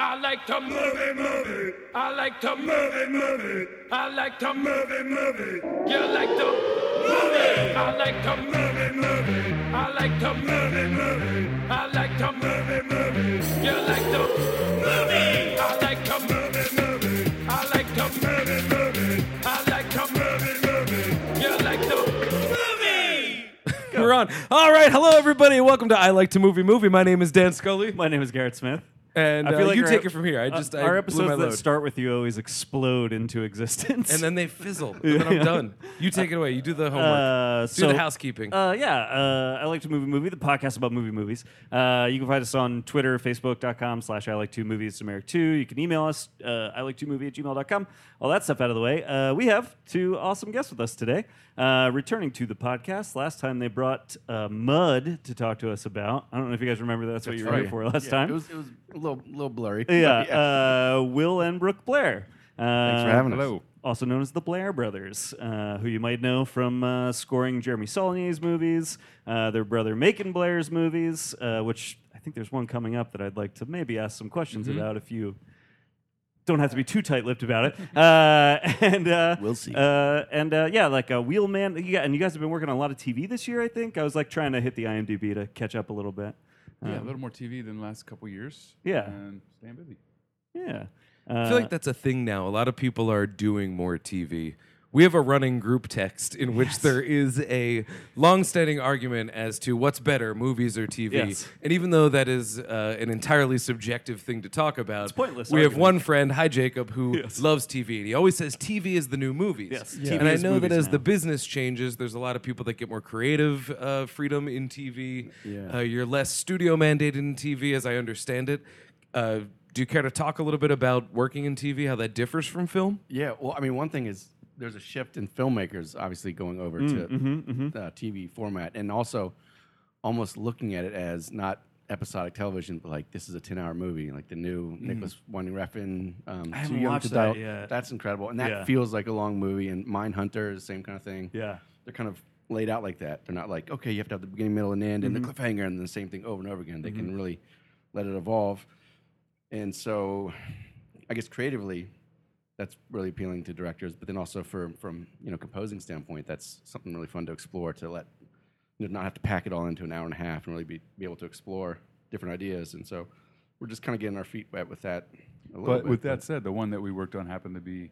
I like to move it, move it. I like to move it, move it. I like to move it, move it. You like to move it. I like to move it, move it. I like to move it, move it. I like to move it, move it. You like to move it. I like to move it, move it. I like to move it, move it. I like to move it, move it. You like to move it. We're on. All right. Hello, everybody. Welcome to I Like to Movie Movie. My name is Dan Scully, My name is Garrett Smith. and uh, you our- take it from here. I just uh, I our blew my episodes load. that start with you always explode into existence. and then they fizzle. And then I'm done. You take it away. You do the homework. uh, do the housekeeping. Uh, yeah, uh, I like to movie movie, the podcast about movie movies. Uh, you can find us on Twitter, Facebook.com slash I like to movies, Americ 2. You can email us, uh, I like to movie at gmail.com. All that stuff out of the way. Uh, we have two awesome guests with us today. Uh, returning to the podcast, last time they brought uh, Mud to talk to us about. I don't know if you guys remember that's, what you were right. here for last time. It was it was a little little blurry. yeah, Uh, Will and Brooke Blair. Uh, Thanks for having us. Hello. Also known as the Blair Brothers, uh, who you might know from uh, scoring Jeremy Saulnier's movies, uh, their brother Macon Blair's movies, uh, which I think there's one coming up that I'd like to maybe ask some questions about if you don't have to be too tight-lipped about it. Uh, and uh, We'll see. Uh, and uh, yeah, like uh, Wheelman. Yeah, and you guys have been working on a lot of TV this year. I think I was like trying to hit the IMDb to catch up a little bit. Yeah, a little more TV than the last couple years. Yeah. And staying busy. Yeah. Uh, I feel like that's a thing now. A lot of people are doing more TV. We have a running group text in which there is a long-standing argument as to what's better, movies or TV. Yes. And even though that is uh, an entirely subjective thing to talk about, it's pointless we have argument. one friend, hi Jacob, who Yes. loves TV, and he always says TV is the new movies. Yes, Yeah. TV And I is know that movies as the now. business changes, there's a lot of people that get more creative uh, freedom in TV. Yeah. Uh, you're less studio mandated in TV, as I understand it. Uh, do you care to talk a little bit about working in TV, how that differs from film? Yeah. Well, I mean, one thing is there's a shift in filmmakers obviously going over Mm, to mm-hmm, Uh, TV format, and also almost looking at it as not episodic television, but like this is a 10-hour movie, like the new Nicholas Winding Refn. Um, Mm. haven't watched that yet. That's incredible, and that Yeah. feels like a long movie. And Mindhunter is the same kind of thing. Yeah. They're kind of laid out like that. They're not like okay, you have to have the beginning, middle, and end, Mm-hmm. and the cliffhanger, and the same thing over and over again. They can really let it evolve. And so, I guess creatively, that's really appealing to directors. But then also for from you know composing standpoint, that's something really fun to explore. To let you know, not have to pack it all into an hour and a half, and really be, be able to explore different ideas. And so, we're just kind of getting our feet wet with that. A little But bit. with that said, the one that we worked on happened to be,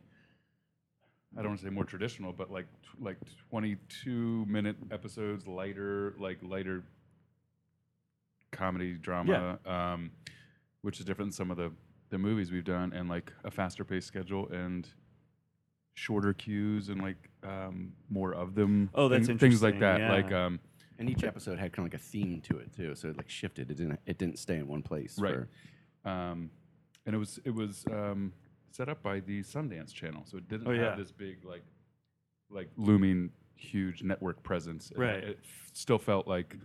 I don't want to say more traditional, but like tw- like 22 minute episodes, lighter, like lighter comedy drama, um, which is different than some of the, the movies we've done, and like a faster paced schedule and shorter cues and like um, more of them. Oh, that's and things like that. interesting, Like yeah. um, and each episode had kind of like a theme to it too, so it like shifted. It didn't it didn't stay in one place. Right. for- um, and it was it was um, set up by the Sundance Channel, so it didn't Oh, have yeah. this big like like looming huge network presence. It- Right. It, f- still felt like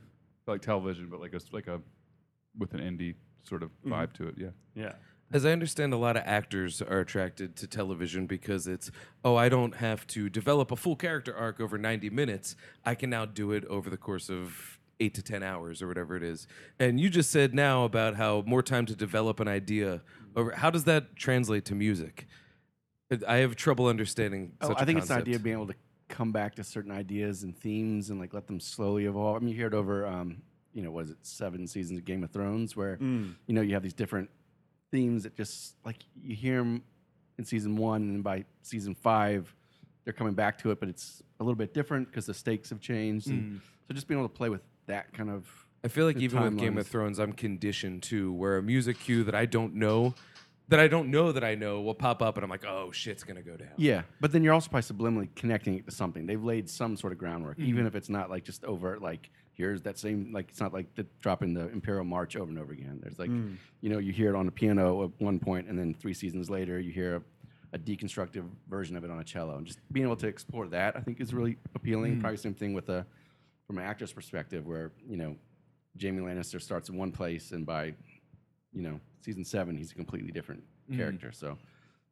like television, but like a s- like a with an indie sort of Mm-hmm. vibe to it. Yeah. Yeah. As I understand, a lot of actors are attracted to television because it's, oh, I don't have to develop a full character arc over 90 minutes. I can now do it over the course of eight to 10 hours or whatever it is. And you just said now about how more time to develop an idea over. How does that translate to music? I have trouble understanding. Oh, such I a think it's the concept. idea of being able to come back to certain ideas and themes and like let them slowly evolve. I mean, you hear it over, um, you know, was it seven seasons of Game of Thrones where Mm. you know you have these different themes that just like you hear them in season one and then by season five they're coming back to it, but it's a little bit different because the stakes have changed. Mm. And so just being able to play with that kind of I feel like the even with Game of timelines. Thrones, I'm conditioned to where a music cue that I don't know, that I don't know that I know, will pop up, and I'm like, oh shit's gonna go down. Yeah, but then you're also probably subliminally connecting it to something. They've laid some sort of groundwork, even if it's not like just overt. Like here's that same like it's not like the dropping the Imperial March over and over again. There's like you know you hear it on a piano at one point, and then three seasons later you hear a, a deconstructive version of it on a cello, and just being able to explore that I think is really appealing. Probably same thing with a from an actor's perspective, where you know Jamie Lannister starts in one place, and by you know season seven he's a completely different character. So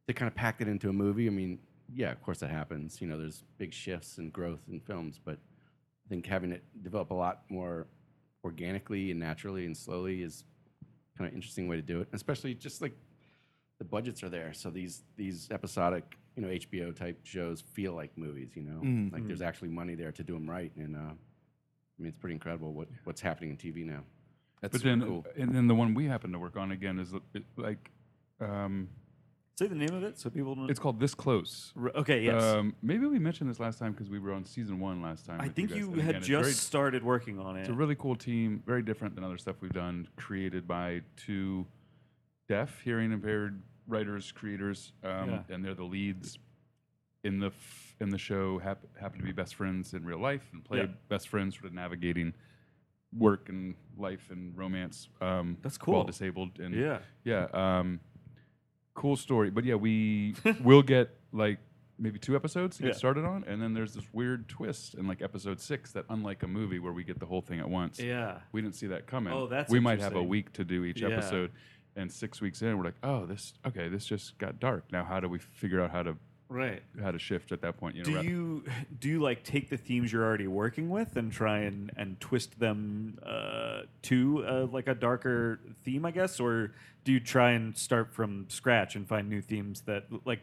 they kind of packed it into a movie. I mean, yeah, of course that happens. You know, there's big shifts and growth in films, but I think having it develop a lot more organically and naturally and slowly is kind of interesting way to do it. Especially just like the budgets are there, so these these episodic you know HBO type shows feel like movies. You know, like there's actually money there to do them right, and uh, I mean it's pretty incredible what what's happening in TV now. That's But super then, cool. and then the one we happen to work on again is it- like, um, Say the name of it so people don't. it's called This Close. R- okay, yes. Um, maybe we mentioned this last time because we were on season one last time. I with think guys. you And had again, it's just very- started working on it. It's a really cool team, very different than other stuff we've done, created by two deaf, hearing impaired writers, creators, um, Yeah. and they're the leads in the f- in the show. Hap- happen to be best friends in real life and play Yeah. best friends, sort of navigating work and life and romance. Um, That's While cool. disabled and yeah. yeah, um, cool story. But yeah, we will get like maybe two episodes to get Yeah. started on, and then there's this weird twist in like episode six that, unlike a movie where we get the whole thing at once, Yeah. we didn't see that coming. Oh, that's we might have a interesting. week to do each Yeah. episode, and six weeks in, we're like, oh, this okay, this just got dark. Now, how do we figure out how to Right. how to shift at that point? You know, Do wrap- you do you like take the themes you're already working with and try and and twist them uh, to uh, like a darker theme, I guess, or do you try and start from scratch and find new themes that like,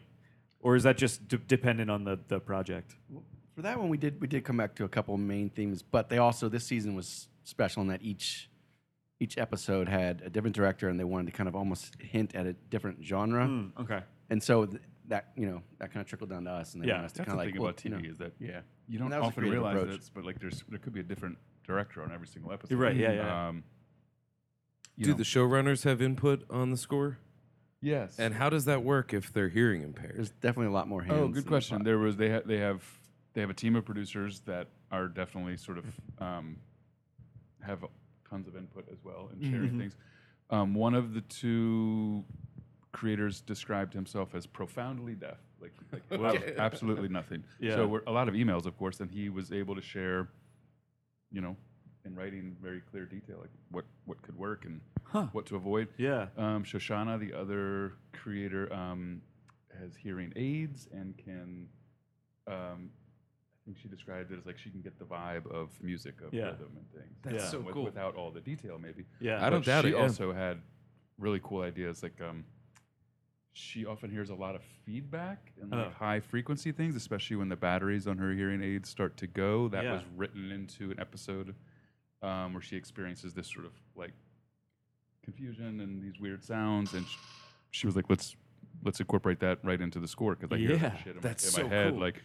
or is that just d- dependent on the the project? For that one, we did we did come back to a couple main themes, but they also this season was special in that each each episode had a different director, and they wanted to kind of almost hint at a different genre, Hmm. Hmm, okay. and so th- that you know that kind of trickled down to us, and they Yeah, wanted us to That's kind of the like thing well, about TV you know, is that yeah, you don't that was a often creative realize approach. this, but like there's there could be a different director on every single episode. Right, yeah, yeah. Um, you Do know. the showrunners have input on the score? yes. And how does that work if they're hearing impaired? there's definitely a lot more hands. oh, in good the question. pot. There was they ha- they have they have a team of producers that are definitely sort of um, have tons of input as well and sharing things. Um, one of the two creators described himself as profoundly deaf, like, like ab- absolutely nothing. Yeah. So we're, a lot of emails, of course, and he was able to share, you know, in writing very clear detail, like what what could work and what to avoid. Yeah. Um, Shoshana, the other creator, um, has hearing aids and can. Um, I think she described it as like she can get the vibe of music, of Yeah. rhythm, and things. That's Yeah. so cool. Without all the detail, maybe. Yeah. I don't But doubt she it, yeah. also had really cool ideas. Like um, she often hears a lot of feedback and like Oh. high frequency things, especially when the batteries on her hearing aids start to go. That Yeah. was written into an episode um, where she experiences this sort of like confusion and these weird sounds, and sh- she was like, "Let's let's incorporate that right into the score because I hear that Yeah, shit in, my- that's in so my head cool. like."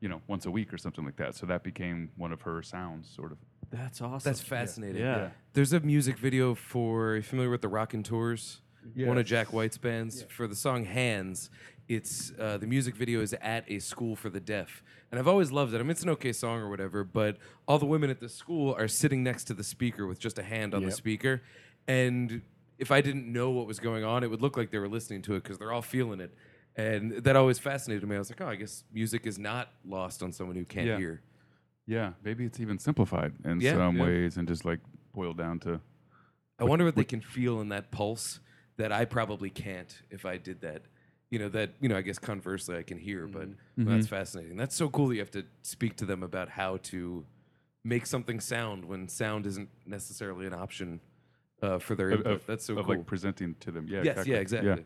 You know, once a week or something like that. So that became one of her sounds, sort of. That's awesome. That's fascinating. Yeah. Yeah. There's a music video for, you familiar with the Rockin' Tours? One of Yes. Jack White's bands. For the song Hands, it's uh, the music video is at a school for the deaf. And I've always loved it. I mean, it's an okay song or whatever, but all the women at the school are sitting next to the speaker with just a hand on the Yep. speaker. And if I didn't know what was going on, it would look like they were listening to it because they're all feeling it. And that always fascinated me. I was like, oh, I guess music is not lost on someone who can't Yeah. hear. Yeah, maybe it's even simplified in Yeah, some yeah. ways and just like boiled down to. I wonder what they can feel in that pulse that I probably can't if I did that. You know, that, you know, I guess conversely I can hear, but well, that's fascinating. That's so cool that you have to speak to them about how to make something sound when sound isn't necessarily an option uh, for their of- input. of- that's so of cool. like presenting to them. Yeah. yes, yeah, exactly. Yeah.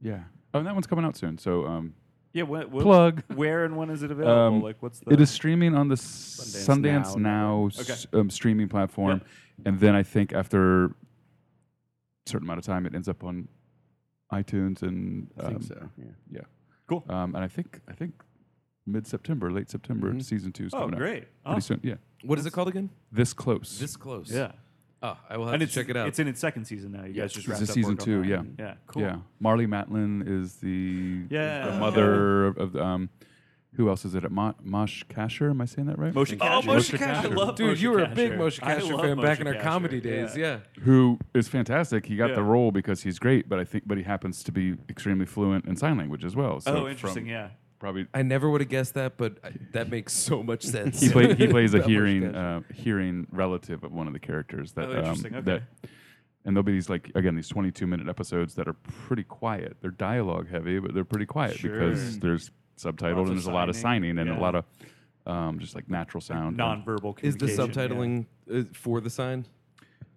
yeah. Oh, and that one's coming out soon. So um, Yeah. What, what, Plug. Where and when is it available? Um, like, what's the? it is streaming on the Sundance, Sundance Now, Now s- um, streaming platform, and then I think after a certain amount of time, it ends up on iTunes and I think um, so. Yeah. yeah, Cool. Um, and I think I think mid September, late September, season two is Oh, coming out great. pretty soon. Awesome. Yeah, What is it called again? this close. This close. Yeah. Oh, I will have And to it's check it out. It's in its second season now. You guys just This wrapped is up season work on two, that. yeah. Yeah. Cool. Yeah, Marley Matlin is the Yeah. the Okay. mother of, of the, um. Who else is it? Mo- Mosh Kasher? Am I saying that right? Motion Oh, capture. Moshe Moshe I Kasher. love Dude, Moshe you were a big Moshe I Kasher love fan back Moshe in our Kasher. comedy days. Yeah. Who is fantastic. He got the Yeah. role because he's great, but I think, but he happens to be extremely fluent in sign language as well. So oh, interesting. from Yeah. Probably I never would have guessed that, but I, that makes so much sense. he, play, he plays a That Moshe hearing Kasher. uh, hearing relative of one of the characters that Oh, interesting. um, Okay. that and there'll be these like again these 22 minute episodes that are pretty quiet they're dialogue heavy but they're pretty quiet because Sure. there's subtitled Lots and of there's a lot of signing, signing and yeah. a lot of um, just like natural sound and- Nonverbal. Is the communication, yeah. subtitling uh, for the sign?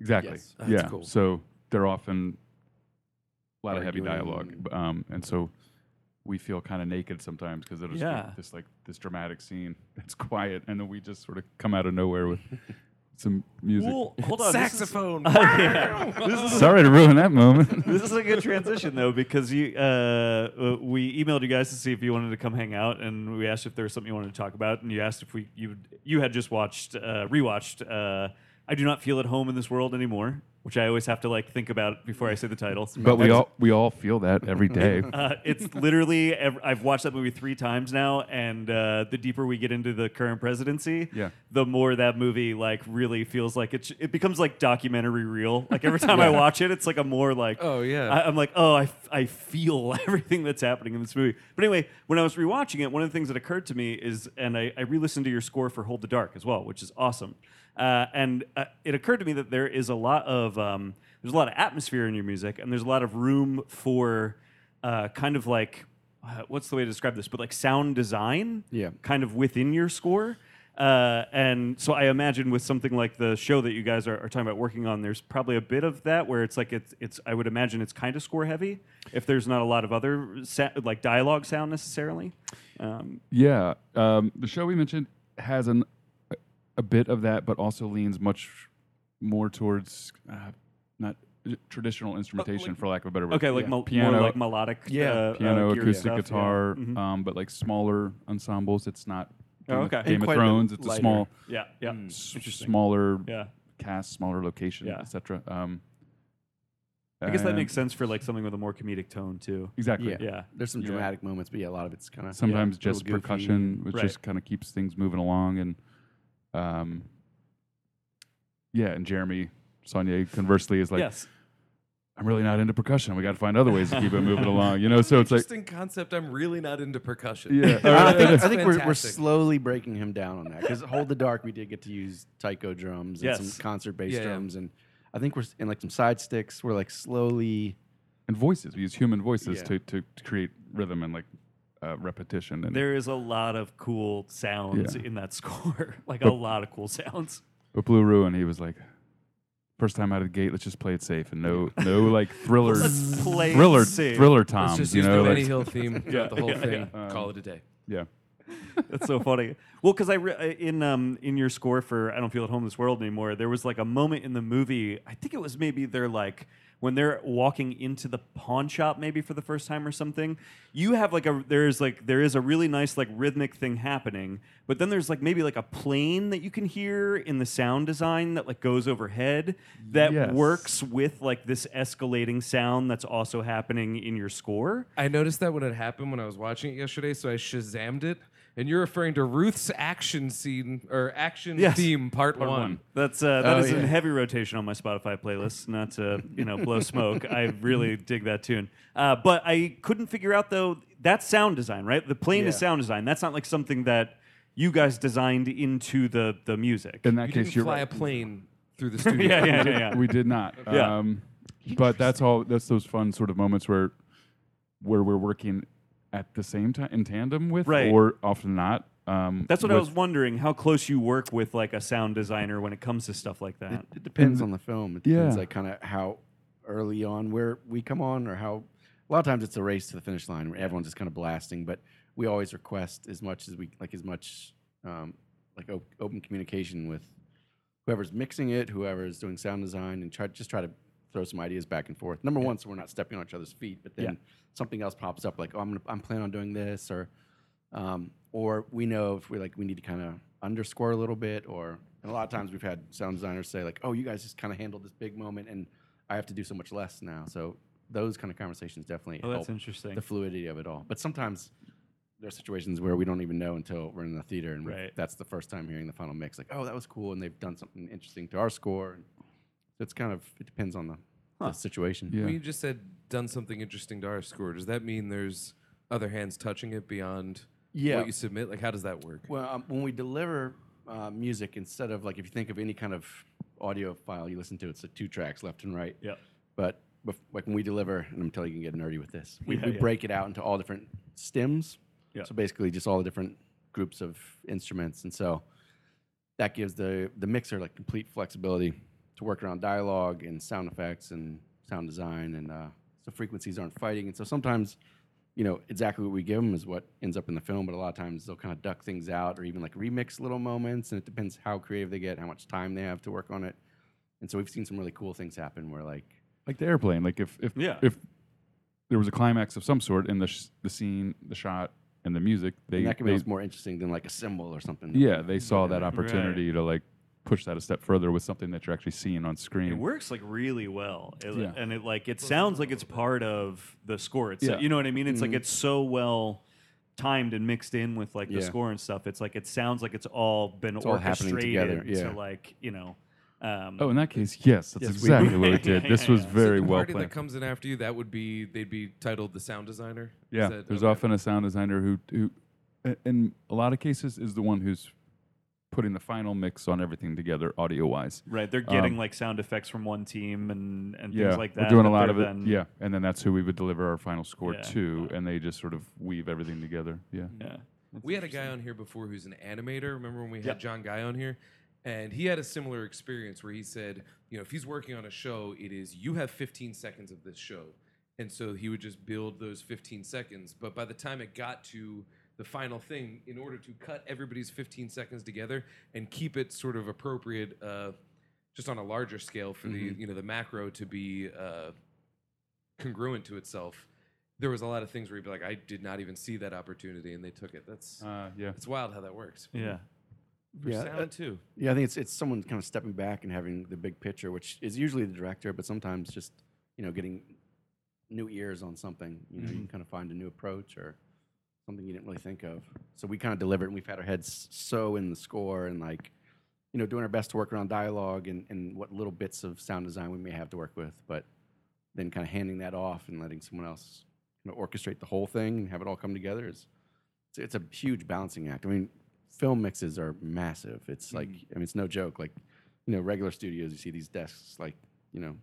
exactly Yes. That's yeah cool. so they're often a lot of heavy dialogue, Arguing. b- um, and so we feel kind of naked sometimes because it'll just Yeah. be this like this dramatic scene that's quiet, and then we just sort of come out of nowhere with some music. Well, uh, hold on. this is- Saxophone. Oh, This is Sorry to ruin that moment. this is a good transition though because you uh, uh, we emailed you guys to see if you wanted to come hang out and we asked if there was something you wanted to talk about and you asked if we you you had just watched uh, rewatched uh, I do not feel at home in this world anymore which I always have to like think about before I say the title but we all we all feel that every day. uh, it's literally ev- I've watched that movie three times now, and uh, the deeper we get into the current presidency, Yeah. the more that movie like really feels like it. Sh- it becomes like documentary real. Like every time I watch it, it's like a more like Oh, yeah. I- I'm like oh I, f- I feel everything that's happening in this movie. But anyway, when I was rewatching it, one of the things that occurred to me is, and I, I re-listened to your score for Hold the Dark as well, which is awesome. Uh, and uh, it occurred to me that there is a lot of um, there's a lot of atmosphere in your music, and there's a lot of room for uh, kind of like uh, what's the way to describe this, but like sound design, Yeah. kind of within your score. Uh, and so I imagine with something like the show that you guys are, are talking about working on, there's probably a bit of that where it's like it's it's I would imagine it's kind of score heavy if there's not a lot of other sa- like dialogue sound necessarily. Um, Yeah, um, the show we mentioned has an a- a bit of that, but also leans much more towards uh, not traditional instrumentation, for lack of a better word. okay, Uh, like mel- more Piano- like melodic, Yeah. uh, uh, piano, geared acoustic stuff, yeah. Mm-hmm. guitar, um, but like smaller ensembles. It's not Game, Oh, of- okay. And Game quite of a bit Thrones. It's a lighter. small, Hmm. Yeah, yeah, s- smaller yeah. cast, smaller location, Yeah. etc. Um, I guess that and- makes sense for like something with a more comedic tone too. Exactly. Yeah. Yeah. There's some Yeah. dramatic moments, but yeah, a lot of it's kind of sometimes little just goofy percussion, which Right. just kind of keeps things moving along. And um, yeah, and Jeremy Sonia, conversely, is like, yes. I'm really not into percussion. We got to find other ways to keep it moving along, you know. So it's like, Interesting concept. I'm really not into percussion. yeah, I or- think, That's I think we're, we're fantastic. slowly breaking him down on that because hold the dark we did get to use taiko drums and Yes. some concert bass Yeah, yeah. drums and I think we're s- and like some side sticks we're like slowly and voices. We use human voices Yeah. to, to to create rhythm and like uh, repetition. And There is a lot of cool sounds Yeah. in that score. like a But- lot of cool sounds. but Blue Ruin, he was like, first time out of the gate, let's just play it safe and no no like thriller Let's play it thriller safe. thriller Let's toms, just Um, you use the know. Benny Like, Hill theme throughout the whole yeah, thing. yeah. Um, Call it a day. yeah, That's so funny. Well, because I re- uh, in um in your score for I don't feel at home in this world anymore. There was like a moment in the movie. I think it was maybe they're like when they're walking into the pawn shop maybe for the first time or something. You have like a there's like there is a really nice like rhythmic thing happening, but then there's like maybe like a plane that you can hear in the sound design that like goes overhead that Yes. works with like this escalating sound that's also happening in your score. I noticed that when it happened when I was watching it yesterday, so I shazammed it. And you're referring to Ruth's action scene or action Yes. theme part, one. one. That's uh, that Oh, is in yeah. heavy rotation on my Spotify playlist. Not to you know blow smoke. I really dig that tune. Uh, but I couldn't figure out though that's sound design, right? The plane is Yeah. sound design. That's not like something that you guys designed into the the music. In that You case, didn't you're fly right. a plane through the studio. yeah, yeah, yeah. yeah. we did not. Yeah. Um, but that's all. That's those fun sort of moments where where we're working at the same time in tandem with, Right. or often not. Um, that's what I with- was wondering. How close you work with like a sound designer when it comes to stuff like that? it depends on the film it depends Yeah. like kind of how early on where we come on or how a lot of times it's a race to the finish line where everyone's just kind of blasting but we always request as much as we like as much um, like op- open communication with whoever's mixing it whoever's doing sound design and try just try to throw some ideas back and forth number one so we're not stepping on each other's feet but then Yeah. something else pops up like oh I'm, gonna, I'm planning on doing this or um, or we know if we like we need to kind of underscore a little bit or and a lot of times we've had sound designers say like oh you guys just kind of handled this big moment and i have to do so much less now so those kind of conversations definitely Oh, that's help interesting. the fluidity of it all but sometimes there are situations where we don't even know until we're in the theater and we- Right. that's the first time hearing the final mix like oh that was cool and they've done something interesting to our score and so it's kind of it depends on the, the situation Yeah. We just said done something interesting to our score. Does that mean there's other hands touching it beyond Yeah. what you submit? Like, how does that work? Well, um, when we deliver uh, music, instead of like if you think of any kind of audio file you listen to, it's like two tracks left and right. Yep. But bef- like when we deliver, and I'm telling you, you can get nerdy with this. We, Yeah, we yeah. break it out into all different stems. Yeah. So basically, just all the different groups of instruments, and so that gives the the mixer like complete flexibility to work around dialogue and sound effects and sound design and uh, so frequencies aren't fighting. And so sometimes, you know, exactly what we give them is what ends up in the film. But a lot of times they'll kind of duck things out or even like remix little moments. And it depends how creative they get, how much time they have to work on it. And so we've seen some really cool things happen where like like the airplane. Like if if Yeah. if there was a climax of some sort in the sh- the scene, the shot, and the music, they, and that can be they almost more interesting than like a symbol or something. yeah they saw that opportunity to like push that a step further with something that you're actually seeing on It screen. works like really well, It- Yeah. and it like it sounds like it's part of the score. It's Yeah. Mm-hmm. you know what I mean. It's like it's so well timed and mixed in with like the Yeah. score and stuff. It's like it sounds like it's all been all happening orchestrated together, yeah. to like you know. Um, Oh, in that case, yes, that's Yes, we- exactly what we did. Yeah, This yeah, was yeah. So very the well party planned. that comes in after you, that would be they'd be titled the sound designer. Is Yeah, that- there's okay. often a sound designer who, who, i- in a lot of cases, is the one who's putting the final mix on everything together, audio wise. Right, they're getting Um, like sound effects from one team and and Yeah, things like that. we're doing a that lot they're of it. then- yeah, and then that's who we would deliver our final score Yeah. to, and they just sort of weave everything together. Yeah, yeah. We had a guy on here before who's an animator. Remember when we had Yep. John Guy on here? And he had a similar experience where he said, you know, if he's working on a show, it is you have 15 seconds of this show. And so he would just build those 15 seconds. But by the time it got to the final thing, in order to cut everybody's 15 seconds together and keep it sort of appropriate, uh, just on a larger scale for Mm-hmm. the you know the macro to be uh, congruent to itself, there was a lot of things where you'd be like, I did not even see that opportunity, and they took it. That's uh, yeah. it's wild how that works. Yeah. For Yeah, sound uh, too. Yeah, I think it's it's someone kind of stepping back and having the big picture, which is usually the director, but sometimes just you know getting new ears on something. You know, you can kind of find a new approach or something you didn't really think of. So we kind of deliver it, and we've had our heads so in the score and like you know doing our best to work around dialogue and and what little bits of sound design we may have to work with, but then kind of handing that off and letting someone else you know, orchestrate the whole thing and have it all come together is it's, it's a huge balancing act. I mean, film mixes are massive. It's like I mean, it's no joke. Like you know, regular studios, you see these desks like you know,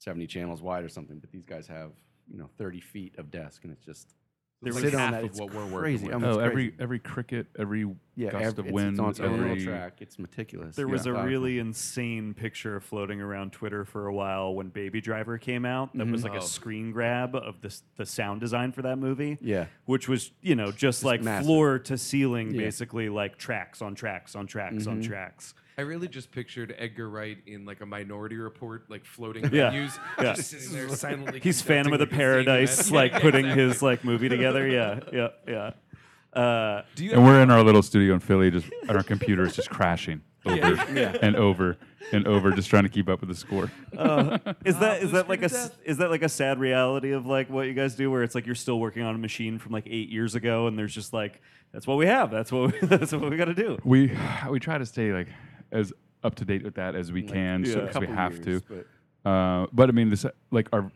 seventy channels wide or something, but these guys have you know thirty feet of desk, and it's just They're sit like on half that, of it's what we're working crazy. with. I mean, it's Oh, every crazy. every cricket, every yeah, gust every- of it's, wind, it's on its own little every track. It's meticulous. There was Yeah. a really insane picture floating around Twitter for a while when Baby Driver came out. That Mm-hmm. was like Oh. a screen grab of the s- the sound design for that movie. Yeah. which was you know just, like massive. floor to ceiling, Yeah. Mm-hmm. basically like tracks on tracks on tracks on tracks. I really just pictured Edgar Wright in like a Minority Report, like floating Yeah. menus, Yeah. just sitting there silently. He's Phantom of the conducting a Paradise, casino. like Yeah, putting exactly. his like movie together. Yeah, yeah, yeah. Uh, Do you And we're in our little studio in Philly, just and our computer is just crashing over and over and over, just trying to keep up with the score. Oh, Is that blue is that like a screen s- of death. is that like a sad reality of like what you guys do where it's like you're still working on a machine from like eight years ago and there's just like that's what we have that's what we, that's what we got to do. we we try to stay like as up to date with that as we can, yeah. so a 'cause we couple have years, to. but- Uh, but I mean, this like our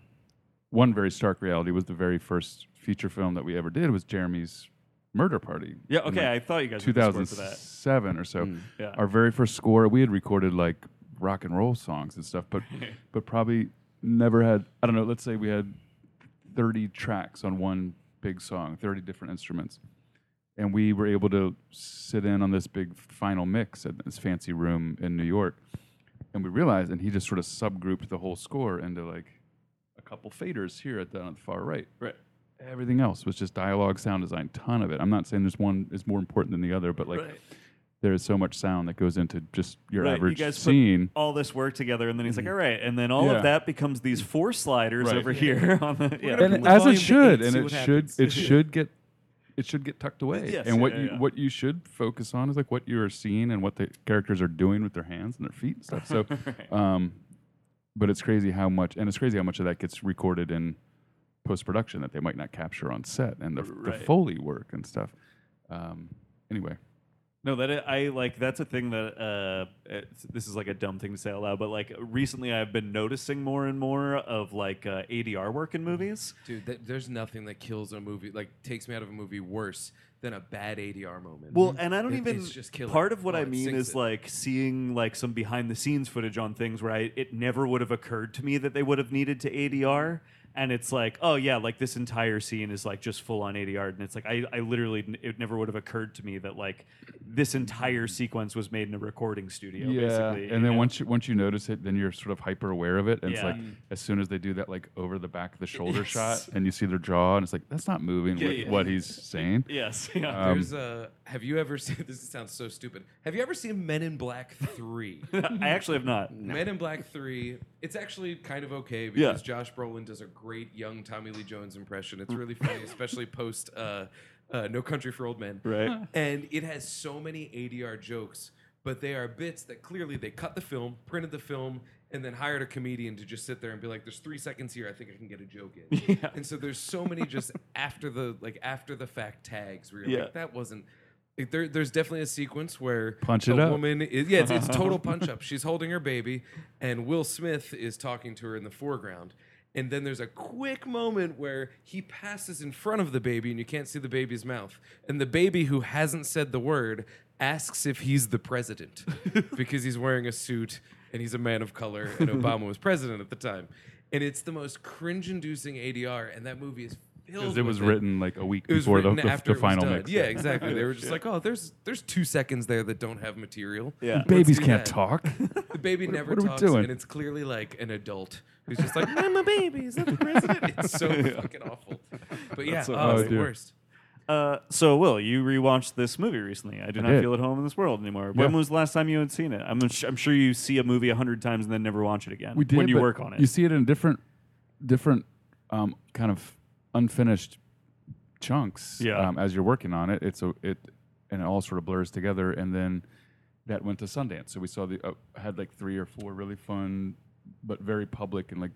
one very stark reality was the very first feature film that we ever did was Jeremy's Murder Party. Yeah, okay, I thought you guys two would thousand score for that. Mm. seven or so. Yeah. Our very first score, we had recorded like rock and roll songs and stuff, but but probably never had. I don't know. Let's say we had thirty tracks on one big song, thirty different instruments and we were able to sit in on this big final mix at this fancy room in New York. And we realized, and he just sort of subgrouped the whole score into like a couple faders here at the, on the far right. Right. Everything else was just dialogue, sound design, ton of it. I'm not saying there's one is more important than the other, but like there is so much sound that goes into just your Right, you average guys scene. Mm-hmm. put all this work together and then he's like all right and then all Yeah. of that becomes these four sliders Right. over here on the yeah. and volume as to it should, eight, and see it what should, happens. it should get, it should get tucked away. Yes, and what yeah, you yeah. what you should focus on is like what you are seeing and what the characters are doing with their hands and their feet and stuff. So, um, but it's crazy how much, and it's crazy how much of that gets recorded in post production that they might not capture on set and the, the Right. foley work and stuff. Um, anyway, No, that I I, like. That's a thing that uh, it's- this is like a dumb thing to say out loud, but like recently I've been noticing more and more of like uh, ADR work in movies. Dude, that, there's nothing that kills a movie, like takes me out of a movie worse than a bad ADR moment. Well, Mm-hmm. and I don't It- even. it's just killer. Part of what Oh, I it mean sinks is it. like seeing like some behind the scenes footage on things where I it never would have occurred to me that they would have needed to ADR. and it's like, oh yeah, like this entire scene is like just full on 80 yard, and it's like I, I literally n- it never would have occurred to me that like this entire sequence was made in a recording studio, basically. you and then know? once you once you notice it, then you're sort of hyper aware of it, and it's Yeah. like as soon as they do that, like over the back of the shoulder shot, and you see their jaw, and it's like that's not moving with yeah. what he's saying. Um, yes, Uh, yeah. There's a. Have you ever seen? This sounds so stupid. Have you ever seen Men in Black Three? I actually have not. Men in Black Three. It's actually kind of okay because Yeah. Josh Brolin does a great young Tommy Lee Jones impression. It's really funny, especially post uh, uh, No Country for Old Men. Right. And it has so many ADR jokes, but they are bits that clearly they cut the film, printed the film, and then hired a comedian to just sit there and be like, "There's three seconds here. I think I can get a joke in." And so there's so many just after the like after the fact tags where you're Yeah. like, "That wasn't." Like, there, there's definitely a sequence where Punch a it up. woman woman is yeah, it's, it's total punch up. She's holding her baby, and Will Smith is talking to her in the foreground. And then there's a quick moment where he passes in front of the baby, and you can't see the baby's mouth. And the baby who hasn't said the word asks if he's the president because he's wearing a suit and he's a man of color, and Obama was president at the time. And it's the most cringe-inducing ADR, and that movie is filled. Because it with was written like a week it was before the, written the, after the it was final done. mix. Yeah, exactly. They were just like, "Oh, there's there's two seconds there that don't have material." Yeah. Let's Babies do can't that." talk. The baby What- never what are we talks, doing? and it's clearly like an adult who's just like, "I'm a baby. Is that the president?" It's so fucking awful. But yeah, so oh, it's funny. the Oh, dear. worst. Uh, so, Will, you rewatched this movie recently. I do not did. feel at home in this world anymore. When Yeah. was the last time you had seen it? I'm, sh- I'm sure you see a movie a hundred times and then never watch it again We did, when you but work on it. You see it in different, different, um, kind of unfinished chunks. Yeah. Um, as you're working on it, it's a it, and it all sort of blurs together. And then that went to Sundance, so we saw the uh, had like three or four really fun, but very public and like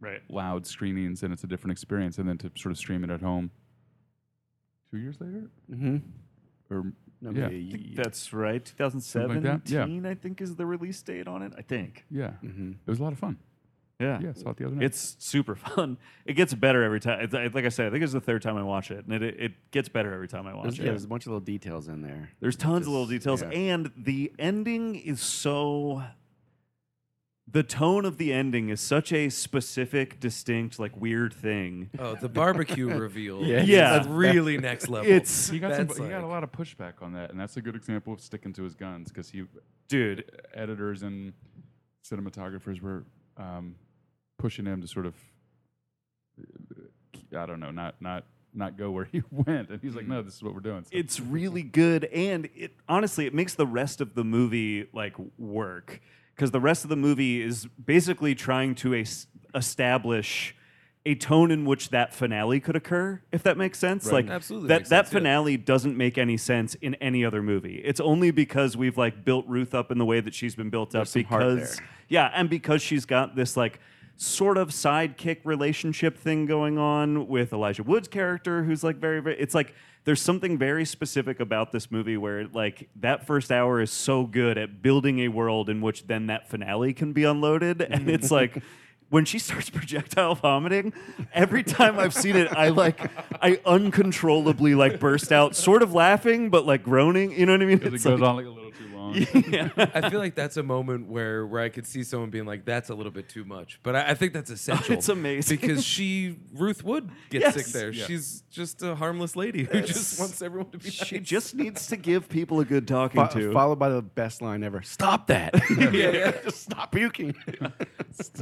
right. loud screenings, and it's a different experience. And then to sort of stream it at home. Two years later, Mm-hmm. or No, Yeah. maybe a- That's right. 2017, like that? Yeah. I think, is the release date on it. I think. yeah, Mm-hmm. it was a lot of fun. Yeah. Yeah, I saw it the other night. It's super fun. It gets better every time. It's, it's- like I said, I think it's the third time I watch it, and it, it gets better every time I watch There's, yeah, it. there's a bunch of little details in there. There's tons of little Just- details, yeah. and the ending is so. The tone of the ending is such a specific, distinct, like weird thing. Oh, the barbecue reveal. Yeah. is Yeah. really next level. It's he got some, That's he got a like- lot of pushback on that, and that's a good example of sticking to his guns because he dude. editors and cinematographers were um, pushing him to sort of I don't know not not not go where he went, and he's like, Mm-hmm. no, this is what we're doing. So It's really good, and it honestly it makes the rest of the movie like work because the rest of the movie is basically trying to es- establish a tone in which that finale could occur, if that makes sense. Like Absolutely that makes that sense, yeah. finale doesn't make any sense in any other movie. It's only because we've like built Ruth up in the way that she's been built up some heart because there. yeah, and because she's got this like sort of sidekick relationship thing going on with Elijah Wood's character, who's like very, very. It's like there's something very specific about this movie where like that first hour is so good at building a world in which then that finale can be unloaded, and it's like. When she starts projectile vomiting, every time I've seen it, I like, I uncontrollably like burst out, sort of laughing, but like groaning. You know what I mean? it It's goes like, on like a little too long. I feel like that's a moment where where I could see someone being like, "That's a little bit too much," but I, I think that's essential. it's amazing. because she Ruth Wood gets Yes. sick there. Yeah. She's just a harmless lady who just wants everyone to be. she nice. just needs to give people a good talking Fo- to. followed by the best line ever. Stop that! yeah, yeah. Just stop puking.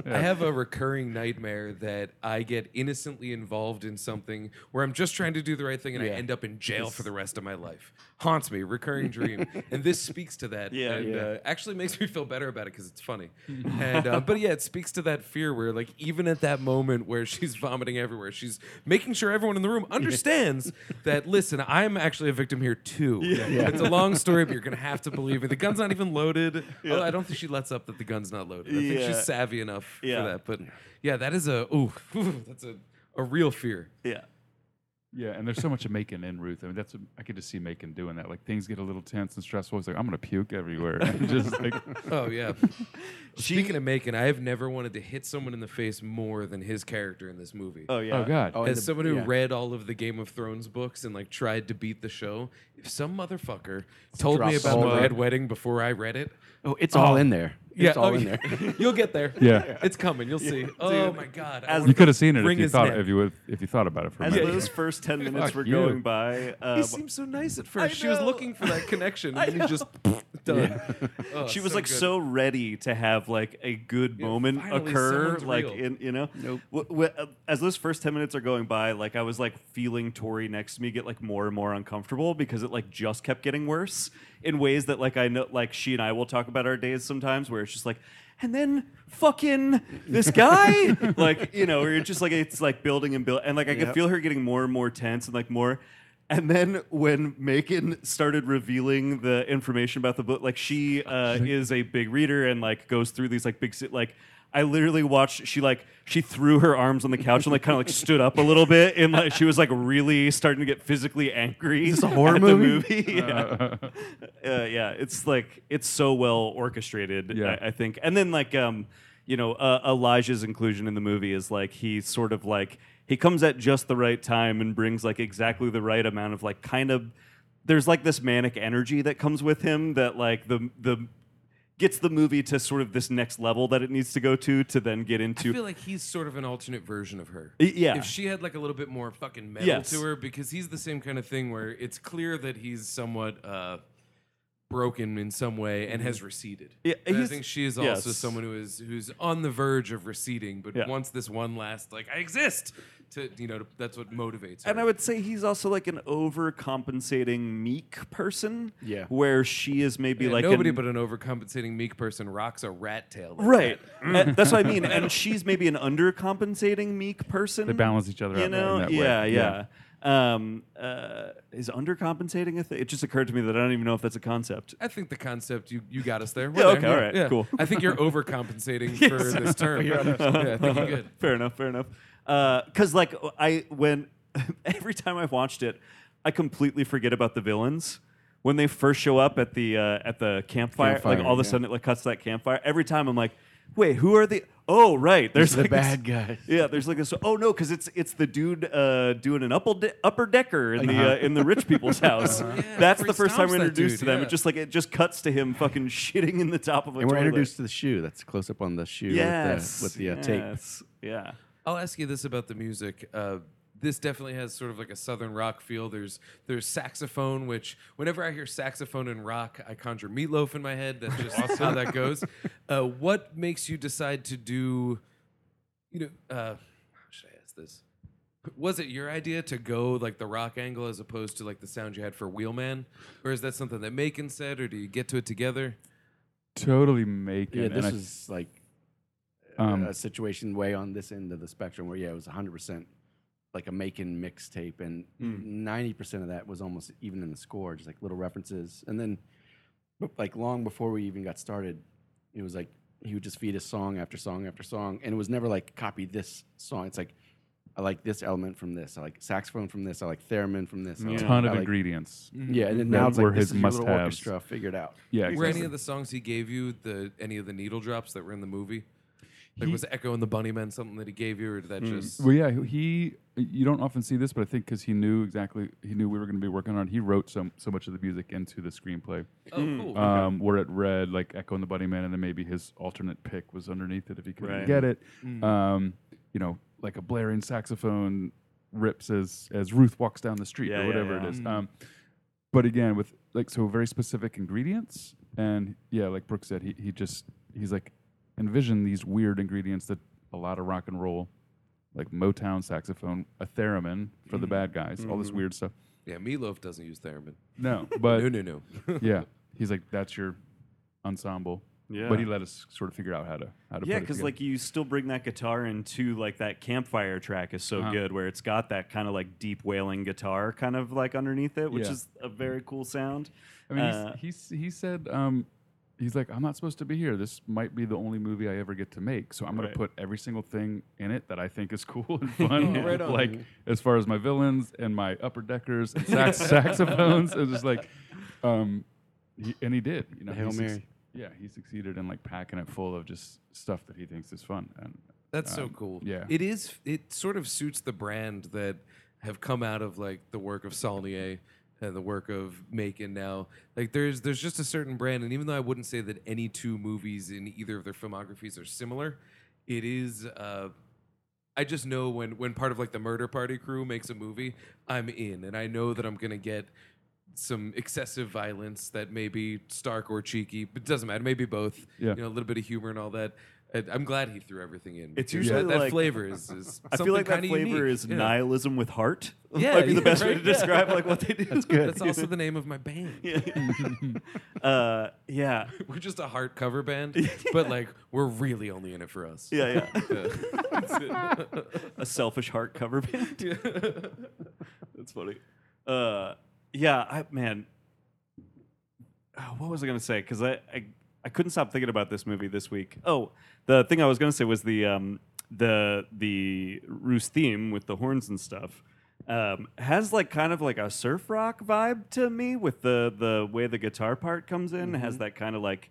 I have a recurring nightmare that I get innocently involved in something where I'm just trying to do the right thing and I end up in jail for the rest of my life. Haunts me, recurring dream. and this speaks to that. Yeah, and, yeah. Uh, actually makes me feel better about it because it's funny. and uh, But yeah, it speaks to that fear where, like, even at that moment where she's vomiting everywhere, she's making sure everyone in the room understands that, listen, I'm actually a victim here too. It's a long story, but you're going to have to believe me. The gun's not even loaded. Although I don't think she lets up that the gun's not loaded. I think Yeah. she's savvy enough Yeah. for that. But yeah, that is a ooh, that's a, a real fear. yeah. Yeah, and there's so much of Macon in Ruth. I mean, that's what, I could just see Macon doing that. Like things get a little tense and stressful. He's like, I'm gonna puke everywhere. And just like Oh yeah. Speaking of Macon, I have never wanted to hit someone in the face more than his character in this movie. Oh yeah. oh god. Oh, As the- someone who yeah. read all of the Game of Thrones books and like tried to beat the show, if some motherfucker told me Drops about all the the- Red Wedding before I read it, Oh, it's all in there. It's all in there. You'll get there. Yeah. It's coming. You'll see. oh my god. I As- wanna- You could have seen it Wring if you his thought neck. if you would, if you thought about it for a As minute. those first 10 minutes Fuck were you. going by, uh, he seemed so nice at first. She was know. looking for that connection, and then know. he just done. Oh, she was like good. so ready to have like a good moment finally occur someone's like real. in you know Nope. Wh- wh- uh, as those first 10 minutes are going by like i was like feeling tori next to me get like more and more uncomfortable because it like just kept getting worse in ways that like i know like she and i will talk about our days sometimes where it's just like and then fucking this guy like you know where you're just like it's like building and build and like i could Yep. feel her getting more and more tense and like more and then when Macon started revealing the information about the book, like she uh, is a big reader and like goes through these like big si- like I literally watched she like she threw her arms on the couch and like kind of like stood up a little bit and like she was like really starting to get physically angry. Is this a horror movie? yeah. Uh, yeah, it's like it's so well orchestrated. Yeah. I, I think, and then like um, you know, uh, Elijah's inclusion in the movie is like he sort of like he comes at just the right time and brings like exactly the right amount of like kind of there's like this manic energy that comes with him that like the the gets the movie to sort of this next level that it needs to go to to then get I into feel like he's sort of an alternate version of her. Y- yeah. If she had like a little bit more fucking metal Yes. to her, because he's the same kind of thing where it's clear that he's somewhat uh, broken in some way and has receded. Mm-hmm. Yeah, But I he's- think she is also yes. someone who is who's on the verge of receding, but Yeah. wants this one last like I exist to you know to, that's what motivates her. and I would say he's also like an overcompensating meek person. Yeah. Where she is maybe Yeah, like nobody an- but an overcompensating meek person rocks a rat tail. like Right. that. Uh, Mm. that's what I mean. And she's maybe an undercompensating meek person. They balance each other out You in that- know? in that way. yeah, yeah. Yeah. Um, uh, is undercompensating a thing? It just occurred to me that I don't even know if that's a concept. I think the concept you, you got us there. Yeah, We're okay, there. all right, cool. I think you're overcompensating for Yes. this term. yeah, I think you're good. fair enough. Fair enough. Because like I when every time I've watched it, I completely forget about the villains. When they first show up at the uh, at the campfire, like Campfire, all of a yeah. sudden it like cuts to that campfire. Every time I'm like, wait, who are the? Oh right, there's the like this- bad guys. Yeah, there's like this. Oh no, because it's it's the dude uh, doing an upper de- upper decker in Uh-huh. the uh, in the rich people's house. Yeah, That's where the he first time stomps we're that introduced dude, to them. yeah. It just like it just cuts to him fucking shitting in the top of a And we're toilet. introduced to the shoe. That's a close up on the shoe yes, with the, with the uh, tape. yes, Yeah. I'll ask you this about the music. Uh, this definitely has sort of like a southern rock feel. There's there's saxophone, which whenever I hear saxophone and rock, I conjure meatloaf in my head. That's just how that goes. Uh, what makes you decide to do? You know, uh, how should I ask this? Was it your idea to go like the rock angle as opposed to like the sound you had for Wheelman, or is that something that Macon said, or do you get to it together? Totally make it. Yeah, and this I- is like Um, a situation way on this end of the spectrum where yeah, it was 100 percent like a making mixtape, and Hmm. 90 percent of that was almost even in the score, just like little references. And then, but, like long before we even got started, it was like he would just feed us song after song after song, and it was never like copy this song. It's like I like this element from this, I like saxophone from this, I like theremin from this. I a like- ton I of like- ingredients. Mm. Yeah, and then that now it's were like his this is your little must-haves. orchestra figured out. Yeah, Were exactly. any of the songs he gave you the any of the needle drops that were in the movie? Like He- was Echo and the Bunnymen something that he gave you, or did that just? Well, yeah, he. You don't often see this, but I think because he knew exactly, he knew we were going to be working on. it, He wrote so so much of the music into the screenplay. Oh, cool. Um, where it read like Echo and the Bunny Man, and then maybe his alternate pick was underneath it if he couldn't Right. Mm. get it. Um, you know, like a blaring saxophone rips as as Ruth walks down the street Yeah, yeah, or whatever yeah. Mm. it is. Um, but again, with like so very specific ingredients, and yeah, like Brooke said, he he just he's like envision these weird ingredients that a lot of rock and roll, like Motown saxophone, a theremin for Mm. the bad guys, all Mm-hmm. this weird stuff. yeah, Meatloaf doesn't use theremin. No, but No, no, no. yeah. He's like, that's your ensemble. Yeah. But he let us sort of figure out how to how to Yeah, put it because together. like you still bring that guitar into like that campfire track is so Uh-huh. good where it's got that kind of like deep wailing guitar kind of like underneath it, which Yeah. is a very cool sound. I mean, he's- uh, he's, he said um, he's like, I'm not supposed to be here. This might be the only movie I ever get to make, so I'm going Right. to put every single thing in it that I think is cool and fun. Yeah. Right on. Like as far as my villains and my upper deckers and sax- saxophones, it was just like, um, he, and he did. You know, The Hail he Mary. yeah, he succeeded in like packing it full of just stuff that he thinks is fun. And That's so Um, cool. yeah. It is it sort of suits the brand that have come out of like the work of Saulnier and the work of Macon now. Like there's there's just a certain brand, and even though I wouldn't say that any two movies in either of their filmographies are similar, it is. Uh, I just know when when part of like the murder party crew makes a movie, I'm in, and I know that I'm gonna get some excessive violence that may be stark or cheeky, but it doesn't matter. Maybe both. Yeah. You know, a little bit of humor and all that. And I'm glad he threw everything in. It's because usually that, that like- flavor is. is I feel like that flavor is nice. nihilism with heart. Yeah, might be the yeah, best way right, to yeah. describe like what they do. That's good. That's also the name of my band. uh, yeah, We're just a heart cover band, but like we're really only in it for us. yeah, yeah. a selfish heart cover band. That's funny. Uh, yeah, I man, oh, what was I gonna say? Because I, I I couldn't stop thinking about this movie this week. Oh, the thing I was gonna say was the um the the Roos theme with the horns and stuff. Um, has like kind of like a surf rock vibe to me with the the way the guitar part comes in. It Mm-hmm. Has that kind of like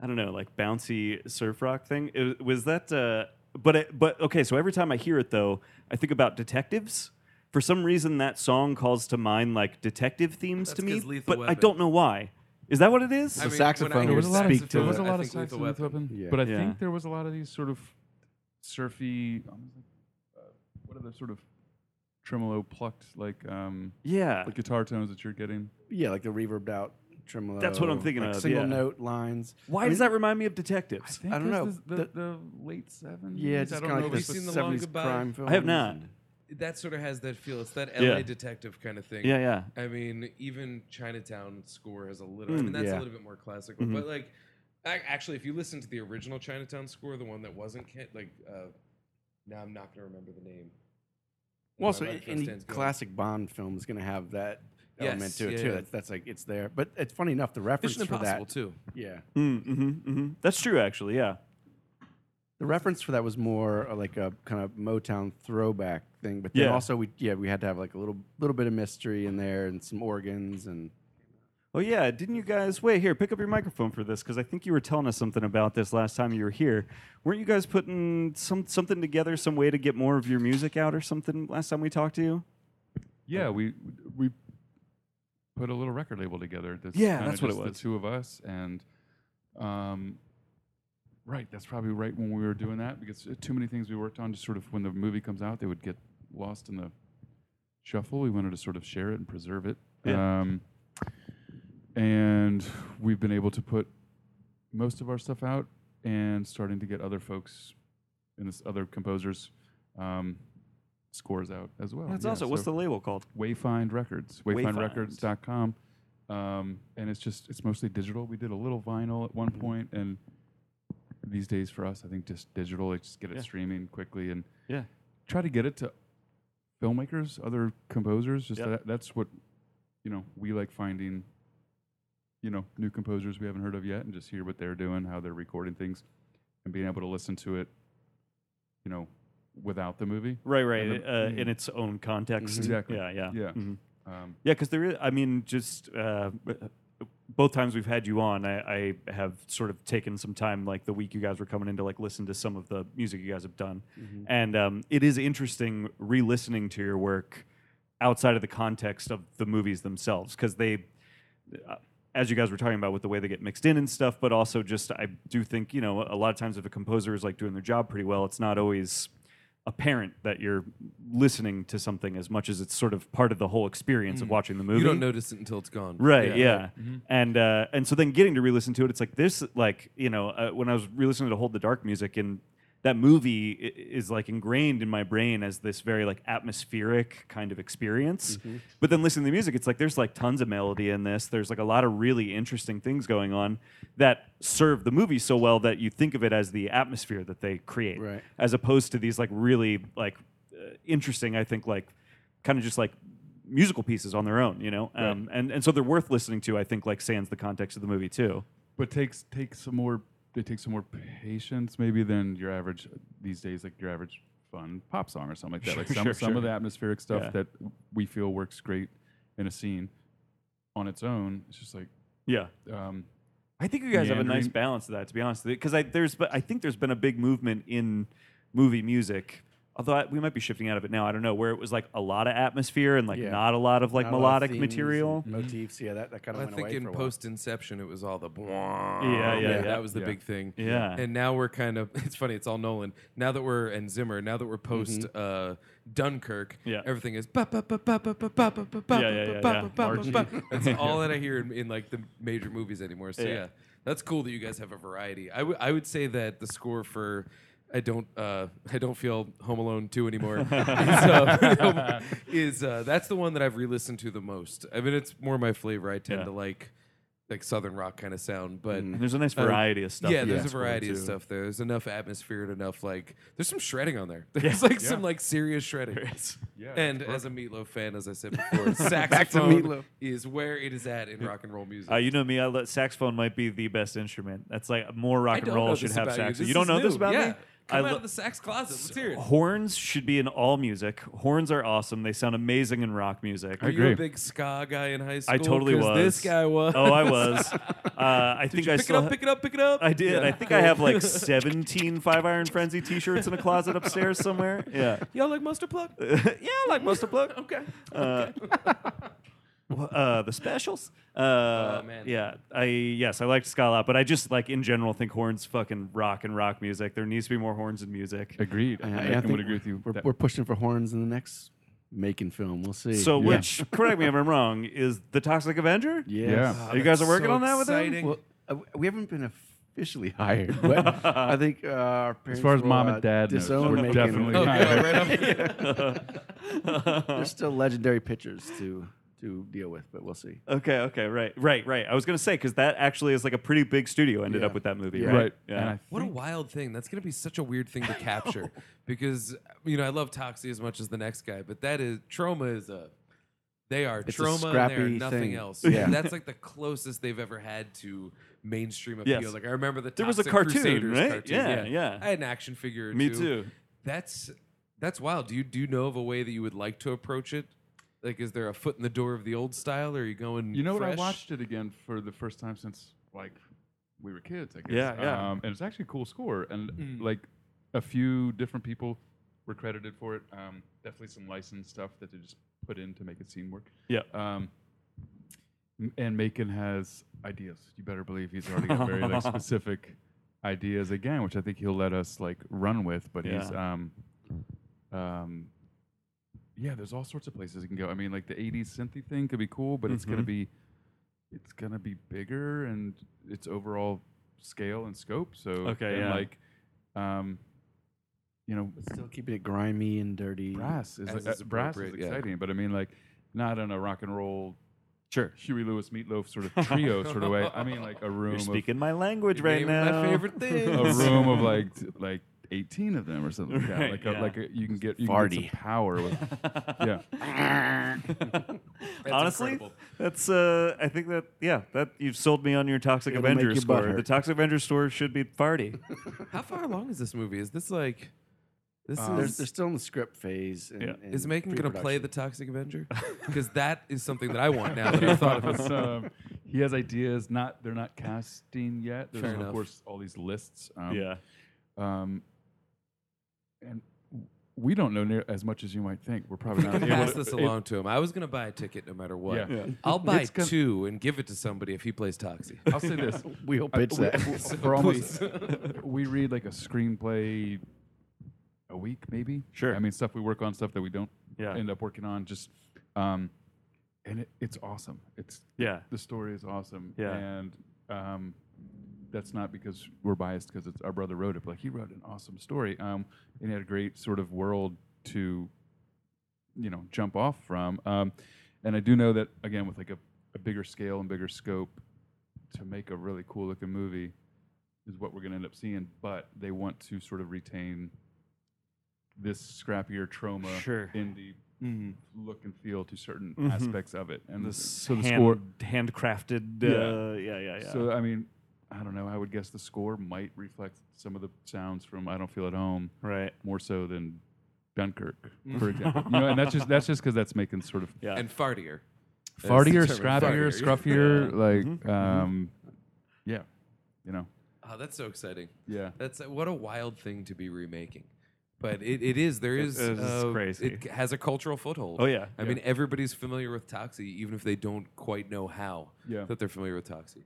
I don't know, like bouncy surf rock thing. It, was that? Uh, but it, but okay. So every time I hear it, though, I think about detectives. For some reason, that song calls to mind like detective themes to That's me, 'cause Lethal but I Weapon. don't know why. Is that what it is? I mean, when I saxophone hear would speak saxophone, to there was it. a I lot of think sax Lethal in Lethal Weapon. Weapon, Yeah. but I Yeah. think there was a lot of these sort of surfy, almost like, uh, what are the sort of tremolo plucked like um, yeah, the guitar tones that you're getting? Yeah, like the reverbed out tremolo. That's what I'm thinking like of, Single yeah. note lines. Why does that remind me of detectives? think I don't this know, is The, the- the, late seventies. Yeah, it's I just don't kind know. of Have like if it's you the seen The Long 70s Goodbye? crime film. I have not. That sort of has that feel. It's that LA Yeah. detective kind of thing. Yeah, yeah. I mean, even Chinatown score has a little. Hmm, I mean, that's yeah. a little bit more classical. Mm-hmm. But like, I, actually, if you listen to the original Chinatown score, the one that wasn't ca- like, uh, now I'm not going to remember the name. Well, My so mind any transcends going. classic Bond film is going to have that Yes, element to it yeah, too. yeah. That's, that's like it's there. But it's funny enough, the reference Mission for Impossible that. too. Yeah, Mm, hmm hmm That's true, actually. Yeah. the reference for that was more uh, like a kind of Motown throwback thing. But then Yeah. also we yeah we had to have like a little little bit of mystery in there and some organs and Oh yeah, didn't you guys wait here? Pick up your microphone for this because I think you were telling us something about this last time you were here. Weren't you guys putting some something together, some way to get more of your music out or something? Last time we talked to you. Yeah, we we put a little record label together. That's Yeah, kinda that's what it just was. The two of us and, um, right. That's probably right when we were doing that because uh, too many things we worked on. Just sort of when the movie comes out, they would get lost in the shuffle. We wanted to sort of share it and preserve it. Yeah. Um, and we've been able to put most of our stuff out and starting to get other folks and this other composers um, scores out as well. That's Oh, Yeah, also what's so- the label called? Wayfind Records, Wayfind. wayfindrecords.com. Um, and it's just, it's mostly digital. We did a little vinyl at Mm-hmm. one point, and these days for us, I think just digital, like just get it Yeah. streaming quickly and Yeah. try to get it to filmmakers, other composers. Just Yep. that, that's what, you know, we like finding, you know, new composers we haven't heard of yet and just hear what they're doing, how they're recording things, and being able to listen to it, you know, without the movie. Right, right. And the- uh, mm. In its own context. Exactly. Yeah, yeah, Yeah. Mhm. Um, Yeah, because there is, I mean, just uh, b- both times we've had you on, I, I have sort of taken some time, like the week you guys were coming in, to like listen to some of the music you guys have done. And um, it is interesting re listening to your work outside of the context of the movies themselves, because they, uh, as you guys were talking about with the way they get mixed in and stuff, but also just I do think, you know, a lot of times if a composer is like doing their job pretty well, it's not always apparent that you're listening to something as much as it's sort of part of the whole experience of watching the movie. You don't notice it until it's gone. Right, yeah, and uh, and so then getting to re-listen to it, it's like this, like you know, uh, when I was re-listening to "Hold the Dark" music, and that movie i- is like ingrained in my brain as this very like atmospheric kind of experience. But then listening to the music, it's like there's like tons of melody in this. There's like a lot of really interesting things going on that serve the movie so well that you think of it as the atmosphere that they create, Right. as opposed to these like really like uh, interesting, I think like kind of just like musical pieces on their own, you know, um, and and so they're worth listening to. I think like sans the context of the movie too. but takes takes some more they take some more patience maybe than your average these days like your average fun pop song or something like that like Sure, some, sure, some sure. of the atmospheric stuff Yeah. that we feel works great in a scene on its own it's just like Yeah, um, I think you guys have a nice Meandering. balance of that, to be honest, because I there's but I think there's been a big movement in movie music although I, we might be shifting out of it now. I don't know where it was like a lot of atmosphere and like Yeah. not a lot of like Not a lot melodic of themes and material. motifs. Yeah, that, that kind of I went think away in for a while. post Inception, it was all the blah. Yeah, yeah, yeah. That was the Yeah. big thing. Yeah. And now we're kind of, it's funny, it's all Nolan. Now that we're, and Zimmer, now that we're post uh, Dunkirk, Mm-hmm. Yeah. everything is. ba- ba- ba- ba- ba- ba- ba- ba- ba- ba- Yeah, yeah, yeah, ba- yeah. ba- ba- ba- ba. That's all that I hear in, in like the major movies anymore. So Yeah. yeah. that's cool that you guys have a variety. I would I would say that the score for. I don't. Uh, I don't feel Home Alone two anymore. is, uh, is uh, that's the one that I've re-listened to the most. I mean, it's more my flavor. I tend Yeah. to like like southern rock kind of sound, but And there's a nice Uh, variety of stuff. yeah, in there's that a score, variety of too. stuff there. There's enough atmosphere and enough like there's some shredding on there. There's like some Yeah. like serious shredding. Yeah, and it's as a meatloaf fan, as I said before, Back to saxophone Meatloaf. is where it is at in rock and roll music. Uh, you know me. I let, saxophone might be the best instrument. That's like more rock and don't roll know should this have about sax. You, This don't is know this new. about yeah. me? Come I out lo- oh, of the sax closet. Let's hear it. Horns should be in all music. Horns are awesome. They sound amazing in rock music. Are you a agree. big ska guy in high school? I totally 'Cause was. This guy was. Oh, I was. Uh, I think I pick it still. up, ha- pick it up, pick it up. I did. I think I have like 17 Five Iron Frenzy T-shirts in a closet upstairs somewhere. Yeah. Y'all like mustard plug? yeah, I like mustard plug. okay. Uh, wh- uh, the specials. Uh, Oh, man. Yeah, I yes, I liked ska a lot, but I just like in general think horns fucking rock and rock music. There needs to be more horns in music. Agreed. Yeah, I, yeah, I would think agree with you. We're, That- we're pushing for horns in the next making film. We'll see. So, yeah. which correct me if I'm wrong, is the Toxic Avenger? Yes. Yeah. Oh, You guys that's are working so on that with him? exciting. Well, uh, we haven't been officially hired, but I think uh, our parents far as will, mom uh, and dad knows, disown we're making- definitely- Oh, yeah, right off- There's still legendary pictures to to deal with, but we'll see. Okay, okay, right, right, right. I was gonna say because that actually is like a pretty big studio ended Yeah. up with that movie, Yeah. right? Right. Yeah. And I What a wild thing. That's going to be such a weird thing to capture because, you know, I love Toxie as much as the next guy, but that is, trauma is a, they are It's a trauma and they are scrappy nothing thing. else. Yeah. And that's like the closest they've ever had to mainstream appeal. Yes. Like I remember the There was a Toxic cartoon, Crusaders right? cartoon. Yeah, yeah. I had an action figure or Me two. too. That's, that's wild. Do you, do you know of a way that you would like to approach it? Like, is there a foot in the door of the old style or are you going You know what? I fresh? watched it again for the first time since like we were kids. I guess. Yeah, yeah. Um, and it's actually a cool score, and like a few different people were credited for it. Um, definitely some licensed stuff that they just put in to make it scene work. Yeah. Um, m- and Macon has ideas. You better believe he's already got very like specific ideas again, which I think he'll let us like run with. But he's um, um, yeah, there's all sorts of places it can go. I mean, like the '80s synthy thing could be cool, but it's Mm-hmm. gonna be it's gonna be bigger and its overall scale and scope. So Okay, and yeah. like um, you know, But still keeping it grimy and dirty. brass is As is like, uh, brass is appropriate, yeah. exciting, but I mean like not in a rock and roll Sure. Huey Lewis Meatloaf sort of trio sort of way. I mean like a room You're of, speaking my language You right gave me now. my favorite thing. a room of like t- like 18 of them or something like Right, that. Like yeah. a, like a, you can get you can get Farty. some power with yeah. Honestly, incredible. that's uh, I think that yeah, that you've sold me on your Toxic It'll make Avengers your butt score. The hurt. Toxic Avengers score should be farty. How far along is this movie? Is this like this They're, is they're still in the script phase. And, Yeah. and is Macon gonna play Um, pre-production. the Toxic Avenger? Because that is something that I want now that I thought of it. um, he has ideas. Not they're not casting yet. There's Fair of enough. course all these lists. Um, yeah. Um, and w- we don't know near as much as you might think. We're probably not. able Pass to- this it- along to him. I was gonna buy a ticket no matter what. Yeah. Yeah. I'll buy It's gonna- two and give it to somebody if he plays Toxic. I'll say this. We'll I- pitch we- that. w- for almost, we read like a screenplay a week, maybe. Sure. I mean, stuff we work on, stuff that we don't Yeah. end up working on. Just, um, and it, it's awesome. It's Yeah. the story is awesome. Yeah. And um, that's not because we're biased because it's our brother wrote it, but like he wrote an awesome story. Um, and he had a great sort of world to, you know, jump off from. Um, and I do know that again with like a, a bigger scale and bigger scope to make a really cool looking movie is what we're gonna end up seeing, but they want to sort of retain this scrappier trauma Sure. Mm-hmm. in the look and feel to certain aspects of it. And This so the hand, score handcrafted. Yeah. Uh, yeah, yeah, yeah. so I mean, I don't know. I would guess the score might reflect some of the sounds from "I Don't Feel at Home" right. more so than Dunkirk, for example. you know, and that's just that's just because that's making sort of Mm. Yeah. and fartier. fartier, That's determined. scrappier, Fartier, scruffier, like Mm-hmm. um, yeah, you know, Oh, that's so exciting. yeah. That's what a wild thing to be remaking. But it, it is there is is uh, crazy. It c- has a cultural foothold. Oh, yeah, I yeah. mean everybody's familiar with Toxie, even if they don't quite know how Yeah. that they're familiar with Toxie.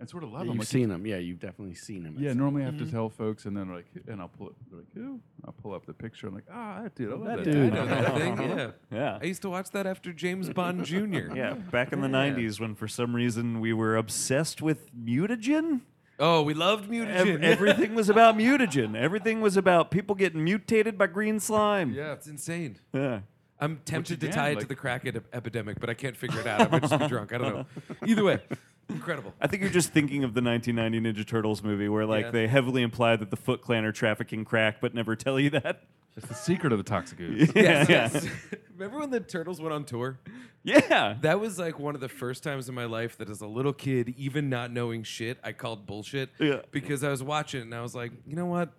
And sort of Yeah, love. you've I'm like, seen him. Yeah, you've definitely seen him. yeah. Normally I Mm-hmm. have to tell folks, and then like, and I'll pull. They're like, who? I'll pull up the picture. I'm like, ah, that dude. I love That that, dude. I dude. know that thing. Yeah. Yeah. I used to watch that after James Bond Jr. Yeah, back in the 90s when for some reason we were obsessed with mutagen. Oh, we loved Mutagen. Ev- everything was about mutagen. Everything was about people getting mutated by green slime. Yeah. That's insane. Yeah. I'm tempted to again, tie it to like- the crack ed- epidemic, but I can't figure it out. I might just be drunk. I don't know. Either way, incredible. I think you're just thinking of the 1990 Ninja Turtles movie where like Yeah. they heavily imply that the Foot Clan are trafficking crack but never tell you that. That's the secret of the toxic ooze. Yeah. Yes. Remember when the Turtles went on tour? Yeah. That was like one of the first times in my life that as a little kid, even not knowing shit, I called bullshit Yeah. because I was watching it and I was like, you know what?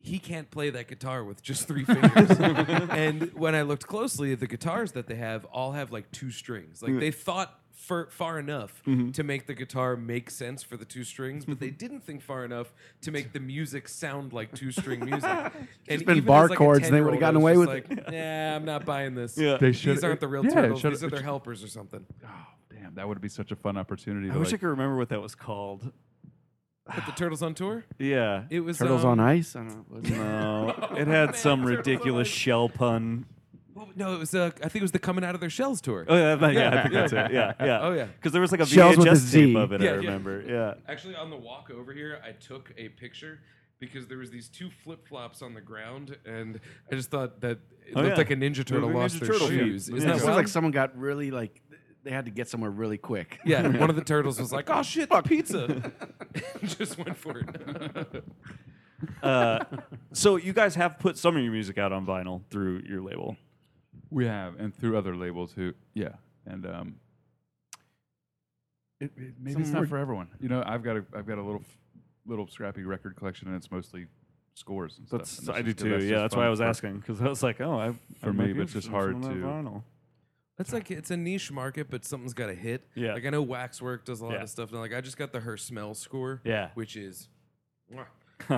He can't play that guitar with just three fingers. and when I looked closely, the guitars that they have all have like two strings. Like they thought far, far enough to make the guitar make sense for the two strings, but they didn't think far enough to make the music sound like two string music. and been even bar as, like, a chords and they 10-year-old, would've gotten I was away just with like, Yeah, I'm not buying this. Yeah. They These should- aren't the real yeah, it turtles. should- These are it their should- helpers or something. Oh, damn, that would be such a fun opportunity. I to, wish I like, could remember what that was called. But the turtles on tour. Yeah. It was Turtles um, on Ice. I don't know. Wasn't it? no, it had some ridiculous shell pun. well, No, it was. Uh, I think it was the coming out of their shells tour. Oh yeah, yeah, I think that's it. Yeah, yeah. Oh, yeah. because there was like a Shells with a VHS tape Z. of it. Yeah, I yeah. remember. Yeah. Actually, on the walk over here, I took a picture because there was these two flip flops on the ground, and I just thought that it Oh, looked yeah. like a Ninja Turtle Ninja lost their Turtle shoes. Isn't feet. It that was wild? like someone got really like they had to get somewhere really quick. yeah, one of the turtles was like, "Oh shit, the pizza!" just went for it. Uh, so you guys have put some of your music out on vinyl through your label. We have, and through other labels who, yeah, and um, it, it- maybe it's Some not were- for everyone. You know, I've got a, I've got a little, f- little scrappy record collection, and it's mostly scores and That's stuff. and I do that's just- too. just yeah, that's why fun I was for- asking because I was like, oh, I I For might me, be but it's just interested in some hard of that to- vinyl. It's like it's a niche market, but something's got to hit. Yeah. Like I know Waxwork does a lot Yeah. of stuff. And like I just got the Her Smell score. Yeah. Which is, mwah.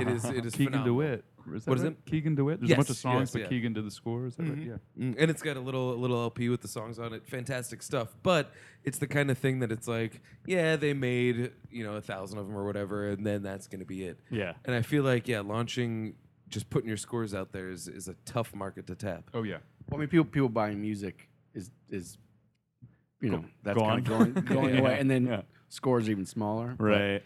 it is it is Keegan phenomenal. DeWitt. Is that What is right? it? Keegan DeWitt. There's a bunch of Yes, songs, yes, but yeah. Keegan did the score. Is that right? Yeah. Mm, and it's got a little a little LP with the songs on it. Fantastic stuff. But it's the kind of thing that it's like, yeah, they made you know a thousand of them or whatever, and then that's going to be it. Yeah. And I feel like yeah, launching just putting your scores out there is is a tough market to tap. Oh yeah. Well, I mean, people people buying music is is you know that's gone. kind of going going Yeah. away, and then Yeah. scores even smaller. but- Right.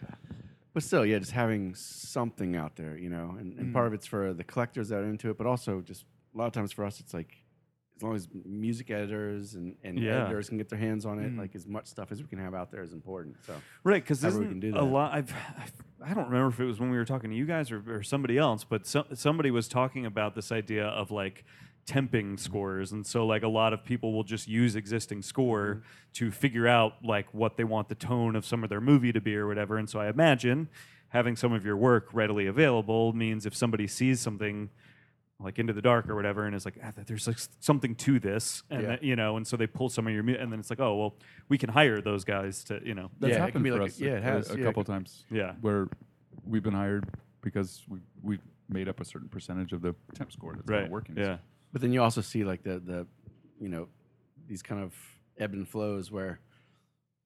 But still, yeah, just having something out there, you know, and, and part of it's for the collectors that are into it, but also just a lot of times for us, it's like as long as music editors and, and Yeah. editors can get their hands on it, like as much stuff as we can have out there is important. So Right, because however we isn't can do a that. lot. I've, I've, I don't remember if it was when we were talking to you guys or, or somebody else, but so, somebody was talking about this idea of like temping scores, and so like a lot of people will just use existing score Mm-hmm. to figure out like what they want the tone of some of their movie to be or whatever. And so I imagine having some of your work readily available means if somebody sees something like into the dark or whatever and it's like ah, there's like s- something to this and Yeah. that- you know and so they pull some of your mu- and then it's like oh well we can hire those guys to you know Yeah, That's it can happened be for like a- us. yeah, it a- has, a, yeah. couple times. Yeah. where we've been hired because we we made up a certain percentage of the temp score that's right not working. yeah But then you also see like the the you know these kind of ebb and flows where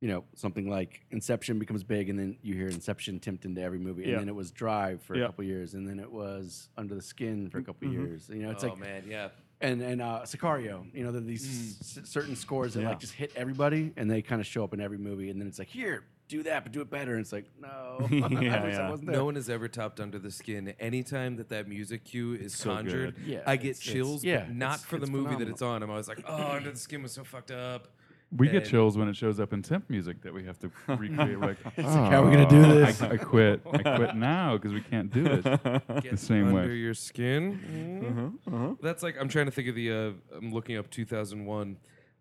you know something like Inception becomes big, and then you hear Inception tipped into every movie, Yeah. and then it was Drive for Yeah. a couple years, and then it was Under the Skin for a couple years. You know, it's Mm-hmm. oh like man, Mm. yeah. and and uh, Sicario. You know, there are these s- certain scores that Yeah. like just hit everybody, and they kind of show up in every movie, and then it's like here. Do that, but do it better. And it's like, no, I wish Yeah, I yeah. wasn't there. No one has ever topped under the skin. Anytime that that music cue is conjured, good. Yeah, I get it's- it's- chills. yeah, but not it's- for the it's movie that phenomenal. it's on. I'm always like, oh, under the skin was so fucked up. We get And- chills when it shows up in temp music that we have to recreate. We're like, how are we gonna do "Oh, this?" I, I quit. I quit now because we can't do it. Get same way. under your skin. Mm-hmm. That's like I'm trying to think of the. Uh, I'm looking up 2001.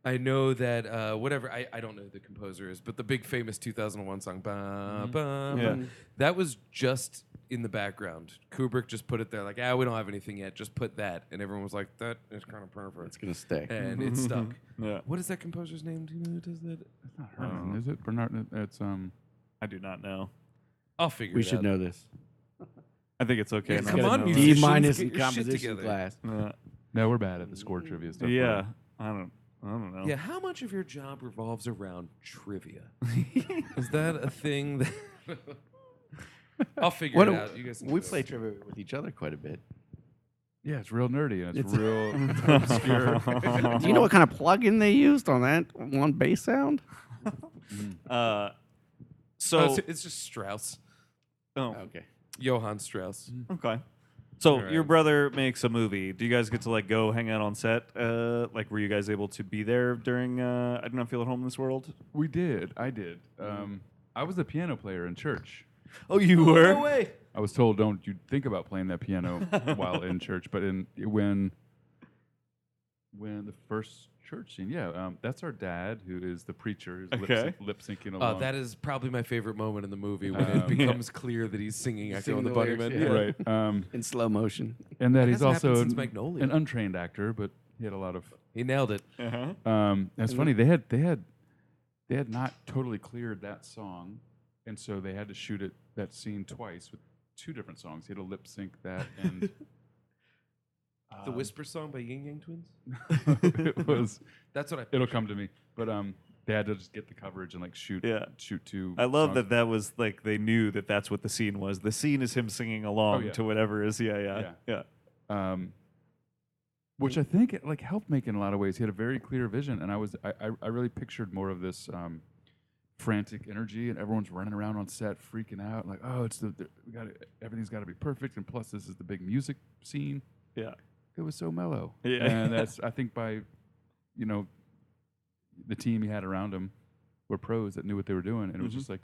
I know that uh, whatever I, I don't know who the composer is, but the big famous 2001 song, ba, Mm-hmm. ba, Yeah. ba, that was just in the background. Kubrick just put it there, like ah, we don't have anything yet, just put that, and everyone was like, that is kind of perfect, It's gonna stay. and it stuck. Yeah. Mm-hmm. What is that composer's name? Do you know who does that? It's not Herman, is it Bernard? It's um. I do not know. I'll figure. we it should out. know this. I think it's okay. Come man. gotta on, know. D musicians, minus in get your shit composition together. class. Uh, No, we're bad at the score trivia stuff. we're- yeah, I don't. I don't know. Yeah, how much of your job revolves around trivia? Is that a thing that I'll figure What it a- out. You guys can we do play it. trivia with each other quite a bit. Yeah, it's real nerdy and it's, It's- real obscure. Do you know what kind of plug-in they used on that one bass sound? Uh, so Oh, it's, it's just Strauss. oh, Okay. Johann Strauss. Mm-hmm. okay. So All your right. brother makes a movie. Do you guys get to like go hang out on set? Uh, like, were you guys able to be there during? Uh, I do not feel at home in this world. we did. I did. Um, I was a piano player in church. Oh, you were. No way. I was told don't you think about playing that piano while in church, but in when when the first church scene, yeah, um, that's our dad who is the preacher who's Okay. lip, syn- lip syncing Uh, along. that is probably my favorite moment in the movie when Um, it becomes clear that he's singing Echo singing and the, the lyrics, Bunnymen. yeah. right. Um, In slow motion. and That that he's hasn't happened also since an- Magnolia. an untrained actor, but he had a lot of He nailed it. Uh-huh. Um, that's And funny. They had they had they had not totally cleared that song, and so they had to shoot it that scene twice with two different songs. He had to lip sync that, and the Um, Whisper song by Ying Yang Twins. it was That's what I. it'll come to me. But um, they had to just get the coverage and like shoot Yeah. shoot two. I love songs. that that was like they knew that that's what the scene was. The scene is him singing along yeah. to whatever is Oh, yeah yeah yeah. um, which I think it, like helped make in a lot of ways. He had a very clear vision, and I was I, I, I really pictured more of this um, frantic energy, and everyone's running around on set, freaking out, like oh, it's the, the we got everything's got to be perfect, and plus this is the big music scene. Yeah. It was so mellow, Yeah. and that's I think by you know the team he had around him were pros that knew what they were doing, and it was Mhm. just like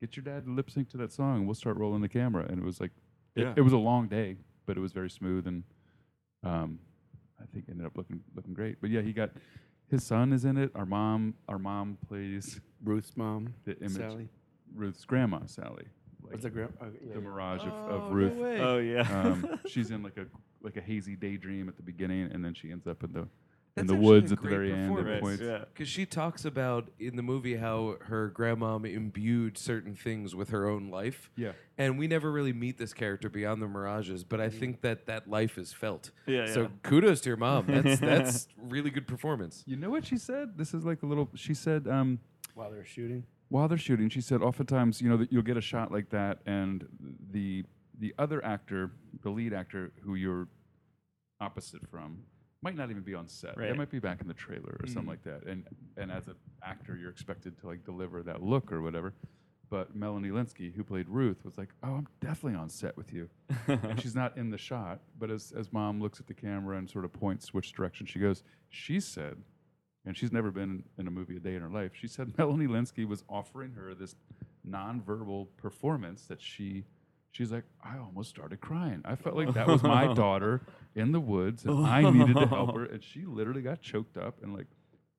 get your dad to lip sync to that song, and we'll start rolling the camera, and it was like it- Yeah. it, was a long day, but it was very smooth and um, I think ended up looking looking great. But yeah, he got his son is in it. Our mom, our mom plays Ruth's mom. the image Sally. Ruth's grandma, Sally, like Was the grand? oh, yeah, yeah. the mirage of, Oh, of no Ruth. way. Oh yeah. um, she's in like a like a hazy daydream at the beginning, and then she ends up in the in That's the actually woods a at the great very end. At performance. points. yeah. Because she talks about in the movie how her grandmom imbued certain things with her own life. Yeah. And we never really meet this character beyond the mirages, but I think that that life is felt. Yeah, yeah. So kudos to your mom. That's that's really good performance. You know what she said? This is like a little. She said. Um, While they're shooting. while they're shooting, she said oftentimes, you know, that you'll get a shot like that, and the the other actor, the lead actor, who you're opposite from, might not even be on set. They Right. might be back in the trailer or something like that. And and as an actor, you're expected to like deliver that look or whatever. But Melanie Linsky, who played Ruth, was like, "Oh, I'm definitely on set with you." and she's not in the shot, but as as mom looks at the camera and sort of points which direction she goes, she said and she's never been in a movie a day in her life. She said Melanie Linsky was offering her this nonverbal performance that she she's like, I almost started crying. I felt like that was my daughter in the woods and I needed to help her. And she literally got choked up and like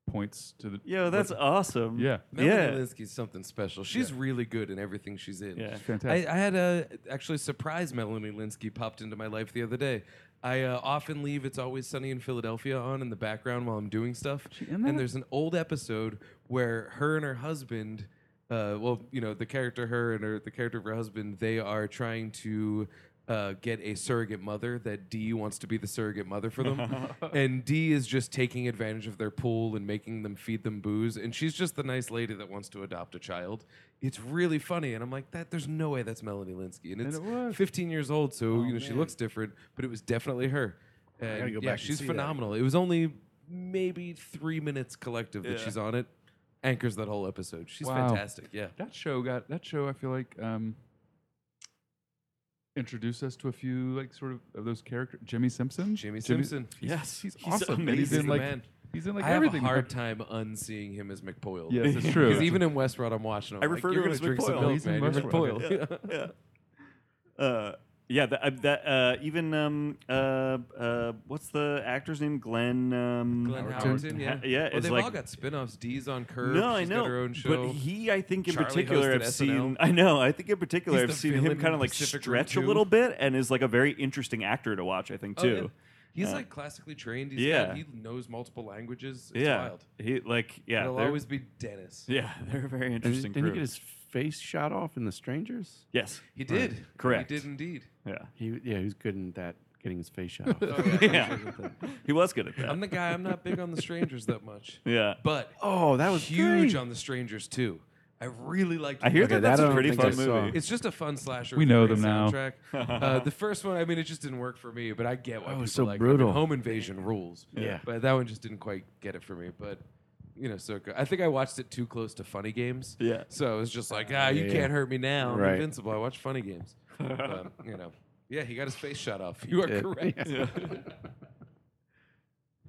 points to the Yo, that's what- awesome. yeah. Melanie Yeah. Linsky's something special. She's really good in everything she's in. Yeah. Fantastic. I, I had a actually surprise Melanie Linsky popped into my life the other day. I uh, often leave "It's Always Sunny in Philadelphia" on in the background while I'm doing stuff. in that? And there's an old episode where her and her husband, uh, well, you know, the character her and her the character of her husband, they are trying to. Uh, get a surrogate mother that D wants to be the surrogate mother for them, and D is just taking advantage of their pool and making them feed them booze, and she's just the nice lady that wants to adopt a child. It's really funny, and I'm like, that there's no way that's Melanie Linsky, and it's it was. 15 years old, so Oh, you know she looks different, but it was definitely her. And gotta go yeah, back and she's see that. phenomenal. It was only maybe three minutes collective that Yeah. she's on it, anchors that whole episode. She's Wow. fantastic. Yeah, that show got that show I feel like um introduced us to a few like sort of, of those characters. Jimmy Simpson. Jimmy Jimmy- Simpson. Yes, he's, He's awesome. And he's amazing. in He's the like man. he's in like I have everything. a hard time unseeing him as McPoyle. Yes, it's true. Because even in Westworld, I'm watching him. I I'm refer to like, You're him gonna drink as some McPoyle. milk, He's in man. You're Westworld. McPoyle. yeah. Uh, yeah, that, uh, that uh, even um, uh, uh, what's the actor's name? Glenn. Um, Glenn Howard. Howerton, Ha- yeah. yeah, Well, it's they've all like- got spin-offs. D's on Curb. No, I she's know. Got her own show. But he, I think, in Charlie particular, hosted I've SNL. seen. I know. I think, in particular, He's I've the seen him villain kind in of like Pacific Rim stretch a 2. little bit, and is like a very interesting actor to watch. I think Oh, yeah. too. He's like classically trained. He's yeah. got- he knows multiple languages. It's yeah, wild. he like yeah, It'll they're- always be Dennis. yeah, they're a very And interesting. didn't he crew. get his face shot off in The Strangers? yes, He did. Correct. He did indeed. yeah, He, yeah, he was good in that, getting his face shot off. Oh, yeah. he was good at that. I'm the guy. I'm not big on the strangers that much. yeah, But Oh, that was huge great. on the strangers too. I really liked. I hear Okay, that that's that I a don't pretty think fun I saw. movie. It's just a fun slasher. We with a know great them now. soundtrack. uh, the first one, I mean, it just didn't work for me, but I get why. Oh, it's people so like it. brutal. I mean, home invasion rules. Yeah. But that one just didn't quite get it for me. But you know, so good. I think I watched it too close to Funny Games. Yeah. So it was just like, ah, you Yeah. can't hurt me now. I'm Right. invincible. I watch Funny Games. But, you know. Yeah, he got his face shot off. You are did. correct.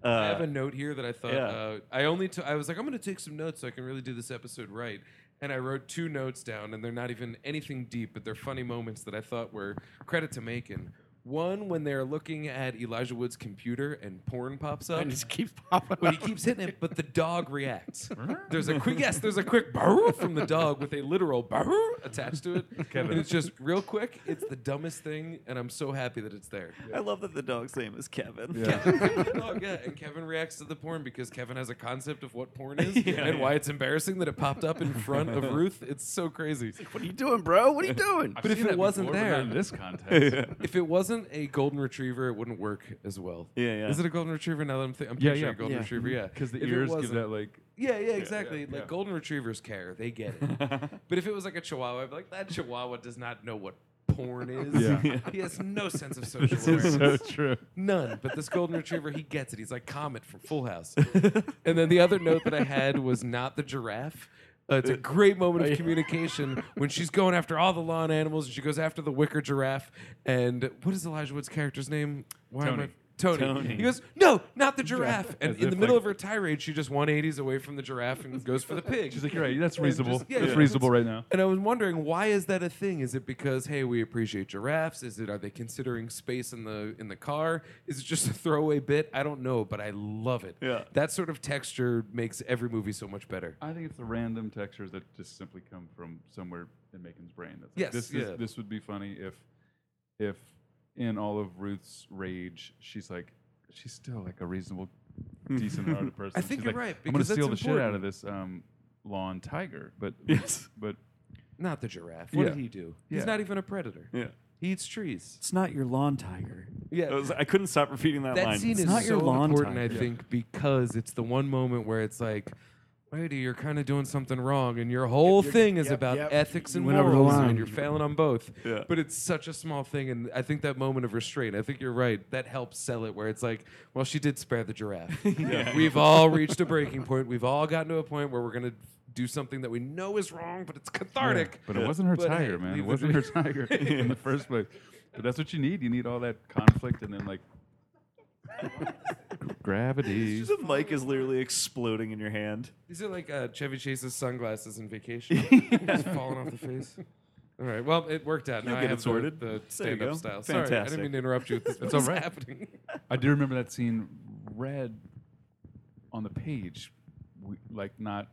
I have Uh, a note here that I thought yeah. uh, I only t- I was like I'm going to take some notes so I can really do this episode right. And I wrote two notes down, and they're not even anything deep, but they're funny moments that I thought were credit to Macon. One when they're looking at Elijah Wood's computer and porn pops up. And just keeps popping Well, up. he keeps hitting it, but the dog reacts. There's a quick yes. There's a quick barrr from the dog with a literal barrr attached to it, and it's just real quick. It's the dumbest thing, and I'm so happy that it's there. I love that the dog's name is Kevin. Oh, yeah, and Kevin reacts to the porn because Kevin has a concept of what porn is and why it's embarrassing that it popped up in front of Ruth. It's so crazy. What are you doing, bro? What are you doing? I've But if seen it that wasn't before, but there- not in this context, If it wasn't a golden retriever, it wouldn't work as well. Yeah, yeah. Is it a golden retriever? Now that I'm, thi- I'm Yeah, picturing yeah. a golden Yeah. retriever. Yeah, because the If it ears give wasn't- that like Yeah, yeah, exactly. like yeah. golden retrievers care; they get it. but if it was like a chihuahua, I'd be like that chihuahua does not know what porn is. Yeah. he has no sense of social this is awareness. so true. None. But this golden retriever, he gets it. He's like Comet from Full House. and then the other note that I had was not the giraffe. Uh, it's a great moment of communication when she's going after all the lawn animals and she goes after the wicker giraffe. And what is Elijah Wood's character's name? Why am I- Tony. Tony. Tony. He goes, No, not the giraffe. And As in the if, middle like- of her tirade, she just 180s away from the giraffe and goes for the pig. She's like, you're right. That's reasonable. yeah, that's yeah. reasonable right now. And I was wondering why is that a thing? Is it because hey, we appreciate giraffes? Is it are they considering space in the in the car? Is it just a throwaway bit? I don't know, but I love it. Yeah. That sort of texture makes every movie so much better. I think it's the random textures that just simply come from somewhere in Macon's brain. That's Yes, like, this yeah. is this would be funny if if in all of Ruth's rage, she's like she's still like a reasonable, decent hearted person. think She's you're like, right, I'm gonna because that's steal the shit out important. of this um, lawn tiger, but Yes. but Not the giraffe. What Yeah. did he do? Yeah. He's not even a predator. Yeah. He eats trees. It's not your lawn tiger. Yeah. I, was- I couldn't stop repeating that, That line. scene it's is not so your lawn important, tiger. I think, because it's the one moment where it's like, lady, you're kind of doing something wrong, and your whole thing is yep, about yep. ethics You and went over the morals, line. and you're failing on both. Yeah. But it's such a small thing, and I think that moment of restraint, I think you're right, that helps sell it, where it's like, well, she did spare the giraffe. We've all reached a breaking point. We've all gotten to a point where we're going to do something that we know is wrong, but it's cathartic. but it wasn't her But, hey, tiger, man. It leave the wasn't her tiger in the first place. But that's what you need. You need all that conflict and then like gravity. The mic is literally exploding in your hand. These are like uh, Chevy Chase's sunglasses in vacation. Just falling off the face. All right. Well, it worked out. Now You'll I get it have sorted. There the, you the stand-up go. style. Sorry, I Fantastic. didn't mean to interrupt you. With this, it's all right. Happening. I do remember that scene read on the page, we, like not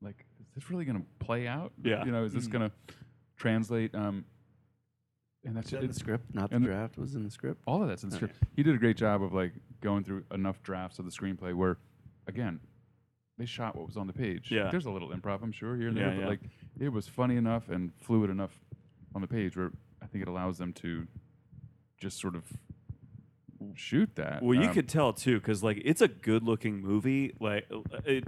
like is this really going to play out? Yeah. Mm-hmm. you know, is this going to translate? Um, and that's Is that in the script, not the And- draft, was in the script. all of that's in the script. He did a great job of like going through enough drafts of the screenplay where, again, they shot what was on the page. Yeah. there's a little improv, I'm sure here and there, Yeah, but yeah. like it was funny enough and fluid enough on the page where I think it allows them to just sort of shoot that. Well, you Um, could tell too, because like it's a good-looking movie. Like uh, it,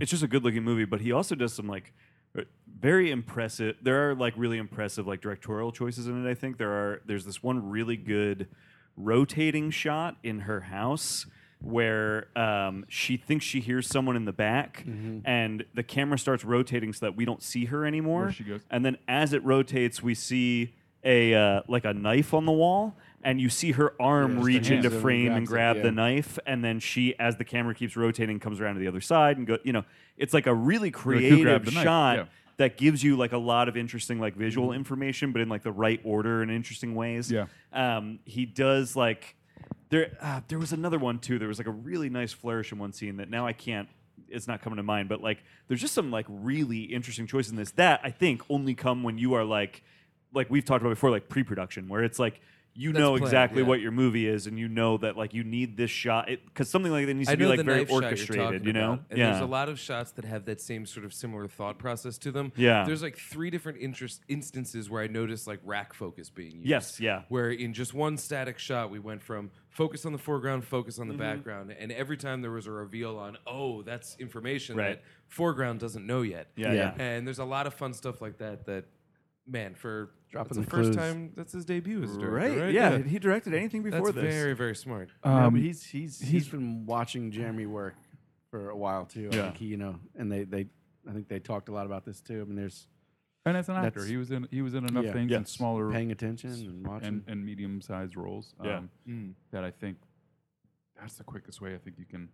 it's just a good-looking movie. But he also does some like uh, very impressive. There are like really impressive like directorial choices in it. I think there are. There's this one really good rotating shot in her house where um, she thinks she hears someone in the back, Mm-hmm. and the camera starts rotating so that we don't see her anymore. she goes. And then as it rotates, we see a uh, like a knife on the wall, and you see her arm just reach the into hand. frame and grab Grabs it, the yeah. knife, and then she, as the camera keeps rotating, comes around to the other side and go. You know, it's like a really like, who creative grabbed the knife? shot. Yeah. That gives you like a lot of interesting like visual information, but in like the right order and interesting ways. Yeah. um, he does like there. Uh, there was another one too. There was like a really nice flourish in one scene that now I can't. It's not coming to mind, but like there's just some like really interesting choice in this that I think only come when you are like like we've talked about before, like pre-production, where it's like you That's know planned, exactly yeah. what your movie is, and you know that like you need this shot because something like that needs to be like very knife shot you're orchestrated. talking You know, about, and There's a lot of shots that have that same sort of similar thought process to them. Yeah. There's like three different interest instances where I noticed like rack focus being used. Yes, yeah. Where in just one static shot we went from focus on the foreground, focus Mm-hmm. on the background, and every time there was a reveal on oh that's information Right. that foreground doesn't know yet. Yeah, Yeah. yeah. And there's a lot of fun stuff like that. That man for Dropping that's the the first clues. time that's his debut as a director, Right, right? yeah. He directed anything That's before this. very very smart. no, Um, but he's he's he's been watching Jeremy work for a while too. I Yeah. think he, you know, and they they I think they talked a lot about this too. I mean, there's and as an actor, That's- he was in he was in enough Yeah. things in Yes. smaller paying attention and watching. and, and medium sized roles. Yeah. um, Hmm. that I think that's the quickest way I think you can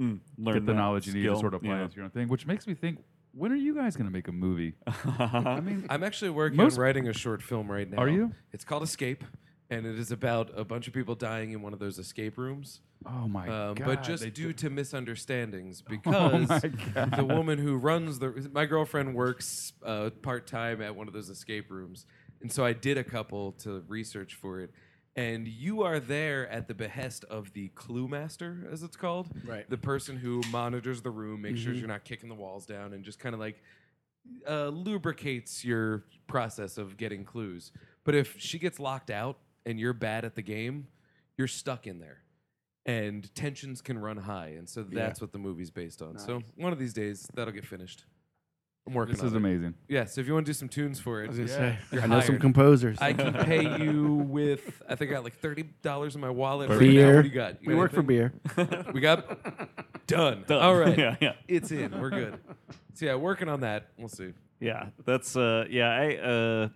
Mm, learn get the that knowledge you need to skill, sort of apply yeah. it to your own thing. Which makes me think, when are you guys going to make a movie? I mean, I'm actually working Most- on writing a short film right now. Are you? It's called Escape, and it is about a bunch of people dying in one of those escape rooms. oh my Um, god! but just they Oh due did- to misunderstandings, because the woman who runs the my girlfriend works uh, part time at one of those escape rooms, and so I did a couple to research for it. And you are there at the behest of the clue master, as it's called, Right. The person who monitors the room, makes Mm-hmm. sure you're not kicking the walls down, and just kind of like uh, lubricates your process of getting clues. But if she gets locked out and you're bad at the game, you're stuck in there. And tensions can run high. And so that's what the movie's based on. So one of these days, that'll get finished. I'm working this on is it. amazing. Yeah, so if you want to do some tunes for I it, was gonna Yeah. say, You're I know some hired. composers. I can pay you with, I think I got like $30 in my wallet. right now. beer. What do you got? You we got work for anything? beer. We got done. All right. yeah, yeah. It's in. We're good. So yeah, working on that. We'll see. Yeah, that's uh, yeah. I uh,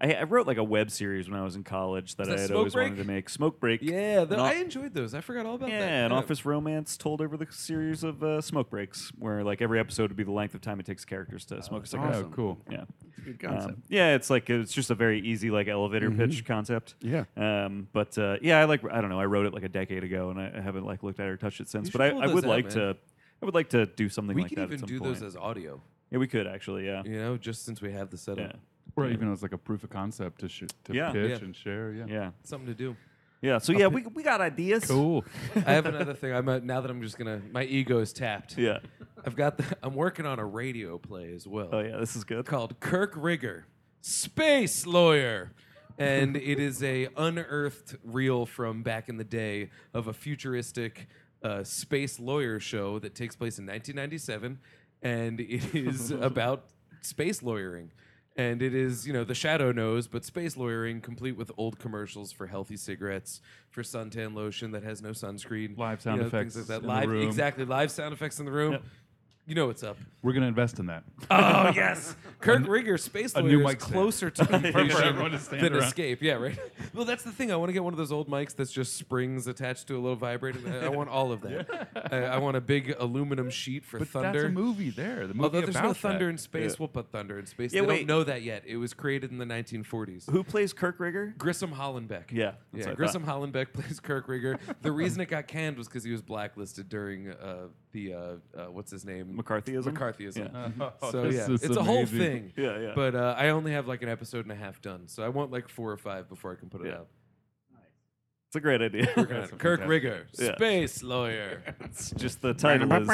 I, I wrote like a web series when I was in college that that I had Smoke always Break? wanted to make. Smoke break. Yeah, the, An o- I enjoyed those. I forgot all about that. yeah, an office romance told over the series of uh, smoke breaks, where like every episode would be the length of time it takes characters to smoke a cigar. Oh, cool. Yeah. Good Um, concept. yeah, it's like it's just a very easy like elevator Mm-hmm. pitch concept. Yeah. Um, but uh, yeah, I like I don't know. I wrote it like a decade ago, and I, I haven't like looked at it or touched it since. You But should I, pull I those would out, like man. to. I would like to do something We like can that even at some do point. those as audio. yeah, we could actually. Yeah. You know, just since we have the Yeah. setup, Or even as like a proof of concept to sh- to Yeah. pitch Yeah. and share. Yeah. Yeah. something to do. Yeah. So yeah, we, we got ideas. Cool. I have another thing. I'm uh, now that I'm just gonna. My ego is tapped. Yeah. I've got. The, I'm working on a radio play as well. Oh yeah, this is good. called Kirk Rigger, Space Lawyer. And it is a unearthed reel from back in the day of a futuristic uh, space lawyer show that takes place in 1997. And it is about space lawyering. And it is, you know, the shadow knows, but space lawyering complete with old commercials for healthy cigarettes, for suntan lotion that has no sunscreen. Live sound you know, things effects like that. in the live, room. Exactly. Live sound effects in the room. You know what's up. We're gonna invest in that. Oh yes, Kirk Rigger, space a lawyer, new is mic stand. closer to completion everyone to stand than around. escape. Yeah, right. Well, that's the thing. I want to get one of those old mics that's just springs attached to a little vibrator. I I want all of that. I, I want a big aluminum sheet for But thunder. that's a movie there. The movie Although there's about no thunder that. in space, we'll put thunder in space. Yeah, they wait. don't know that yet. It was created in the 1940s. Who plays Kirk Rigger? Grissom Hollenbeck. Yeah, that's Ah. what I yeah. thought. Grissom Hollenbeck plays Kirk Rigger. The reason it got canned was because he was blacklisted during uh, the uh, uh, what's his name McCarthyism? McCarthyism. Yeah. So This yeah, is it's a whole amazing. thing. Yeah, yeah. But uh, I only have like an episode and a half done, so I want like four or five before I can put it Yeah. out. It's a great idea. Kirk Rigger, Yeah. space lawyer. it's just the title is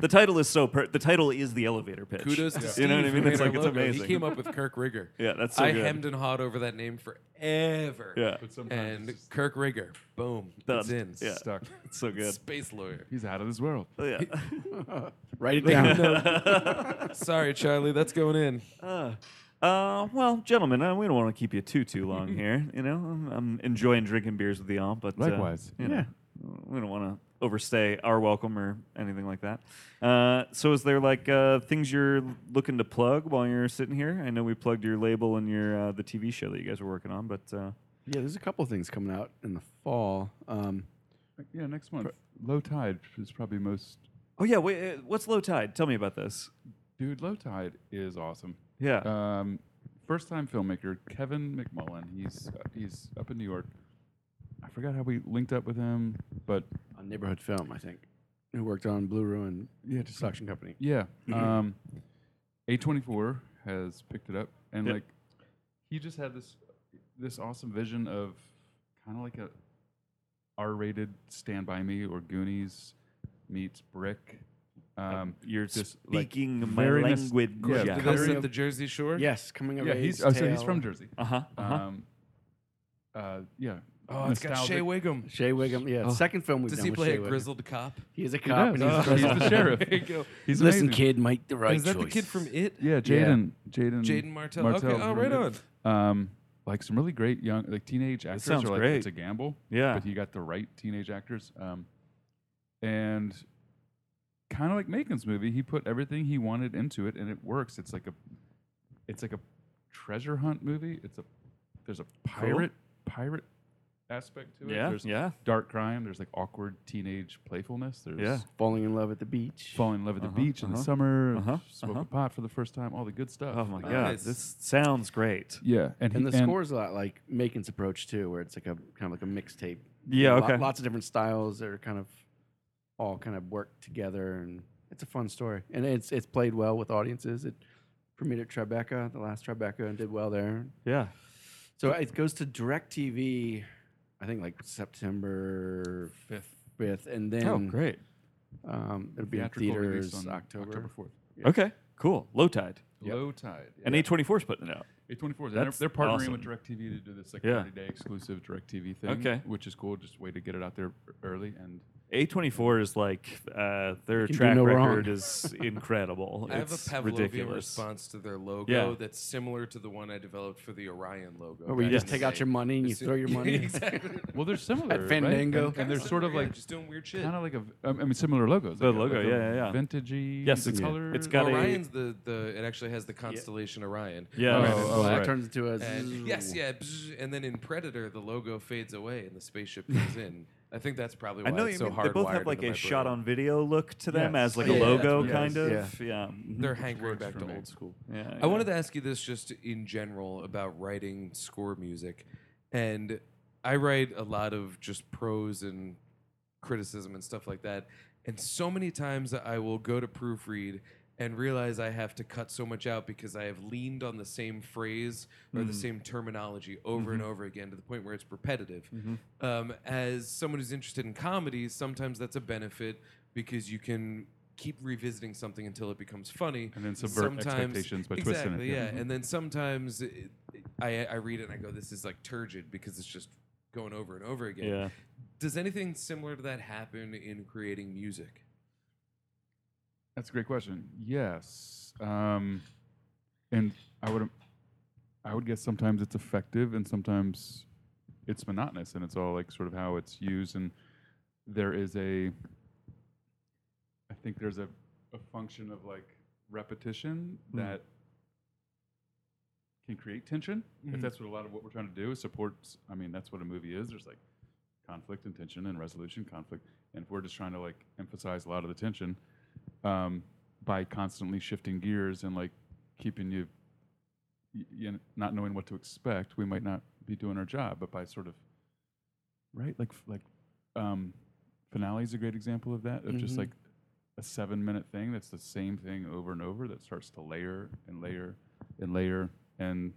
the title is so per- the title is the elevator pitch. Kudos to Steve. you know what I who mean? made It's our like it's logo. amazing. He came up with Kirk Rigger. Yeah, that's so I good. hemmed and hawed over that name forever. yeah, But sometimes And it's just Kirk Rigger, boom, it's Done. in. Yeah. stuck. it's so good. Space lawyer. He's out of this world. Oh, yeah. Write it down. Sorry, Charlie, that's going in. Uh, uh, well, gentlemen, uh, we don't want to keep you too too long here. You know, I'm, I'm enjoying drinking beers with y'all, but uh, Likewise. you know, we don't want to overstay our welcome or anything like that. Uh, so, is there like uh, things you're looking to plug while you're sitting here? I know we plugged your label and your uh, the TV show that you guys were working on, but uh, yeah, there's a couple things coming out in the fall. Um, Yeah, next month. Low Tide is probably most. oh yeah, wait, uh, what's Low Tide? Tell me about this. Dude, Low Tide is awesome. Yeah, Um, first time filmmaker Kevin McMullen. He's uh, he's up in New York. I forgot how we linked up with him, but on neighborhood film, I think. Who worked on Blue Ruin? Yeah, Destruction Company. yeah, um, A24 has picked it up, and Yep. like he just had this this awesome vision of kind of like a R-rated Stand By Me or Goonies meets Brick. Um, You're just, like, speaking my very nos- language. yeah, yeah. very- Comes at the Jersey Shore. Yes, coming of yeah, age. he's oh, so he's tale. from Jersey. Uh-huh, uh-huh. Um, uh, yeah. Oh, it's got Shea Nostalgic. Wiggum. Shea Wiggum. Yeah, second film we've Oh. Does done he with play Shea a Wiggum. grizzled Oh. cop? He is a He cop. does. and he's a He's the grizzled- sheriff. There you go. He's Listen, amazing. kid, make the right Is that the choice. kid from It? Yeah, Jaden, Mm-hmm. Jaden, Jaden Martell. Okay, oh, right remember? Um, like some really great young, like teenage actors. sounds are like, great. It's a gamble. Yeah. but you got the right teenage actors. Um, and kind of like Macon's movie, he put everything he wanted into it, and it works. It's like a, it's like a treasure hunt movie. It's a, there's a pirate pirate aspect to it. Yeah, there's yeah. dark crime. There's like awkward teenage playfulness. There's Yeah. Falling in love at the beach. falling in love at the Uh-huh, beach in uh-huh, the summer, uh-huh, smoking uh-huh. pot for the first time, all the good stuff. Oh my Like, god, Nice. this sounds great. Yeah, and, And he- the score's a lot like Macon's approach too, where it's like a kind of like a mixtape. Yeah, Lo- okay. Lots of different styles that are kind of all kind of work together, and it's a fun story. And it's it's played well with audiences. It premiered at Tribeca, the last Tribeca, and did well there. Yeah, So it goes to DirecTV, I think like September Fifth. fifth, and then oh great. um, it'll be in Theatrical release theaters on October. October fourth. Okay, cool. Low tide. Low tide. Yeah. And A24 is putting it out. A twenty four. They're, That's they're partnering awesome. with Directv to do this like Yeah. thirty day exclusive Directv thing. Okay. which is cool. Just way to get it out there early. And A24 is like uh, their can do track no wrong. record is incredible. I have a it's Pavlovian ridiculous. response to their logo Yeah. that's similar to the one I developed for the Orion logo. Or Oh, where you back just in take the out day. your money and you As soon- throw your money. exactly. well, they're similar. right? Fandango. And, and they're sort of Yeah, like just doing weird shit. kind of like a. I mean, similar logos. The like a- logo, like a yeah, yeah, yeah. Vintagey. Yes, the it's- color. it's got a- Orion's the, the it actually has the constellation Orion. Um, Yeah. it's- Right, and Oh, so oh, right. That turns into a. And zzz. yes, yeah, bzz, and then in Predator the logo fades away and the spaceship comes in. I think that's probably why I know it's you so mean, hard. they both have like a shot on video look to them Yes. as like Yeah, a yeah, logo that's kind what it of. Yeah. They're hankering works back for to me. old school. yeah. I wanted to ask you this just in general about writing score music. And I write a lot of just prose and criticism and stuff like that. And so many times I will go to proofread and realize I have to cut so much out because I have leaned on the same phrase or Mm. the same terminology over Mm-hmm. and over again to the point where it's repetitive. Um, as someone who's interested in comedy, sometimes that's a benefit because you can keep revisiting something until it becomes funny And then subvert expectations by twisting it, exactly, yeah. yeah. And then sometimes it, I, I read it and I go, this is like turgid because it's just going over and over again. Yeah. Does anything similar to that happen in creating music? That's a great question. Yes, um, and I would, I would guess sometimes it's effective and sometimes it's monotonous, and it's all like sort of how it's used. And there is a, I think there's a, a function of like repetition that can create tension. If that's what a lot of what we're trying to do is support. I mean, that's what a movie is. There's like conflict and tension and resolution conflict, and if we're just trying to like emphasize a lot of the tension um, by constantly shifting gears and like keeping you, y- you know, not knowing what to expect, we might not be doing our job. But by sort of, right, like like, um, finale is a great example of that. Of just like a seven minute thing that's the same thing over and over that starts to layer and layer and layer and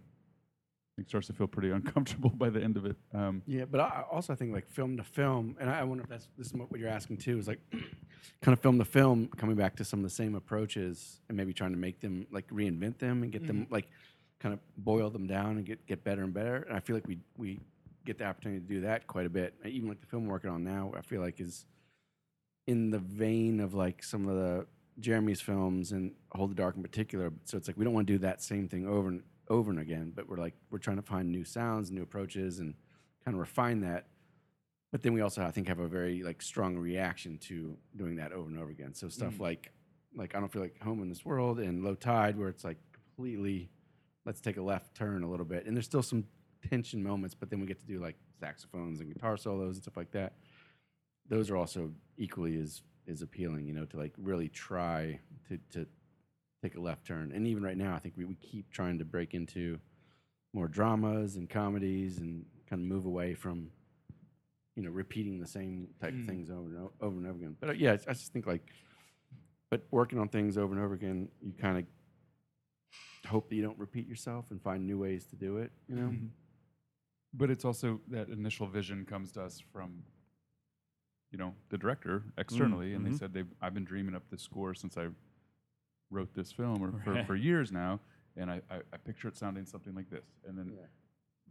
it starts to feel pretty uncomfortable by the end of it. Um, Yeah, but I I also think like film to film, and I I wonder if that's this is what you're asking too. Is like kind of film to film, coming back to some of the same approaches, and maybe trying to make them like reinvent them and get them Mm-hmm. like kind of boil them down and get get better and better. And I feel like we we get the opportunity to do that quite a bit. And Even like the film we're working on now, I feel like is in the vein of like some of the Jeremy's films and Hold the Dark in particular. So it's like we don't want to do that same thing over and over and again, but we're like we're trying to find new sounds, new approaches, and kind of refine that. But then we also I think have a very like strong reaction to doing that over and over again. So stuff like like I don't feel like home in this world and low tide where it's like completely let's take a left turn a little bit. And there's still some tension moments, but then we get to do like saxophones and guitar solos and stuff like that those are also equally as as appealing, you know, to like really try to to take a left turn. And even right now, I think we, we keep trying to break into more dramas and comedies and kind of move away from you know repeating the same type of things over and over, over and over again. But uh, yeah, I just think like, but working on things over and over again, you kind of hope that you don't repeat yourself and find new ways to do it. You know, but it's also that initial vision comes to us from you know the director Mm, externally and they mm-hmm. said they've i've been dreaming up this score since i wrote this film or for, Right. for years now and I, I, I picture it sounding something like this and then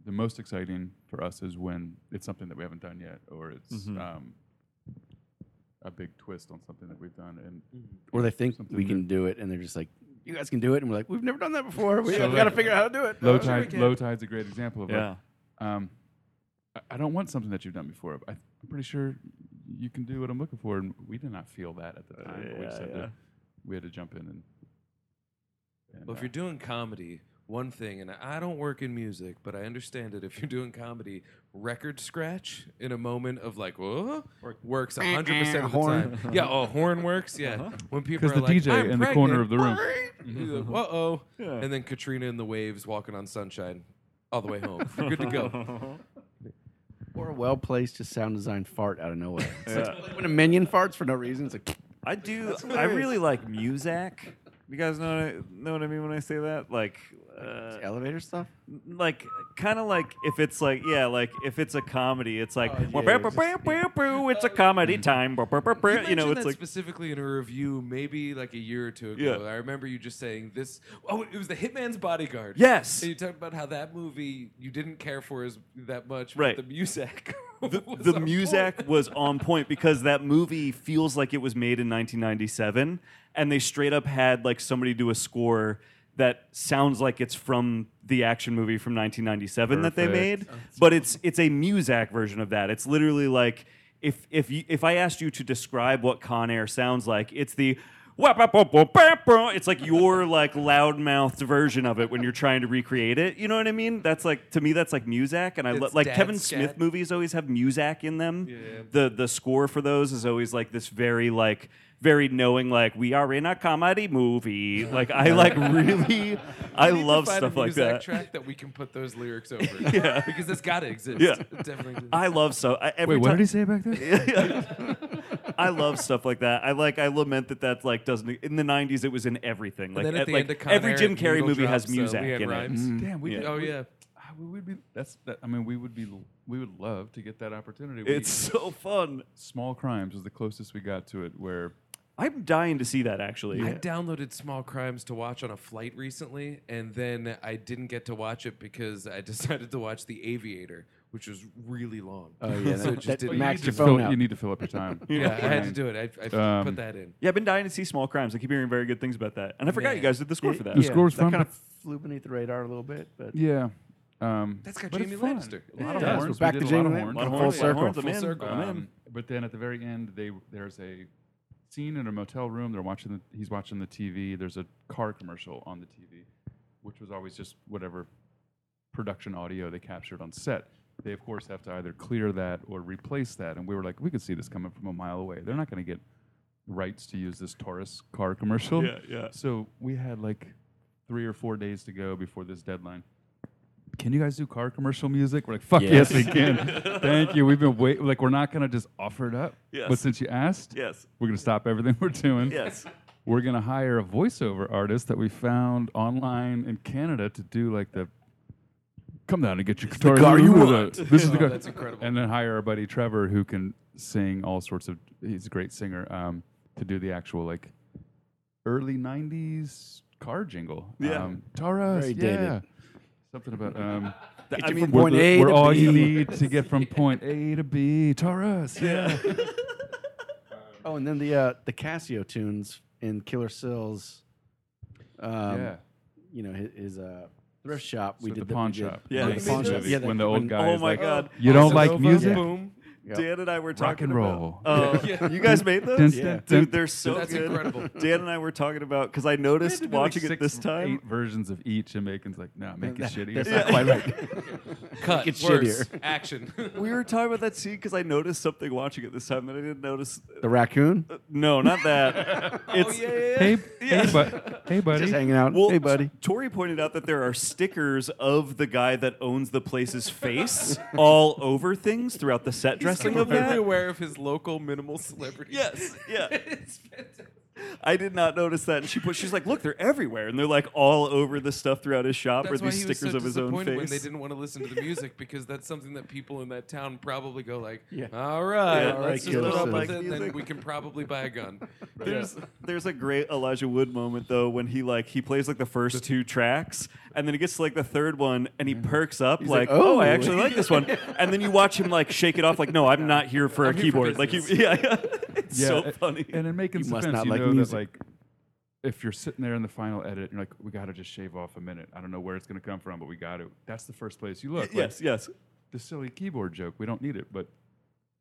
the most exciting for us is when it's something that we haven't done yet or it's Mm-hmm. um, a big twist on something that we've done and Mm-hmm. Or they think Something we can do it, and they're just like, "You guys can do it," and we're like, "We've never done that before. We, have got to figure out how to do it." low Oh, sure we tide can. low tide's a great example of like, Yeah. um, I, I don't want something that you've done before. but I, I'm pretty sure you can do what I'm looking for. And we did not feel that at the time. but we, just yeah, had yeah. to, we had to jump in and. and, Well, if uh, you're doing comedy, one thing, and I don't work in music, but I understand it. If you're doing comedy, record scratch in a moment of like, whoa, works 100% of the Horn. time. Yeah, oh, horn works. Yeah. When people are Uh-huh. the like, DJ I'm in the corner of the room. room. Uh oh. Yeah. And then Katrina in the waves walking on sunshine all the way home. You're good to go. Or a well placed, just sound design fart out of nowhere. It's like, like when a minion farts for no reason. It's like, I do. I really like Muzak. You guys know what I, know what I mean when I say that? Like, uh, elevator stuff. like kind of like if it's like yeah, like if it's a comedy, it's like Oh, yeah, "Bah, yeah, bah, just- bah, bah, bah, it's a comedy time. bah, bah, bah, bah," You know, mentioned it's that like specifically in a review, maybe like a year or two ago. Yeah. I remember you just saying this. Oh, it was the Hitman's Bodyguard. Yes. And you talked about how that movie you didn't care for as that much. Right. But the music. was the on music point. was on point because that movie feels like it was made in 1997 and they straight up had like somebody do a score that sounds like it's from the action movie from 1997 that they made Perfect. but it's it's a Muzak version of that it's literally like if if you, if I asked you to describe what Con Air sounds like it's the it's like your like loudmouthed version of it when you're trying to recreate it. You know what I mean? That's like to me, that's like Muzak, and I lo- It's like dad Kevin scat. Smith movies always have Muzak in them. The the score for those is always like this very like very knowing like we are in a comedy movie. Like I like really I We need to love find stuff a like music that. Track that we can put those lyrics over. Because it's got to exist. Yeah. It definitely. exists. I love so. I, every Wait, what time- did he say back there? I love stuff like that. I like. I lament that that like doesn't. In the '90s, it was in everything. Like, then at e- the like end of Con every Air, Jim Carrey Needle movie has drops, uh, Muzak Leanne in it. Mm. Rhymes. Damn, we Yeah. did- Oh yeah. ah, we would be. That's. That, I mean, we would be. l- We would love to get that opportunity. We- It's so fun. small crimes was the closest we got to it. Where I'm dying to see that actually. I downloaded Small Crimes to watch on a flight recently, and then I didn't get to watch it because I decided to watch The Aviator, which was really long. Oh so yeah, it that, just that didn't. maxed you your need, to phone fill, out. you need to fill up your time. Yeah, I had to mean, do it. I, I Um, put that in. Yeah, I've been dying to see Small Crimes. I keep hearing very good things about that, and I forgot Yeah. you guys did the score for that. The score was that fun, kind but- of flew beneath the radar a little bit, but Yeah. Um, That's got but it's Jamie fun. Lannister. A lot It of does. horns. We're back we to did a lot of Jamie Lan- horns. lot of Full horns. circle. horns, Full I'm in. circle. I'm in. Um, but then at the very end, they there's a scene in a motel room. They're watching the he's watching the TV. There's a car commercial on the TV, which was always just whatever production audio they captured on set. They of course have to either clear that or replace that. And we were like, we could see this coming from a mile away. They're not going to get rights to use this Taurus car commercial. Yeah, yeah. So we had like three or four days to go before this deadline. Can you guys do car commercial music? We're like, fuck yes, Yes. we can. Thank you. We've been wait like we're not gonna just offer it up. But Yes. since you asked, Yes. we're gonna stop everything we're doing. Yes. We're gonna hire a voiceover artist that we found online in Canada to do like the come down and get your guitar. car you want." This is the car. that's incredible. And then hire our buddy Trevor who can sing all sorts of he's a great singer, um, to do the actual like early nineties car jingle. Yeah. Um, Taurus, Very dated. yeah. Something about um Get I you mean, from we're point the- A we're to all B. you need to get from point A to B. Taurus, yeah. Oh, and then the uh, the Casio tunes in Killer Sills. Um, yeah. You know his, his uh, thrift shop. we So did the pawn we did- shop. Yeah, the Like pawn those- shop. yeah, Yeah, when the old guy Oh is my like, god. you don't Bossa like Nova, music? Boom. yeah. Dan and I were Rock talking and about- roll. Oh, Yeah. you guys made Dun, those, dun, dun. dude. They're so That's good. incredible. Dan and I were talking about because I noticed It'd be watching like it this six, time. Eight versions of each, and Bacon's like, no, make it shittier. That's not quite right. Cut. It's worse. shittier. Action. Oh, We were talking about that scene because I noticed something watching it this time that I didn't notice. uh, the raccoon No, not that. Oh, it's hey, hey, but, hey, buddy. just hanging out. Well, hey, buddy. Tori pointed out that there are stickers of the guy that owns the place's face all over things throughout the set dressing He's of completely that. aware of his local minimal celebrity. Yes, yeah. it's fantastic. I did not notice that. And she put, she's like, look, they're everywhere, and they're like all over the stuff throughout his shop That's are why these he was stickers so of his own disappointed face. when they didn't want to listen to the music because that's something that people in that town probably go like, Yeah. "All right, Yeah, let's like, just load you'll up with see. it, and then Music. we can probably buy a gun." There's there's a great Elijah Wood moment though when he like he plays like the first two tracks and then he gets to like the third one and he perks up like, like, oh I "Oh." actually like this one and then you watch him like shake it off like no I'm not here for a here for keyboard like you business." yeah, yeah. it's so a- funny And in making You must sense, not you like know music. that like if you're sitting there in the final edit, you're like, we got to just shave off a minute. I don't know where it's going to come from, but we got to. That's the first place you look. yes Like, yes the silly keyboard joke. We don't need it, but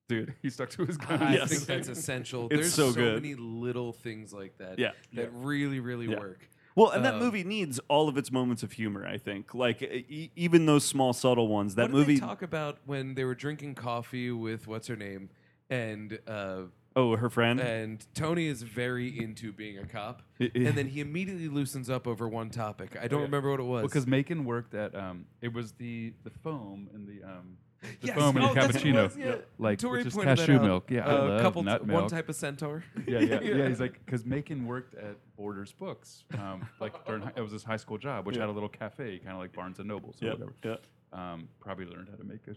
dude he stuck to his guns. I Yes. think that's essential. It's There's so so, good. many little things like that Yeah. that really, really Yeah. work. well and that Uh, movie needs all of its moments of humor I think like e- even those small subtle ones that what did movie they talk about when they were drinking coffee with what's her name, and uh, oh her friend and Tony is very into being a cop, I- I- and then he immediately loosens up over one topic. Oh, I don't remember what it was. Because Macon worked at um, it was the the foam and the um, the Yes. foam and Oh, the that's what it cappuccino, was, yeah. like Tori which is pointed that cashew out. milk. Yeah, I Uh, love couple nut one milk. type of centaur. yeah, yeah, yeah. He's like, because Macon worked at Borders Books, um, like during hi- it was his high school job, which Yeah. had a little cafe, kind of like Barnes and Nobles or yeah, whatever. yeah. Um, probably learned how to make a,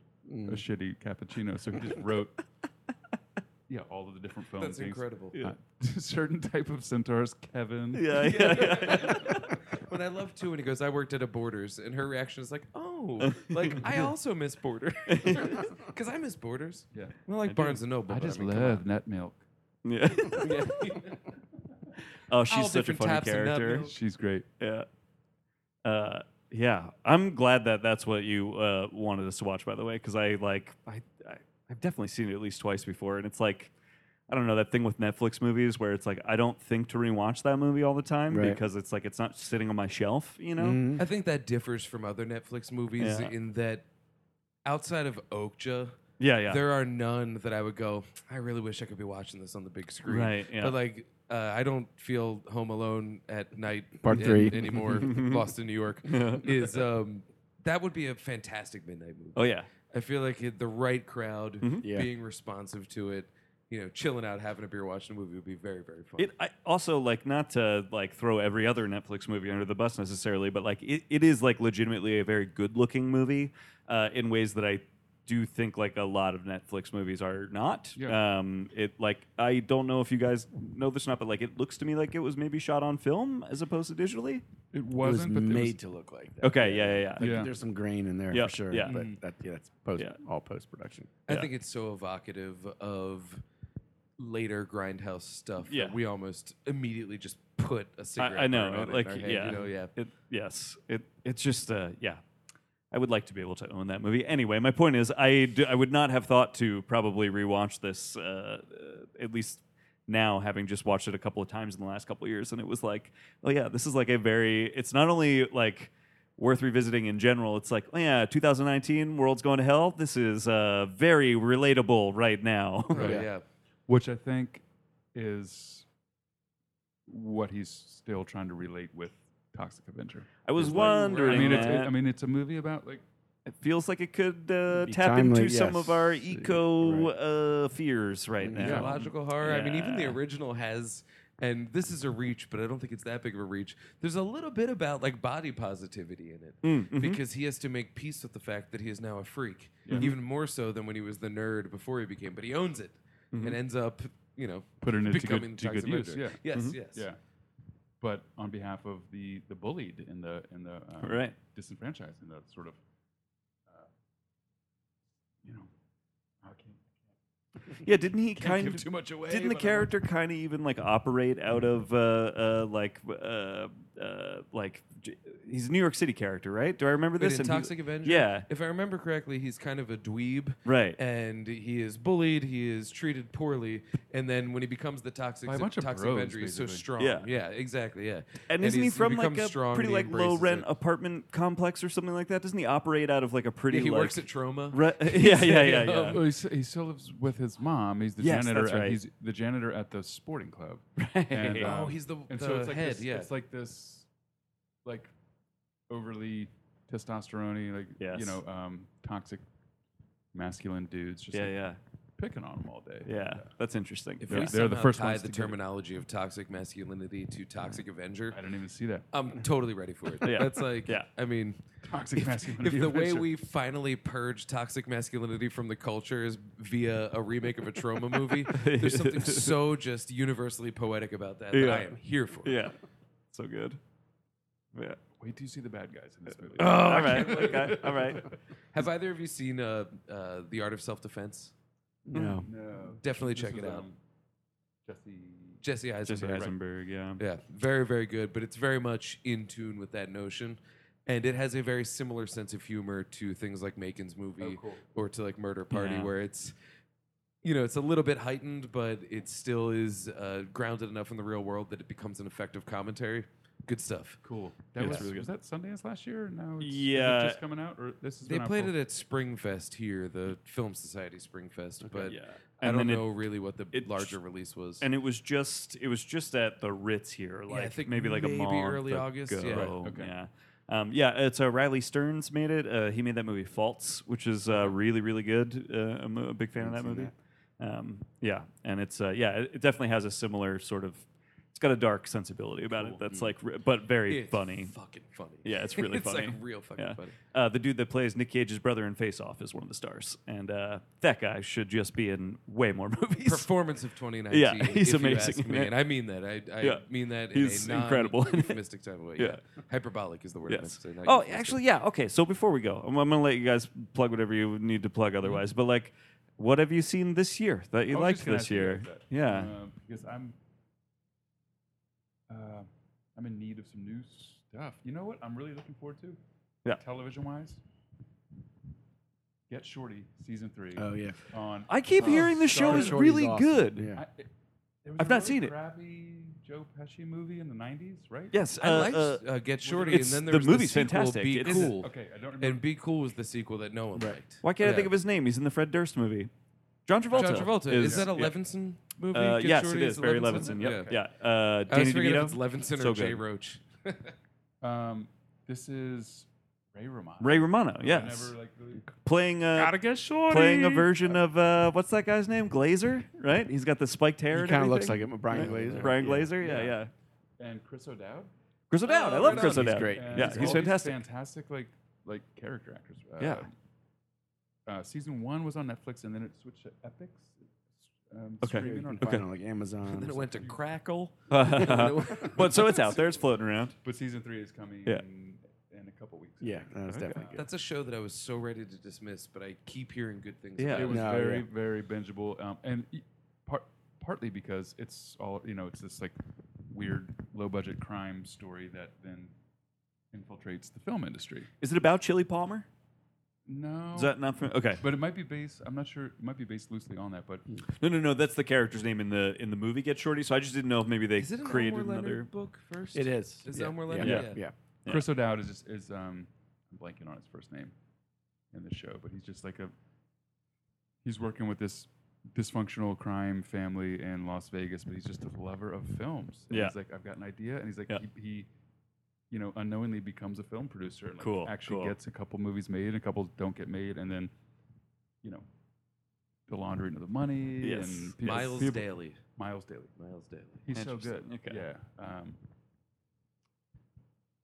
a shitty cappuccino, so he just wrote, yeah, all of the different foam That's things. incredible. Uh, certain type of centaurs, Kevin. Yeah, yeah, yeah. When I love too, when he goes, I worked at a Borders, and her reaction is like, oh, like I also miss Borders. Because I miss Borders. Yeah. Not like do. Barnes and Noble. I but just I mean, come love nut milk. Yeah. oh, she's All such a different funny types of nut character. milk. She's great. Yeah. Uh, yeah. I'm glad that that's what you uh, wanted us to watch, by the way, because I like I, I I've definitely seen it at least twice before, and it's like I don't know that thing with Netflix movies where it's like I don't think to rewatch that movie all the time Right. because it's like it's not sitting on my shelf, you know. I think that differs from other Netflix movies Yeah. in that outside of Okja, Yeah, yeah. there are none that I would go, I really wish I could be watching this on the big screen. Right, yeah. But like, uh, I don't feel home alone at night Part an- three. anymore, lost in New York. Is um, That would be a fantastic midnight movie. oh yeah. Mm-hmm. I feel like it, the right crowd Yeah. being responsive to it, you know, chilling out, having a beer, watching a movie would be very, very fun. It I also like not to like throw every other Netflix movie under the bus necessarily, but like it, it is like legitimately a very good looking movie uh, in ways that I do think like a lot of Netflix movies are not. Yeah. Um, it like I don't know if you guys know this or not, but like it looks to me like it was maybe shot on film as opposed to digitally. It It was wasn't, but made it to look like that. Okay, yeah, yeah, yeah. Like, Yeah. There's some grain in there Yeah, for sure. yeah. But that, yeah, that's post, Yeah. all post production. I Yeah. think it's so evocative of later grindhouse stuff. that Yeah. we almost immediately just put a I, cigarette. I know, burn on it in like our head, yeah, you know, yeah. It, yes, it it's just uh, yeah. I would like to be able to own that movie. Anyway, my point is, I d- I would not have thought to probably rewatch this, uh, uh, at least now, having just watched it a couple of times in the last couple of years, and it was like, oh yeah, this is like a very. It's not only like worth revisiting in general. It's like, oh yeah, 2019, world's going to hell. This is uh, very relatable right now. Right, Yeah. yeah. which I think is what he's still trying to relate with Toxic Avenger. I was It's like- wondering. I mean, it's, that. I mean, it's a movie about like It feels like it could uh, Be tap timely, into some of yes. our Uh, eco right. uh, fears right now. Yeah. Psychological horror. I mean, even the Yeah. original has. And this is a reach, but I don't think it's that big of a reach. There's a little bit about like body positivity in it Mm, mm-hmm. because he has to make peace with the fact that he is now a freak, even more so than when he was the nerd before he became. But he owns it and ends up, you know, Mm-hmm. putting it to becoming good, to good Toxic use. Yeah, Mm-hmm. Avenger. Yes, yes, yeah. But on behalf of the the bullied in the in the um, Right. disenfranchised in the sort of uh, you know, I can't, Yeah, didn't he can't kind give of? too much away. Didn't the but I want- character kind of even like operate out of uh, uh, like uh, uh, like j- he's a New York City character, right? Do I remember Wait, this? in And he- Toxic Avenger? Yeah. If I remember correctly, he's kind of a dweeb. Right. And he is bullied, he is treated poorly, and then when he becomes the toxic, By a bunch of toxic bros, Avenger, he's so basically. strong. Yeah. exactly, yeah. And isn't he he's- from like becomes a strong pretty and he like low embraces rent it. apartment complex or something like that? Doesn't he operate out of like a pretty? Yeah, he like, works at Trauma. Re- yeah, yeah, yeah, yeah. Well, he's, he still lives with his mom. He's the Yes, janitor. that's At, right. He's the janitor at the sporting club. Right. And, Oh, um, he's the- and the so it's like head, This, yeah. it's like this, like overly testosterone, like Yes. you know, um, toxic masculine dudes. Just yeah, like yeah. picking on them all day. Yeah, that's interesting. If They're- we they're somehow the first tie ones the to get it. terminology of toxic masculinity to toxic Avenger, I didn't even see that. I'm totally ready for it. Yeah. That's like, Yeah. I mean, Toxic if masculinity. the way adventure. we finally purge toxic masculinity from the culture is via a remake of a trauma movie, there's something so just universally poetic about that that Yeah. I am here for. yeah, so good. Yeah. wait, do you see the bad guys in this movie? all right. Okay. All right. Have either of you seen uh, uh, The Art of Self Defense? No. no. Definitely This check it was, out. um, Jesse. Jesse Eisenberg. Jesse right? Eisenberg. Yeah. Yeah, very, very good, but it's very much in tune with that notion. And it has a very similar sense of humor to things like Macon's movie cool. or to like Murder Party, Yeah. where it's, you know, it's a little bit heightened, but it still is uh, grounded enough in the real world that it becomes an effective commentary. Good stuff. Cool. That Yeah. was That's really Was that Sundance last year? or Now it's is it Yeah. just coming out, or this is They played it at Springfest here, the Film Society Springfest, but yeah. I And don't then it- know really what the it- larger release was. And it was just it was just at the Ritz here, like I think maybe like a maybe month early ago. August, yeah. Right, okay. Yeah. Um, yeah, it's uh, Riley Stearns made it. Uh, he made that movie Faults, which is uh, really really good. Uh, I'm a big fan of that movie. Um, yeah, and it's uh, yeah, it, it definitely has a similar sort of. It's got a dark sensibility about it that's like, re- but very hmm. It's funny. Fucking funny. Yeah, it's really funny. It's like real fucking Yeah. funny. Uh, the dude that plays Nick Cage's brother in Face Off is one of the stars, and uh, that guy should just be in way more movies. performance of 2019. Yeah, he's if you amazing, ask me, man. and I mean that. I, I Yeah. mean that. He's in a non- incredible. Euphemistic type of way. Yeah. Yeah. hyperbolic is the word. I meant Yes. to say, not Oh, euphemistic. actually, yeah. Okay. So before we go, I'm, I'm gonna let you guys plug whatever you need to Mm-hmm. plug otherwise. But like, what have you seen this year that you I was liked just gonna this ask you year? about that, Yeah. uh, because I'm, uh, I'm in need of some new stuff. You know what? I'm really looking forward to. Yeah. Television wise, Get Shorty season three. Oh yeah. On I keep hearing the show Shorty- is Shorty's really awesome. good. Yeah. it- there was I've a not really seen it. Crappy Joe Pesci movie in the '90s, right? Yes. I uh, liked uh, uh, Get Shorty, and it's- then the there was movie's the sequel, fantastic. Be It is- cool. Okay, I don't remember. And Be Cool was the sequel that no one liked. why can't I Yeah. think of his name? He's in the Fred Durst movie. John Travolta. John Travolta? Is, that a yeah. Levinson movie? Uh, Get yes, Shorty it is. Barry Levinson? Levinson. Yeah. Yep. Yeah. Uh, I Danny was forgetting DeVito. if it's Levinson So or Jay good. Roach. um, this is Ray Romano. Ray Romano. I Yes. never like really playing a get Shorty. playing a version of uh, what's that guy's name? Glazer, right? He's got the spiked hair. He and kind of looks like everything. it, but Brian Glazer. Brian Glazer. Yeah. Yeah. Yeah. and Chris O'Dowd. Chris O'Dowd. I right love on. Chris He's O'Dowd. great. And Yeah, all he's these fantastic. Fantastic, like like character actors. Uh, Yeah. Uh, season one was on Netflix, and then it switched to Epics. Um, Okay. streaming on- Okay. On like Amazon. And then or it went to Crackle. but so it's out there. It's floating around. But season three is coming Yeah. in, in a couple weeks. I Yeah, think. that was definitely good. That's a show that I was so ready to dismiss, but I keep hearing good things. Yeah. about It was No, very yeah. very bingeable, um, and e- part, partly because it's all you know. It's this like weird low budget crime story that then infiltrates the film industry. Is it about Chili Palmer? No. Is that not from? Okay. but it might be based. I'm not sure. It might be based loosely on that, Hmm. but No, no, no. That's the character's name in the in the movie Get Shorty. So I just didn't know if maybe they Is it an created Elmore another. Leonard book first? It is. Is yeah. Elmore yeah. Leonard? Yeah. Yeah. yeah. Yeah. Chris O'Dowd is just, is um I'm blanking on his first name in the show, but he's just like a he's working with this dysfunctional crime family in Las Vegas, but he's just a lover of films. And Yeah. he's like I've got an idea, and he's like Yeah. he, he you know unknowingly becomes a film producer. And like Cool, Actually cool. gets a couple movies made, a couple don't get made, and then you know the laundering of the money. Yes. And Yes. Miles people- Daly. Miles Daly. Miles Daly. He's so good. Interesting. Okay. Yeah. Um,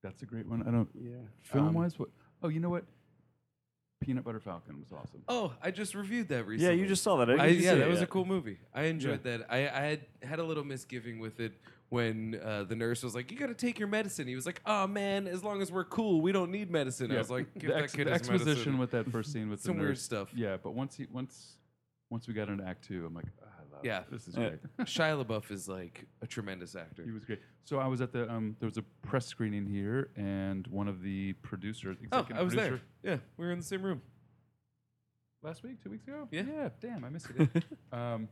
that's a great one. I don't. Yeah. Film Um, wise, what? Oh, you know what? Peanut Butter Falcon was awesome. Oh, I just reviewed that Yeah, recently. you just saw that. I didn't I, get to yeah, see that it was a yet. cool movie. I enjoyed that. I, I had had a little misgiving with it when uh, the nurse was like, "You got to take your medicine." He was like, "Oh man, as long as we're cool, we don't need medicine." I was like, the, "Give that ex- kid the his exposition medicine." with that first scene with Some the weird nurse. stuff. Yeah, but once he once once we got into Act Two, I'm like, "Ah, I love Yeah. it. this is Yeah. great. Shia LaBeouf is like a tremendous actor. He was great. So I was at the um, there was a press screening here, and one of the producers, oh, executive I was producer, there. Yeah, we were in the same room. last week, two weeks ago. Yeah. damn, I missed it. um,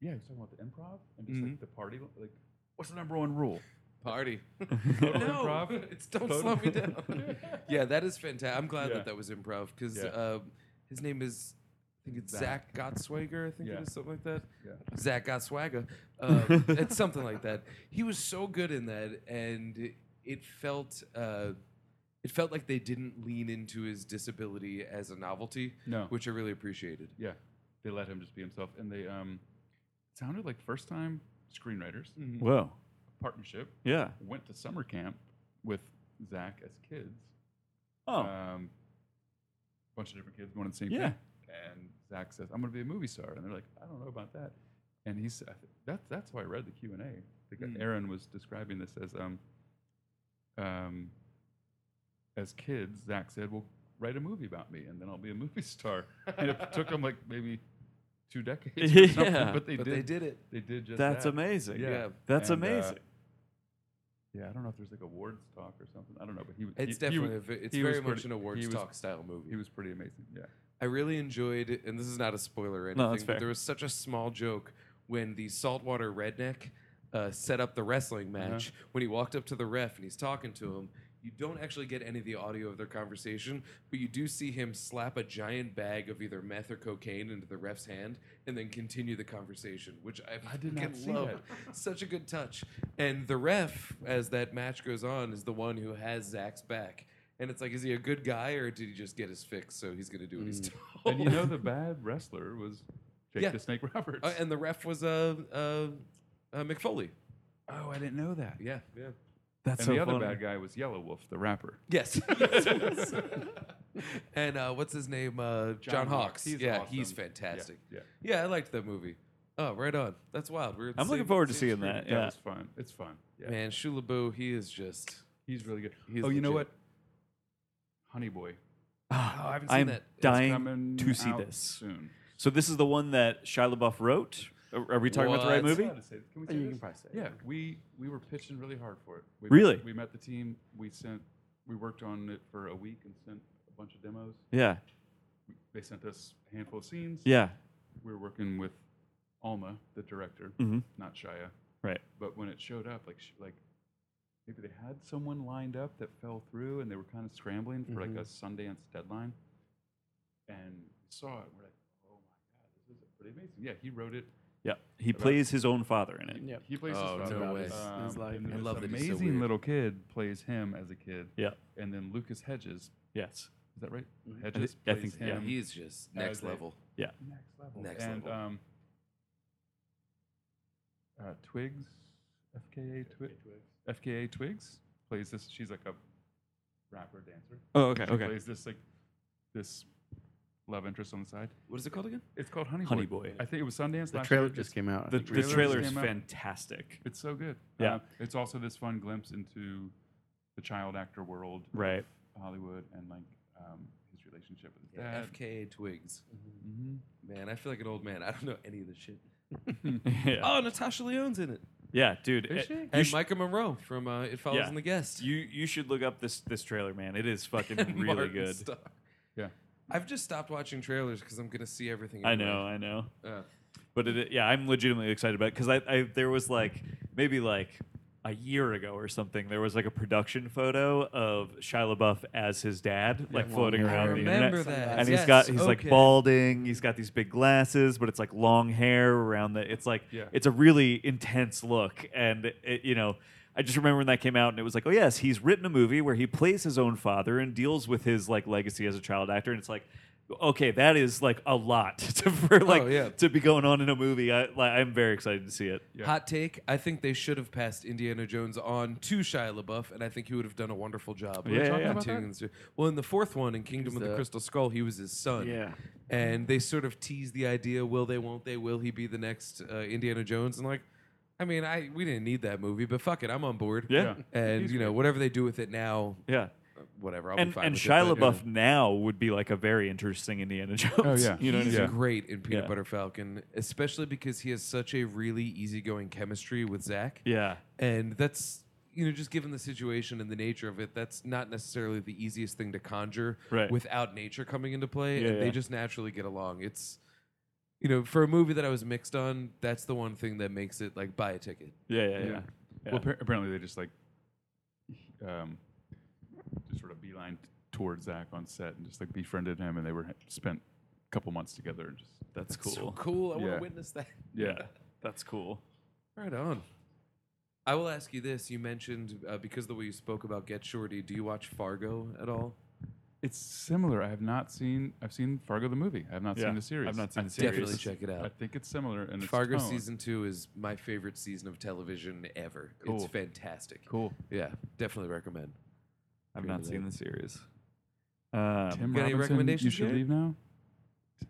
yeah, he was talking about the improv and just like the party. Like, what's the number one rule? Party. no, Improv? it's don't Photo- slow me down. yeah, that is fantastic. I'm glad Yeah. that that was improv because Yeah. uh, his name is, I think it's Zach, Zach. Gottswager. I think Yeah. it is something like that. Yeah. Zach Gottswager. Um, it's something like that. He was so good in that, and it felt. Uh, it felt like they didn't lean into his disability as a novelty, No. which I really appreciated. Yeah, they let him just be himself, and they um, it sounded like first time screenwriters Whoa. partnership Yeah. went to summer camp with Zach as kids. Oh. Um, bunch of different kids going to the same Yeah. camp, and Zach says, "I'm going to be a movie star," and they're like, "I don't know about that," and he's I thi- that's that's why I read the Q and A. The guy- Hmm. Aaron was describing this as um, um, as kids, Zach said, "Well, write a movie about me, and then I'll be a movie star." and it took them like maybe two decades, or something, Yeah. but they but did. they did it. They did just That's that. amazing. Yeah, Yeah. That's And, uh, amazing. yeah, I don't know if there's like awards talk or something. I don't know, but he was. It's he- he definitely was- a ve- it's he was very much pretty- an awards he was- talk style movie. He was pretty amazing. Yeah, I really enjoyed, and this is not a spoiler or anything, No, that's fair. but there was such a small joke when the saltwater redneck uh, set up the wrestling match. When he walked up to the ref and he's talking to him, you don't actually get any of the audio of their conversation, but you do see him slap a giant bag of either meth or cocaine into the ref's hand and then continue the conversation, which I, I did not fucking see love. Such a good touch. And the ref, as that match goes on, is the one who has Zach's back. And it's like, is he a good guy or did he just get his fix? So he's going to do what he's told. and you know the bad wrestler was Jake Yeah. the Snake Roberts. Uh, and the ref was uh, uh, uh, McFoley. oh, I didn't know that. Yeah, yeah. That's And so the other funny. bad guy was Yellow Wolf, the rapper. Yes. and uh, what's his name? Uh, John, Hawks. Hawks. He's yeah, awesome. he's Yeah, fantastic. yeah. I liked that movie. Oh, right on. That's wild. We We're at the I'm looking same- forward to same seeing screening. that. Yeah, Yeah. it's fun. It's fun. Yeah, Man, Shulaboo, he is just. he's really good. He's oh, you know what? legit. Honey Boy. Oh, is I haven't seen I'm that. It's dying coming to see out this. soon. So this is the one that Shia LaBeouf wrote. Are, are we talking about the right What? movie? Can we say Uh, you this? can probably say it. Yeah, we we were pitching really hard for it. We Really? Met, we met the team. We sent. We worked on it for a week and sent a bunch of demos. Yeah. They sent us a handful of scenes. Yeah. we were working with Alma, the director, Mm-hmm. not Shia. Right. But when it showed up, like sh- like maybe they had someone lined up that fell through, and they were kind of scrambling for like a Mm-hmm. Sundance deadline. And we saw it, we're like, oh my god, this is pretty amazing. Yeah, he wrote it. Yeah. He plays his own father in it. Yep. He plays Oh, his no father. way. Um, His life. and I love this that he's so amazing weird. little kid plays him as a kid. Yeah. And then Lucas Hedges, Yes. is that right? Mm-hmm. Hedges I plays think- yeah, him. He's just That next was it. level. Yeah. next level. Next and, level. Um, uh, Twigs, FKA, Twi- FKA Twigs plays this. She's like a rapper dancer. Oh, okay. She plays this like this love interest on the side. What is it called again? It's called Honey, Honey Boy. Boy. I think it was Sundance. The last trailer year. just It's- came out. I The, think the Trailers trailer is came out. fantastic. It's so good. Yeah. Uh, it's also this fun glimpse into the child actor world, of Right. Hollywood, and like um, his relationship with his Yeah, dad. FKA Twigs. Mm-hmm. Mm-hmm. Mhm. Man, I feel like an old man. I don't know any of this shit. yeah. Oh, Natasha Leone's in it. yeah, dude. Is it- she? you And sh- Micah Monroe from uh, It Follows Yeah. in the Guest. You you should look up this this trailer, man. It is fucking And really Martin good. Starr. Yeah. I've just stopped watching trailers because I'm gonna see everything. I anyway. know, I know. Uh, But it, yeah, I'm legitimately excited about it because I, I there was like maybe like a year ago or something. There was like a production photo of Shia LaBeouf as his dad, like floating yeah. I around the internet. remember that. And Yes, he's got he's like okay. balding. He's got these big glasses, but it's like long hair around the. It's like Yeah. it's a really intense look, and it, you know. I just remember when that came out, and it was like, oh yes, he's written a movie where he plays his own father and deals with his like legacy as a child actor, and it's like, okay, that is like a lot to, for like yeah. to be going on in a movie. I, like, I'm very excited to see it. Yeah. Hot take: I think they should have passed Indiana Jones on to Shia LaBeouf, and I think he would have done a wonderful job. Yeah, yeah, yeah. Continuing this- Well, in the fourth one, in Kingdom of the the- Crystal Skull, he was his son. Yeah. and they sort of tease the idea: will they? Won't they? Will he be the next uh, Indiana Jones? And like, I mean, I we didn't need that movie, but fuck it, I'm on board. Yeah. Yeah. and He's you know great. whatever they do with it now, Yeah. whatever. I'll And, be fine and with Shia it, but, you know. LaBeouf now would be like a very interesting Indiana Jones. Oh, yeah. you know what I he's mean? Yeah. great in Peanut Yeah. Butter Falcon, especially because he has such a really easygoing chemistry with Zach. Yeah. And that's, you know, just given the situation and the nature of it, that's not necessarily the easiest thing to conjure Right. without nature coming into play. Yeah, and they yeah. just naturally get along. It's, you know, for a movie that I was mixed on, that's the one thing that makes it like buy a ticket. Yeah, yeah, yeah. Yeah. Yeah. Well, appar- apparently they just like um, just sort of beeline towards Zach on set and just like befriended him, and they were spent a couple months together and just That's So cool. cool. I want Yeah. to witness that. yeah. That's cool. Right on. I will ask you this: You mentioned uh, because of the way you spoke about Get Shorty. Do you watch Fargo at all? It's similar. I have not seen. I've seen Fargo the movie. I have not Yeah, seen the series. I've not seen I the think Definitely it's- check it out. I think it's similar. And Fargo its tone. season two is my favorite season of television ever. It's Cool. fantastic. Cool. Yeah, definitely recommend. I've Agree not with seen that. the series. Um, Tim got any Robinson, you recommendations should yet? leave now.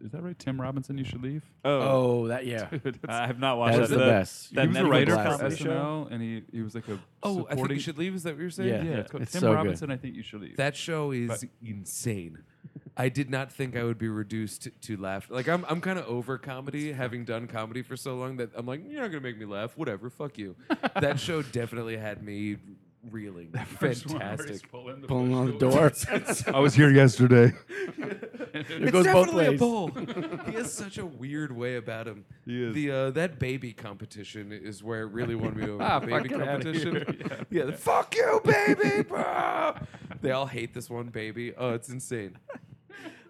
Is that right? Tim Robinson, you should leave. oh, Oh, that yeah. Dude, that's- I have not watched That is that. the best. that he was a Netflix writer for comedy show? SNL, and he, he was like a Oh, I think supporting- you should leave. Is that what you're saying? Yeah. Yeah, it's called It's Tim so good. Robinson. I think you should leave. That show is But- insane. I did not think I would be reduced to laughter. Like I'm, I'm kind of over comedy, having done comedy for so long that I'm like, you're not gonna make me laugh. Whatever, fuck you. that show definitely had me reeling. Fantastic. Pulling on the door. I was here yesterday. it It's goes both definitely ways. a bowl. he has such a weird way about him. He is. The uh, that baby competition is where it really won me over. Ah, the fuck, baby get outta here. competition. Yeah, the, fuck you, baby. bro." they all hate this one baby. Oh, it's insane.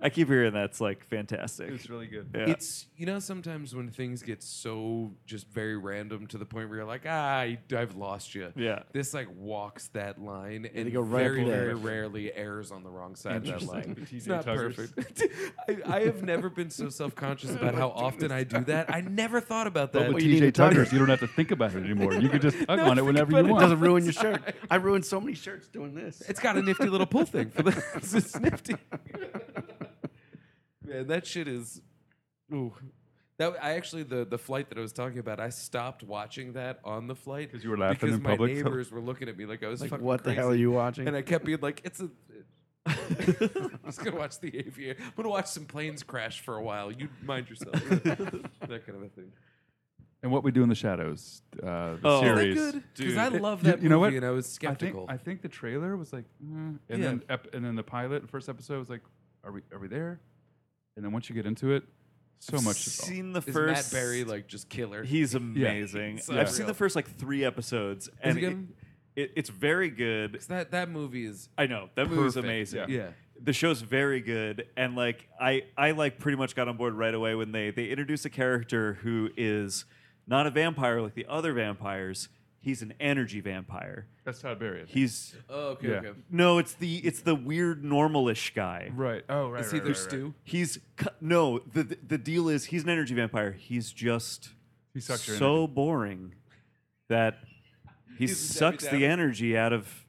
I keep hearing that's like fantastic. It's really good. Yeah. It's you know sometimes when things get so just very random to the point where you're like, ah, I, have lost you. Yeah. This like walks that line and they go right up very to the very left. rarely errs on the wrong side of that line. The It's TJ not Tuckers. perfect. I, I have never been so self conscious about how often I do that. I never thought about that. But Well, with you need TJ to tug Tuckers, it. you don't have to think about it anymore. You can just tug on it whenever you It want. doesn't ruin your shirt. I ruined so many shirts doing this. It's got a nifty little pull thing for the it's nifty. Man, that shit is. Ooh. That I actually the the flight that I was talking about, I stopped watching that on the flight 'Cause you were laughing because in my public? neighbors were looking at me like I was like, fucking what the hell are crazy. you watching? And I kept being like, it's a. I'm just gonna watch the aviator. I'm gonna watch some planes crash for a while. You mind yourself. that kind of a thing. And what we do in the shadows, uh, the Oh. Is that series. Because I love You- that you know movie, what? and I was I think, skeptical. I think the trailer was like, mm. and Yeah. then ep- and then the pilot, first episode was like, are we are we there? And then once you get into it, so I've much. is all- Seen the Is first. Matt Berry like just killer? He's amazing. It's I've seen unreal. the first like three episodes, and it it, good? it- it's very good. that that movie is I know that movie's Perfect. amazing. Yeah. yeah. The show's very good, and like I, I like pretty much got on board right away when they they introduce a character who is not a vampire like the other vampires. He's an energy vampire. That's Todd Berry. I think. He's Oh, okay, Yeah. okay. no, it's the it's the weird normalish guy. right. Oh, right. Is he right, their right, right. stew? He's cu- no the the- the deal is he's an energy vampire. He's just He sucks your so boring that he He's a sucks Debbie the energy out of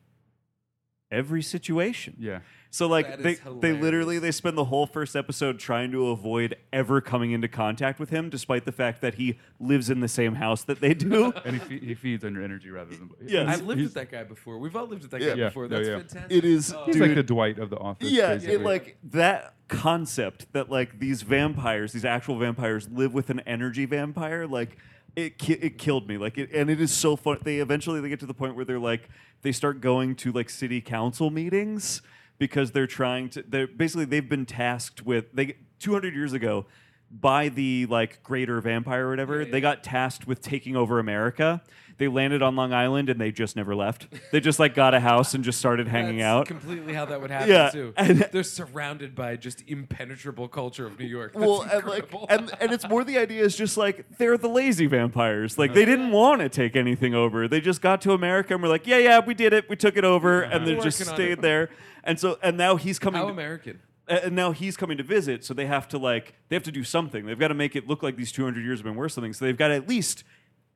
every situation. energy. So like That they is they hilarious. literally they spend the whole first episode trying to avoid ever coming into contact with him, despite the fact that he lives in the same house that they do. Yeah. And he, fe- he feeds on your energy rather than. Yeah. I've He's- lived with that guy before. We've all lived with that guy Yeah. before. No, That's yeah. fantastic. it is He's dude, like the Dwight of the office. yeah, basically. it, like that concept that like these vampires, these actual vampires, live with an energy vampire. Like it, ki- it killed me. Like it, and it is so fun. They eventually they get to the point where they're like they start going to like city council meetings because they're trying to. They're basically they've been tasked with they two hundred years ago by the like greater vampire or whatever they got tasked with taking over america they landed on long island and they just never left they just like got a house and just started hanging That's out Completely how that would happen Yeah, too. and- They're surrounded by just impenetrable culture of New York. That's well, and like, incredible. and, and it's more the idea is just like they're the lazy vampires. Like they didn't want to take anything over. They just got to America and were like, yeah, yeah, we did it. We took it over, and they We're just working on stayed it. there. And so, and now he's coming. how to- American. a- and now he's coming to visit, so they have to like they have to do something. They've got to make it look like these 200 years have been worth something. So they've got to at least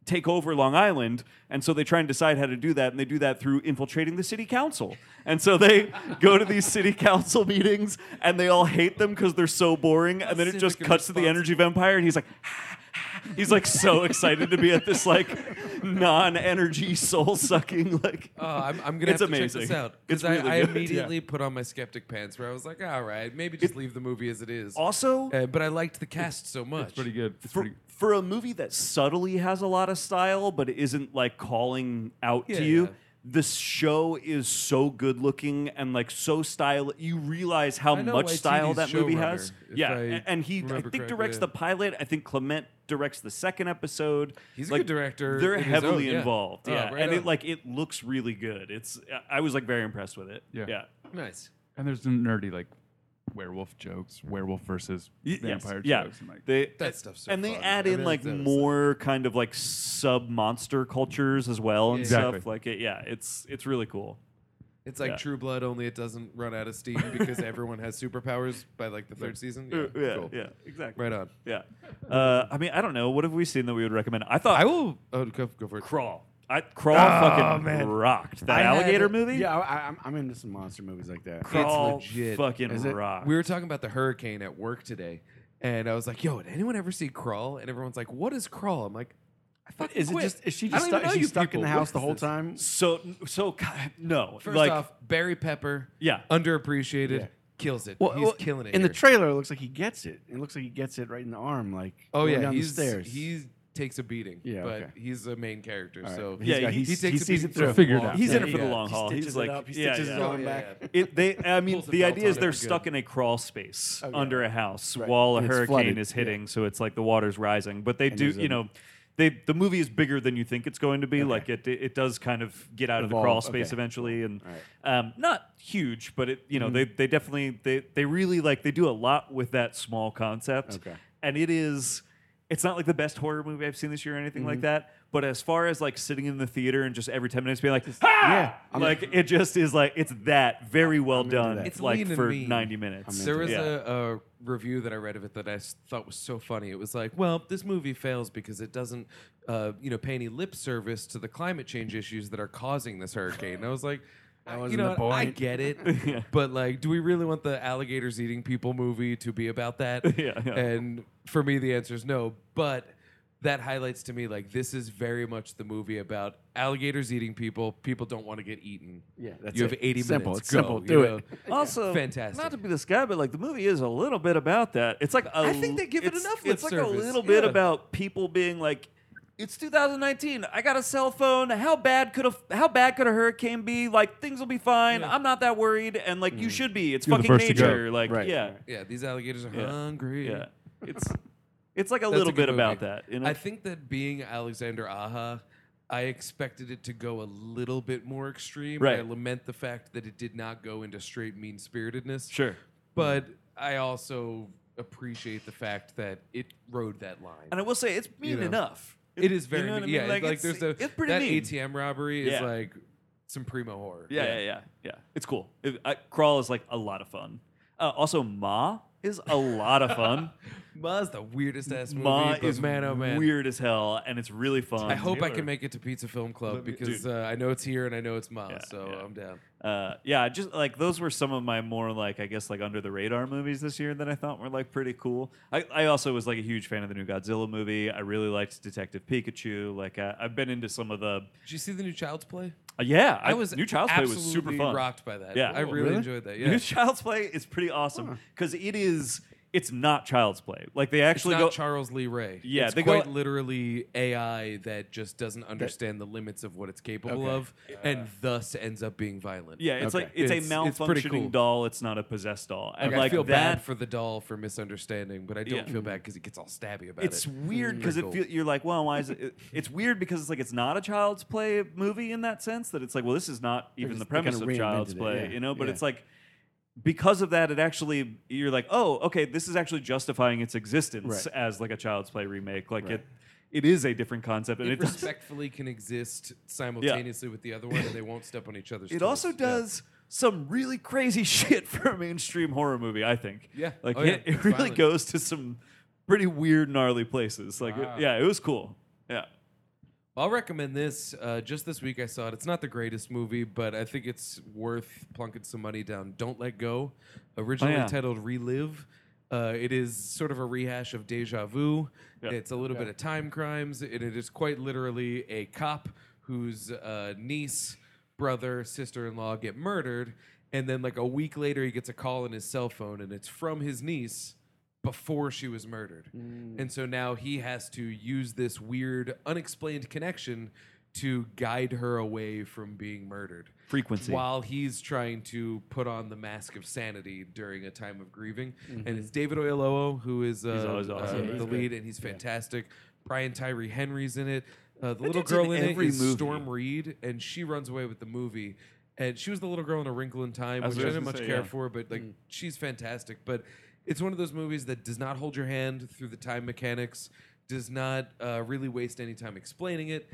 take over Long Island, and so they try and decide how to do that, and they do that through infiltrating the city council. And so they go to these city council meetings, and they all hate them because they're so boring. And then it just Civic cuts to the responsibility. energy vampire, and he's like. He's like so excited to be at this like non-energy soul sucking like Oh, I'm, I'm gonna It's have to amazing. check this out It's because really I, I good, yeah. immediately put on my skeptic pants where I was like, all right, maybe just leave the movie as it is. also Uh, but I liked the cast so much. Pretty good. It's for, pretty, for a movie that subtly has a lot of style but isn't like calling out Yeah, to you yeah. this show is so good looking and like so style you realize how I know much style Waititi's that movie has showrunner, if yeah I a- and he i remember think correctly, directs yeah. the pilot i think clement directs the second episode He's a Like, good director they're in his own, heavily yeah. involved Oh, yeah right and it on. like it looks really good it's i I was like very impressed with it Yeah. yeah nice. and there's some nerdy like werewolf jokes, werewolf versus Y- yes, vampire yeah. jokes, and like They, That stuff's so and they fun. add I in mean, like that's- more kind of like sub monster cultures as well and Exactly. stuff. Like it, yeah, it's it's really cool. It's like Yeah. True Blood, only it doesn't run out of steam because everyone has superpowers by like the third season. Uh, Yeah, yeah, cool. yeah, exactly. Right on. Yeah. Uh, I mean, I don't know. What have we seen that we would recommend? I thought I will. Oh, go, go for it. crawl. I crawl fucking rocked that Oh, I had alligator it- movie. Yeah, I, I- I'm, I'm into some monster movies like that. crawl legit. fucking Is it- rocked. We were talking about the hurricane at work today, and I was like, "Yo, did anyone ever see Crawl?" And everyone's like, "What is Crawl?" I'm like, "I fucking Is it quit. just is she I just don't even stuck, is know she you stuck in the people. house the What is whole this? time? so so God, no. First like off, Barry Pepper, Yeah. underappreciated, Yeah. kills it. Well, he's well, killing it In the here. trailer, it looks like he gets it. It looks like he gets it right in the arm, like Oh going yeah, down he's the stairs. he takes a beating. Yeah, but okay. he's a main character, All right. so He's Yeah, got- he- he's- he takes a sees it beating for through. the Figure it long- out. he's in Yeah, it for the yeah. long haul. stitches He's it like, up, he yeah, stitches it yeah. up. Oh, Going yeah, back. yeah. It, they, I mean, Pulls it the belts idea is on they're it, good. stuck in a crawl space Oh, yeah. under a house Right. while a And it's hurricane flooded, is yeah. hitting, so it's like the water's rising. But they do, there's you a- know, they the movie is bigger than you think it's going to be. Like it, it does kind of get out of the Evolve, crawl space okay. eventually, and um, not huge, but it, you Mm-hmm. know, they they definitely they they really like they do a lot with that small concept, Okay. and it is. It's not like the best horror movie I've seen this year or anything Mm-hmm. like that. But as far as like sitting in the theater and just every ten minutes being like, "Ah!" yeah, I'm- like it just is like it's that very well into done. that. It's It's like lean and for mean. ninety minutes. There was Yeah. a, a review that I read of it that I s- thought was so funny. It was like, well, this movie fails because it doesn't, uh, you know, pay any lip service to the climate change issues that are causing this hurricane. And I was like, I you wasn't know, the what, I point. get it, but like, do we really want the alligators eating people movie to be about that? Yeah, yeah. And for me, the answer is no. But that highlights to me like this is very much the movie about alligators eating people. People don't want to get eaten. Yeah, that's you have it. 80 Simple, minutes. it's Go, simple, you do it. know? also Fantastic. Not to be this guy, but like the movie is a little bit about that. It's like I I think they give it enough lip It's like a service. little bit Yeah. about people being like, "It's 2019. I got a cell phone. How bad could a how bad could a hurricane be? Like things will be fine. Yeah. Mm. I'm not that worried. And like you should be. It's You're the fucking first to go. nature. Like Right, yeah, right. Yeah, these alligators are Yeah. hungry. yeah. It's it's like a That's little good bit about movie. that. You know? I think that being Alexander Aha, I expected it to go a little bit more extreme. Right. I lament the fact that it did not go into straight mean spiritedness. sure. But I also appreciate the fact that it rode that line. And I will say it's mean know. enough. it is very you know what I mean. mean? yeah. Like, it's, there's a it's pretty that mean. ATM robbery is Yeah. like some primo horror. Yeah, yeah, yeah, yeah. It's cool. It, I, Crawl is like a lot of fun. Uh, also, Ma is a lot of fun. Ma's the weirdest ass movie. Ma but is man, oh man. weird as hell, and it's really fun. I hope I Taylor. can make it to Pizza Film Club because uh, I know it's here and I know it's Ma, Yeah, so yeah. I'm down. Uh, yeah, just like those were some of my more like I guess like under the radar movies this year that I thought were like pretty cool. I, I also was like a huge fan of the new Godzilla movie. I really liked Detective Pikachu. Like I, I've been into some of the Did you see the new Child's Play? uh, yeah. I was new Child's Play was super absolutely fun. Rocked by that. Yeah. I Oh, really, really? enjoyed that. Yeah, New it's Child's Play is pretty awesome because it is. It's not Child's Play. Like they actually not go. Charles Lee Ray. Yeah, it's they go- quite literally AI that just doesn't understand the limits of what it's capable Okay. of, and thus ends up being violent. yeah, it's Okay. like it's, a It's- it's malfunctioning pretty cool. doll. It's not a possessed doll, and Like, like I feel that. bad for the doll for misunderstanding, but I don't Yeah. feel bad because he gets all stabby about it's it. Mm, weird because it Cool. feel, you're like, well, why is it, it- It's weird because it's like it's not a child's play movie in that sense. That it's like, well, this is not even just- the they kinda premise of child's reinvented it, play, yeah, you know. But yeah. it's like because of that, it actually you're like, oh, okay, this is actually justifying its existence Right. as like a child's play remake. Like it, it is a different concept, and It it, does, respectfully can exist simultaneously with the other one, and they won't step on each other's. it toes. also Yeah. does. Some really crazy shit for a mainstream horror movie, I think. Yeah. like Oh, it, yeah. it It's really violent. goes to some pretty weird, gnarly places. Like, it- Wow. yeah, it was cool. Yeah, I'll recommend this. Uh, just this week, I saw it. It's not the greatest movie, but I think it's worth plunking some money down. Don't Let Go, originally yeah. titled Relive. Uh, it is sort of a rehash of Deja Vu. It's a little bit of time crimes, and it is quite literally a cop whose uh, niece, brother, sister in law get murdered. And then, like a week later, he gets a call on his cell phone, and it's from his niece before she was murdered. And so now he has to use this weird, unexplained connection to guide her away from being murdered. Frequency. While he's trying to put on the mask of sanity during a time of grieving. And it's David Oyelowo, who is uh, always uh, awesome. Yeah, the Mm-hmm. he's lead, and he's fantastic. Brian Tyree Henry's in it. Uh, the little dude's in girl in, it every is movie. Storm Reed, and she runs away with the movie. And she was the little girl in A Wrinkle in Time, I was which I just didn't gonna much say, care yeah. for, but like Mm. she's fantastic. But it's one of those movies that does not hold your hand through the time mechanics, does not uh, really waste any time explaining it.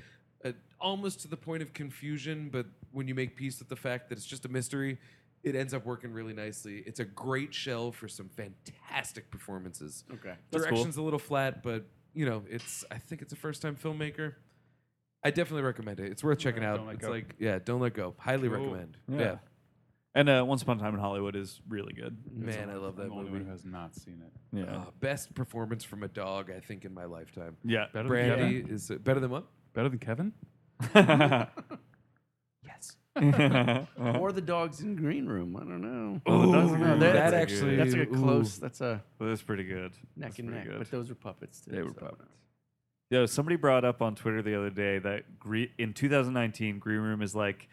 Uh, almost to the point of confusion, but when you make peace with the fact that it's just a mystery, it ends up working really nicely. It's a great shell for some fantastic performances. Okay. Direction's a little flat, but you know, it's I think it's a first time filmmaker. I definitely recommend it. It's worth checking out. Don't Let it's Go. like yeah, don't let go. Highly recommend. Yeah. Yeah. And uh, Once Upon a Time in Hollywood is really good. Man, I love that I'm the only one movie. who has not seen it. Yeah. Mm-hmm. Uh, best performance from a dog, I think, in my lifetime. yeah. Better than Kevin. Brandy is uh, better than what? Better than Kevin? Or the dogs in green room. I don't know. Oh, that's good. that- that that's a- actually that's like a ooh. close. That's a That's pretty good. neck That's and neck. pretty good. But those were puppets. Too, They were so I don't know. puppets. Yo, somebody brought up on Twitter the other day that Gre- in 2019, Green Room is like,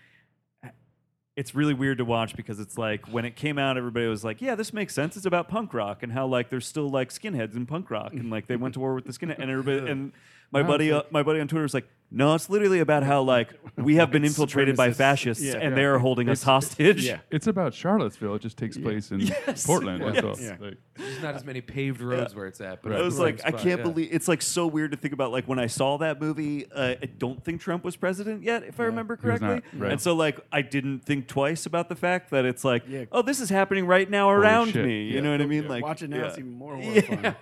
it's really weird to watch because it's like when it came out, everybody was like, "Yeah, this makes sense. It's about punk rock and how like there's still like skinheads in punk rock and like they went to war with the skinhead." And everybody and my buddy, uh, my buddy on Twitter was like, "No, it's literally about how like we have been infiltrated by supremacists. fascists Yeah. and they are holding us hostage." Yeah. It's about Charlottesville. It just takes place in Portland. That's all. Yeah. Like, There's not as many paved roads where it's at. But Right. I it's was the like, right I spot, can't yeah. believe it's like so weird to think about. Like when I saw that movie, uh, I don't think Trump was president yet, if I remember was correctly. not, right. And so like I didn't think twice about the fact that it's like, Yeah. oh, this is happening right now around shit. me. You Yeah. know what I mean? Like Watch it now. yeah. It's even more horrifying.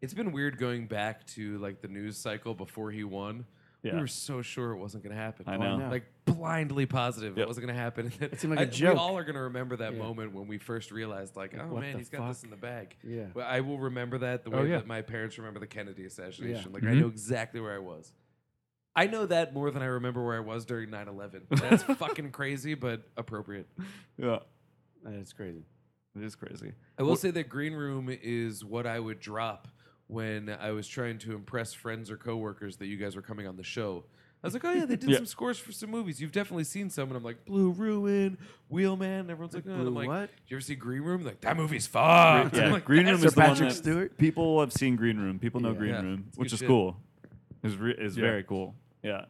It's been weird going back to like the news cycle before he won. Yeah. We were so sure it wasn't going to happen. I know. Like blindly positive Yep. it wasn't going to happen. It seemed like a a joke. We all are going to remember that moment when we first realized, like, oh what man, the he's got this in the bag. Yeah. Well, I will remember that the way Oh, yeah. that my parents remember the Kennedy assassination. Like, Mm-hmm. I know exactly where I was. I know that more than I remember where I was during 9 11. That's fucking crazy, but appropriate. yeah, That's crazy. it is crazy. I will say that green room is what I would drop when I was trying to impress friends or coworkers that you guys were coming on the show. I was like, oh yeah, they did some scores for some movies. You've definitely seen some, and I'm like, Blue Ruin, Wheelman. and Everyone's like, oh. and I'm Blue like, what? "Did you ever see Green Room? Like that movie's fucked. Yeah, I'm like, Green "That Room is is the one Patrick that Stewart? people have seen Green Room. People know Yeah. Green Yeah, Room, it's which good is shit. cool. Is re- is very cool. Yeah.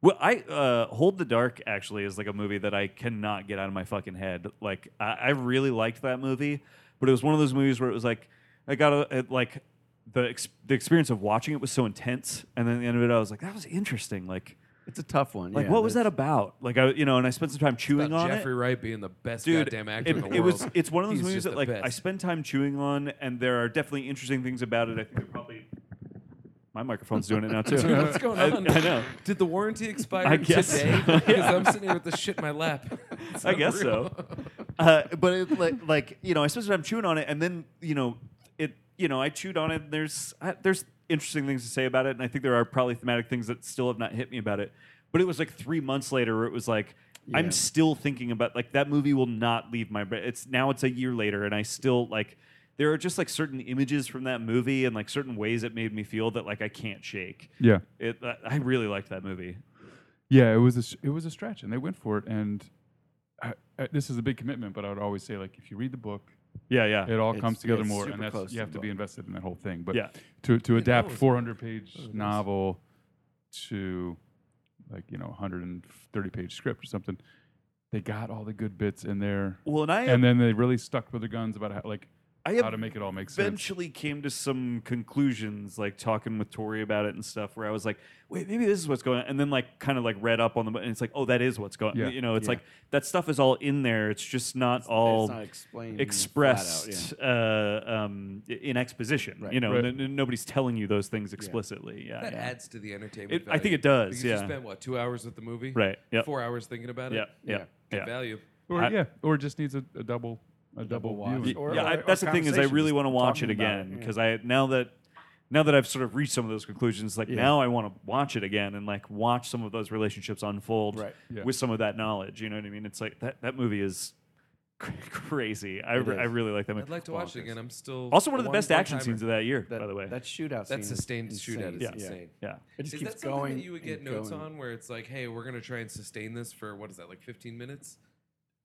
Well, I uh, Hold the Dark actually is like a movie that I cannot get out of my fucking head. Like I, I really liked that movie, but it was one of those movies where it was like I got a it, like the ex- the experience of watching it was so intense, and then at the end of it, I was like, that was interesting. Like It's a tough one. like yeah, what was that that's- about? Like I you know, and I spent some time chewing on it Jeffrey Wright being the best dude, goddamn actor it, in the it world. was. It's one of those He's movies just that the like I best. spend time chewing on, and there are definitely interesting things about it. I think they're probably my microphone's doing it now too. What's going on? I, I know. Did the warranty expire I guess today? so. Because I'm sitting here with the shit in my lap. It's I guess unreal. so. Uh, but it, like, like you know, I spent some time chewing on it, and then you know, it you know, I chewed on it. And there's I, there's interesting things to say about it, and I think there are probably thematic things that still have not hit me about it. But it was like three months later where it was like Yeah. I'm still thinking about like that movie will not leave my brain. It's now it's a year later, and I still like there are just like certain images from that movie and like certain ways it made me feel that like I can't shake. yeah. It I, I really liked that movie. Yeah, it was a s- it was a stretch, and they went for it. And I, I, this is a big commitment, but I would always say like if you read the book, Yeah, yeah. it all It's- comes together it's more, super and that's close to you have the to be book. invested in that whole thing. But Yeah. to to adapt was- 400 page was nice. novel to like you know 130 page script or something, they got all the good bits in there, Well, and I and then they really stuck with their guns about how like I how have to make it all make sense. eventually came to some conclusions, like talking with Tori about it and stuff, where I was like, wait, maybe this is what's going on. And then, like, kind of like read up on the, and it's like, oh, that is what's going Yeah. You know, it's like that stuff is all in there. It's just not all It's not explained flat out, expressed uh, um, i- in exposition. Right. You know, Right. n- n- nobody's telling you those things explicitly. Yeah. That yeah. adds to the entertainment. It- I think value. it does, Because yeah. You spent what two hours with the movie, Right, yep. Four hours thinking about it. yeah. Yeah. Yeah. Good yeah. value. or I- yeah, or just needs a, a double a double, double watch. viewing. Or- yeah, I, that's the thing is I conversations, really want to watch it talking about again it, yeah. because I now that now that I've sort of reached some of those conclusions, like now I want to watch it again and like watch some of those relationships unfold Right. Yeah. with some of that knowledge. You know what I mean? It's like that that movie is cr- crazy. I, re- I is. really like that movie. I'd like to watch it again. I'm still Also, one of the one- best one action timer. scenes of that year, That, by the way. that That shootout. scene is sustained shootout is insane. insane. yeah, It just Is keeps that something going. that you would get and notes going. on where it's like, hey, we're gonna try and sustain this for what is that, like 15 minutes?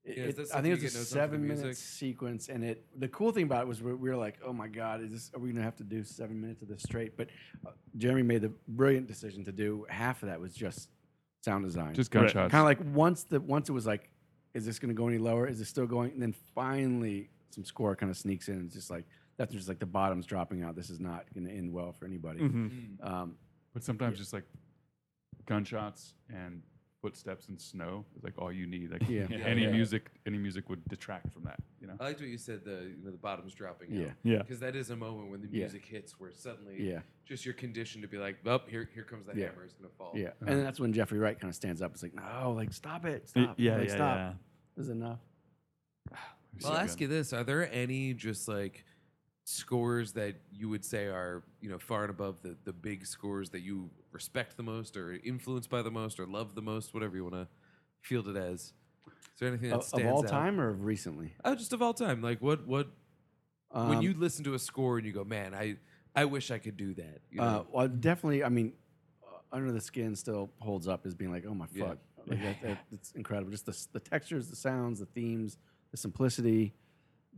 It- Yeah, is it- that I something think you it's get notes a on for the seven minute music? sequence, and it. The cool thing about it was we we were like, "Oh my god, is this? Are we gonna have to do seven minutes of this straight?" But uh, Jeremy made the brilliant decision to do half of that was just sound design, Just Right. gunshots. kind of like once the once it was like Is this going to go any lower? Is it still going? And then finally, some score kind of sneaks in. And it's just like that's just like the bottom's dropping out. This is not going to end well for anybody. Mm-hmm. Mm-hmm. Um, But sometimes just like gunshots and footsteps and snow is like all you need. Like Yeah. Yeah. any Yeah. music, any music would detract from that. You know, I liked what you said. The you know, the bottom's dropping Yeah. out. Yeah. Because that is a moment when the Yeah. music hits, where suddenly, Yeah. just you're conditioned to be like, "Up oh, here, here comes the Yeah. hammer. It's gonna fall." yeah, and that's when Jeffrey Wright kind of stands up. It's like, no, like stop it, stop, yeah, like, yeah, stop. yeah. This is enough. Well, I'll ask you this: Are there any just like scores that you would say are you know far and above the the big scores that you respect the most, or influenced by the most, or love the most, whatever you want to field it as? Is there anything that Of, of stands all out? time or of recently? Uh, just of all time, like what what when Um, you listen to a score and you go, "Man, I I wish I could do that." You know? Uh, well, definitely. I mean, uh, Under the Skin still holds up as being like, oh my Yeah. fuck, like that, that, it's incredible. Just the s- the textures, the sounds, the themes, the simplicity,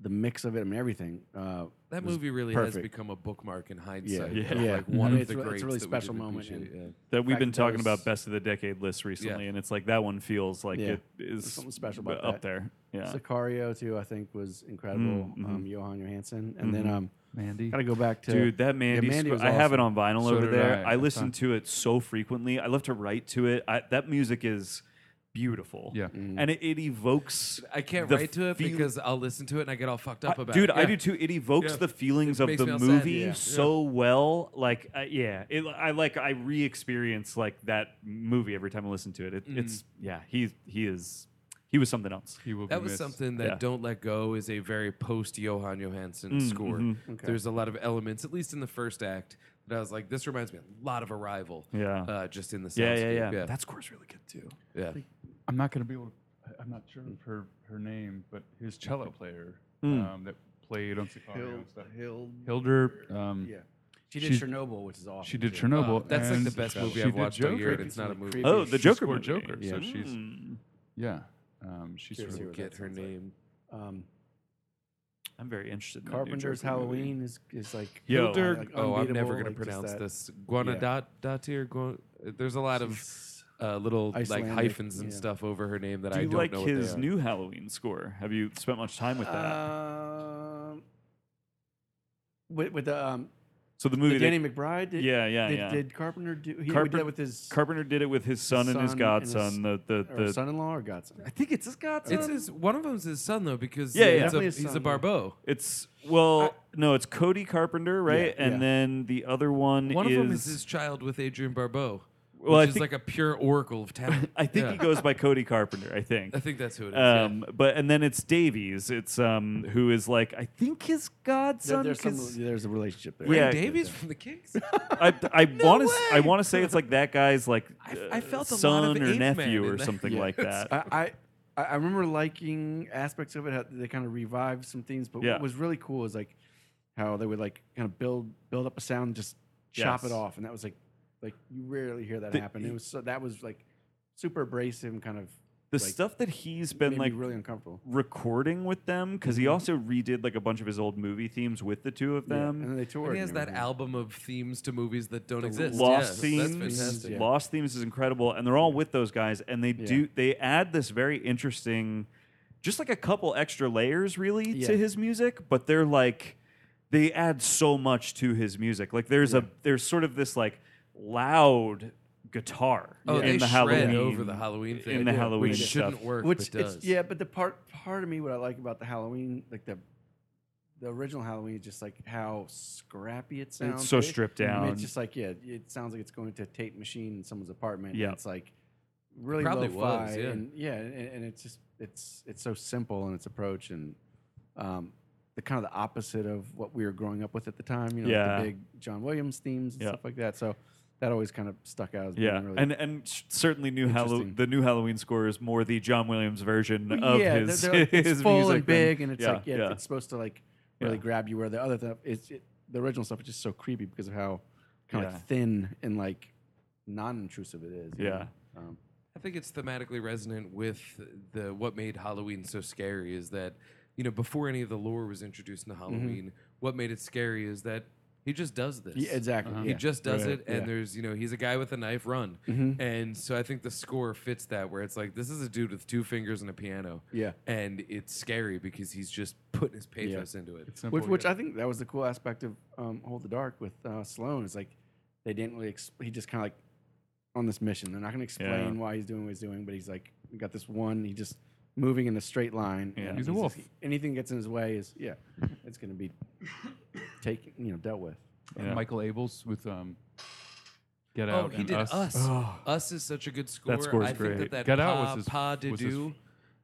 the mix of it. I mean, everything. Uh, That was movie really has perfect. become a bookmark in hindsight. Yeah. of, Yeah. Like one I mean, of the it's re- greats. it's a really that we special didn't moment appreciate, and- yeah. that we've fact been that talking was- about best of the decade lists recently, and it's like that one feels like Yeah. it is There's something special about up that. there. Yeah, Sicario too, I think, was incredible. Um, Johan Johansson, and then um, Mandy. gotta go back to dude, that Mandy, Yeah, squ- was I have it awesome. on vinyl So over did there. I. I, That's listen fun. to it so frequently. I love to write to it. I, that music is beautiful. Yeah. and it, it evokes. I can't the write to it feel- because I'll listen to it and I get all fucked up I- about dude, it. I Yeah. do too. It evokes Yeah. the feelings of makes the me all sad. movie Yeah. so well. Like, uh, yeah, it, I like I re-experience like that movie every time I listen to it. it It's Mm-hmm. yeah, he he is he was something else. He will be That was missed. something that Yeah. Mm, Don't Let Go is a very post Johan Johansson score. mm-hmm. There's a lot of elements, at least in the first act, that I was like, this reminds me a lot of Arrival. Yeah. Uh, just in the Yeah, soundscape. yeah, yeah, yeah. That score's really good too. yeah. I'm not going to be able to. I- I'm not sure of her her name, but his cello player Hmm. um, that played on Sicario and stuff. Hill. Hilder. Um, Yeah, she did She- Chernobyl, which is awesome. She did too. Chernobyl. Uh, That's like and the best she movie I've did watched all year, Joker. and it's not a movie. Oh, the She Joker scored movie. Joker, so she's Mm. yeah. Um, she's Cheers. sort Cheers. of, Get her name. Um, I'm very interested. in that new Carpenter's Joker movie. Halloween is is like Yo. like, Hildur- oh, I'm unbeatable, never going like, to just pronounce that- this. Guanadottir. Guan- there's a lot of uh, little Icelandic, like hyphens and yeah. stuff over her name that Do I you don't like know. what his they are. new Halloween score? Have you spent much time with that? Uh, Um, with, with the um, so the movie, with Danny that McBride. Did, Yeah, yeah, did, yeah. Did Carpenter do? He Carpen- did that with his Carpenter did it with his son and his son and his- godson. the or the, the son-in-law or godson. I think it's his godson. It's his. One of them's his son though, because Yeah, yeah. it's a, Definitely his he's a son, yeah. Barbeau. It's well, no, it's Cody Carpenter, right? Yeah, and yeah. then the other one, One is, of them is his child with Adrian Barbeau, Well, I which is think- like a pure oracle of talent. I think Yeah. he goes by Cody Carpenter. I think. I think that's who it is. yeah. Um, but and then it's Davies. It's um, who is like I think his There, godson. there's, some, 'cause there's a relationship there. Yeah. Davies from the Kings. I I want to way. I want to say it's like that guy's like uh, I felt a lot son of or Ape Man nephew in or that. something Yeah. like that. I, I I remember liking aspects of it. How they kind of revived some things, but Yeah. what was really cool is like how they would like kind of build build up a sound, and just chop Yes. it off, and that was like like you rarely hear that happen. It was so that was like super abrasive, and kind of the like, stuff that he's been made like me really uncomfortable. recording with them because he also redid like a bunch of his old movie themes with the two of Mm-hmm. Yeah, them. and then they toured. he has and that everything. album of themes to movies that don't exist. Lost yeah, themes, That's fantastic. Yeah. Lost themes is incredible, and they're all with those guys, and they do they add this very interesting, just like a couple extra layers really to Yeah. his music, but they're like they add so much to his music. Like there's a there's sort of this like loud guitar Oh, in they the shred Halloween over the Halloween thing. in the Yeah, Halloween which stuff. shouldn't work, Which but does. it's yeah, but the part part of me what I like about the Halloween, like the the original Halloween, is just like how scrappy it sounds. so It- stripped I mean, down. It's just like yeah, it sounds like it's going to a tape machine in someone's apartment. and Yeah. it's like really probably lo-fi was, yeah. and yeah, and, and it's just it's it's so simple in its approach and um, the kind of the opposite of what we were growing up with at the time. You know, like Yeah. the big John Williams themes and Yeah. stuff like that. So that always kind of stuck out. As being Yeah, really and and s- certainly new Hallow- Interesting. the new Halloween score is more the John Williams version Well, of yeah, they're- his, they're like- it's his full music and than- big, and it's like yeah, yeah. it's supposed to like really Yeah. grab you. Where the other stuff, it's it, the original stuff is just so creepy because of how kind of Yeah. like thin and like non-intrusive it is. you Yeah. know? um, I think it's thematically resonant with the what made Halloween so scary Mm-hmm. is that you know before any of the lore was introduced in Halloween, what made it scary is that He just does this. Yeah, exactly. He yeah. just does uh-huh. Right, it, and yeah. Mm-hmm. there's you know he's a guy with a knife. Run, Mm-hmm. and so I think the score fits that where it's like this is a dude with two fingers and a piano. Yeah. and it's scary because he's just putting his pathos into it. It's simple, which which yeah. I think that was the cool aspect of um, Hold the Dark with uh, Sloan. It's like they didn't really. Exp- he just kind of like on this mission. They're not going to explain why he's doing what he's doing, but he's like, we got this one. He just moving in a straight line. Yeah. and He's a just- wolf. anything gets in his way is yeah, it's going to be taken you know dealt with. And Michael Abels with um, Get Oh, Out. he and did us. us. Oh. Us, is such a good score. score's I think great. that that Get pa, Out was his- pa de was his- Dieu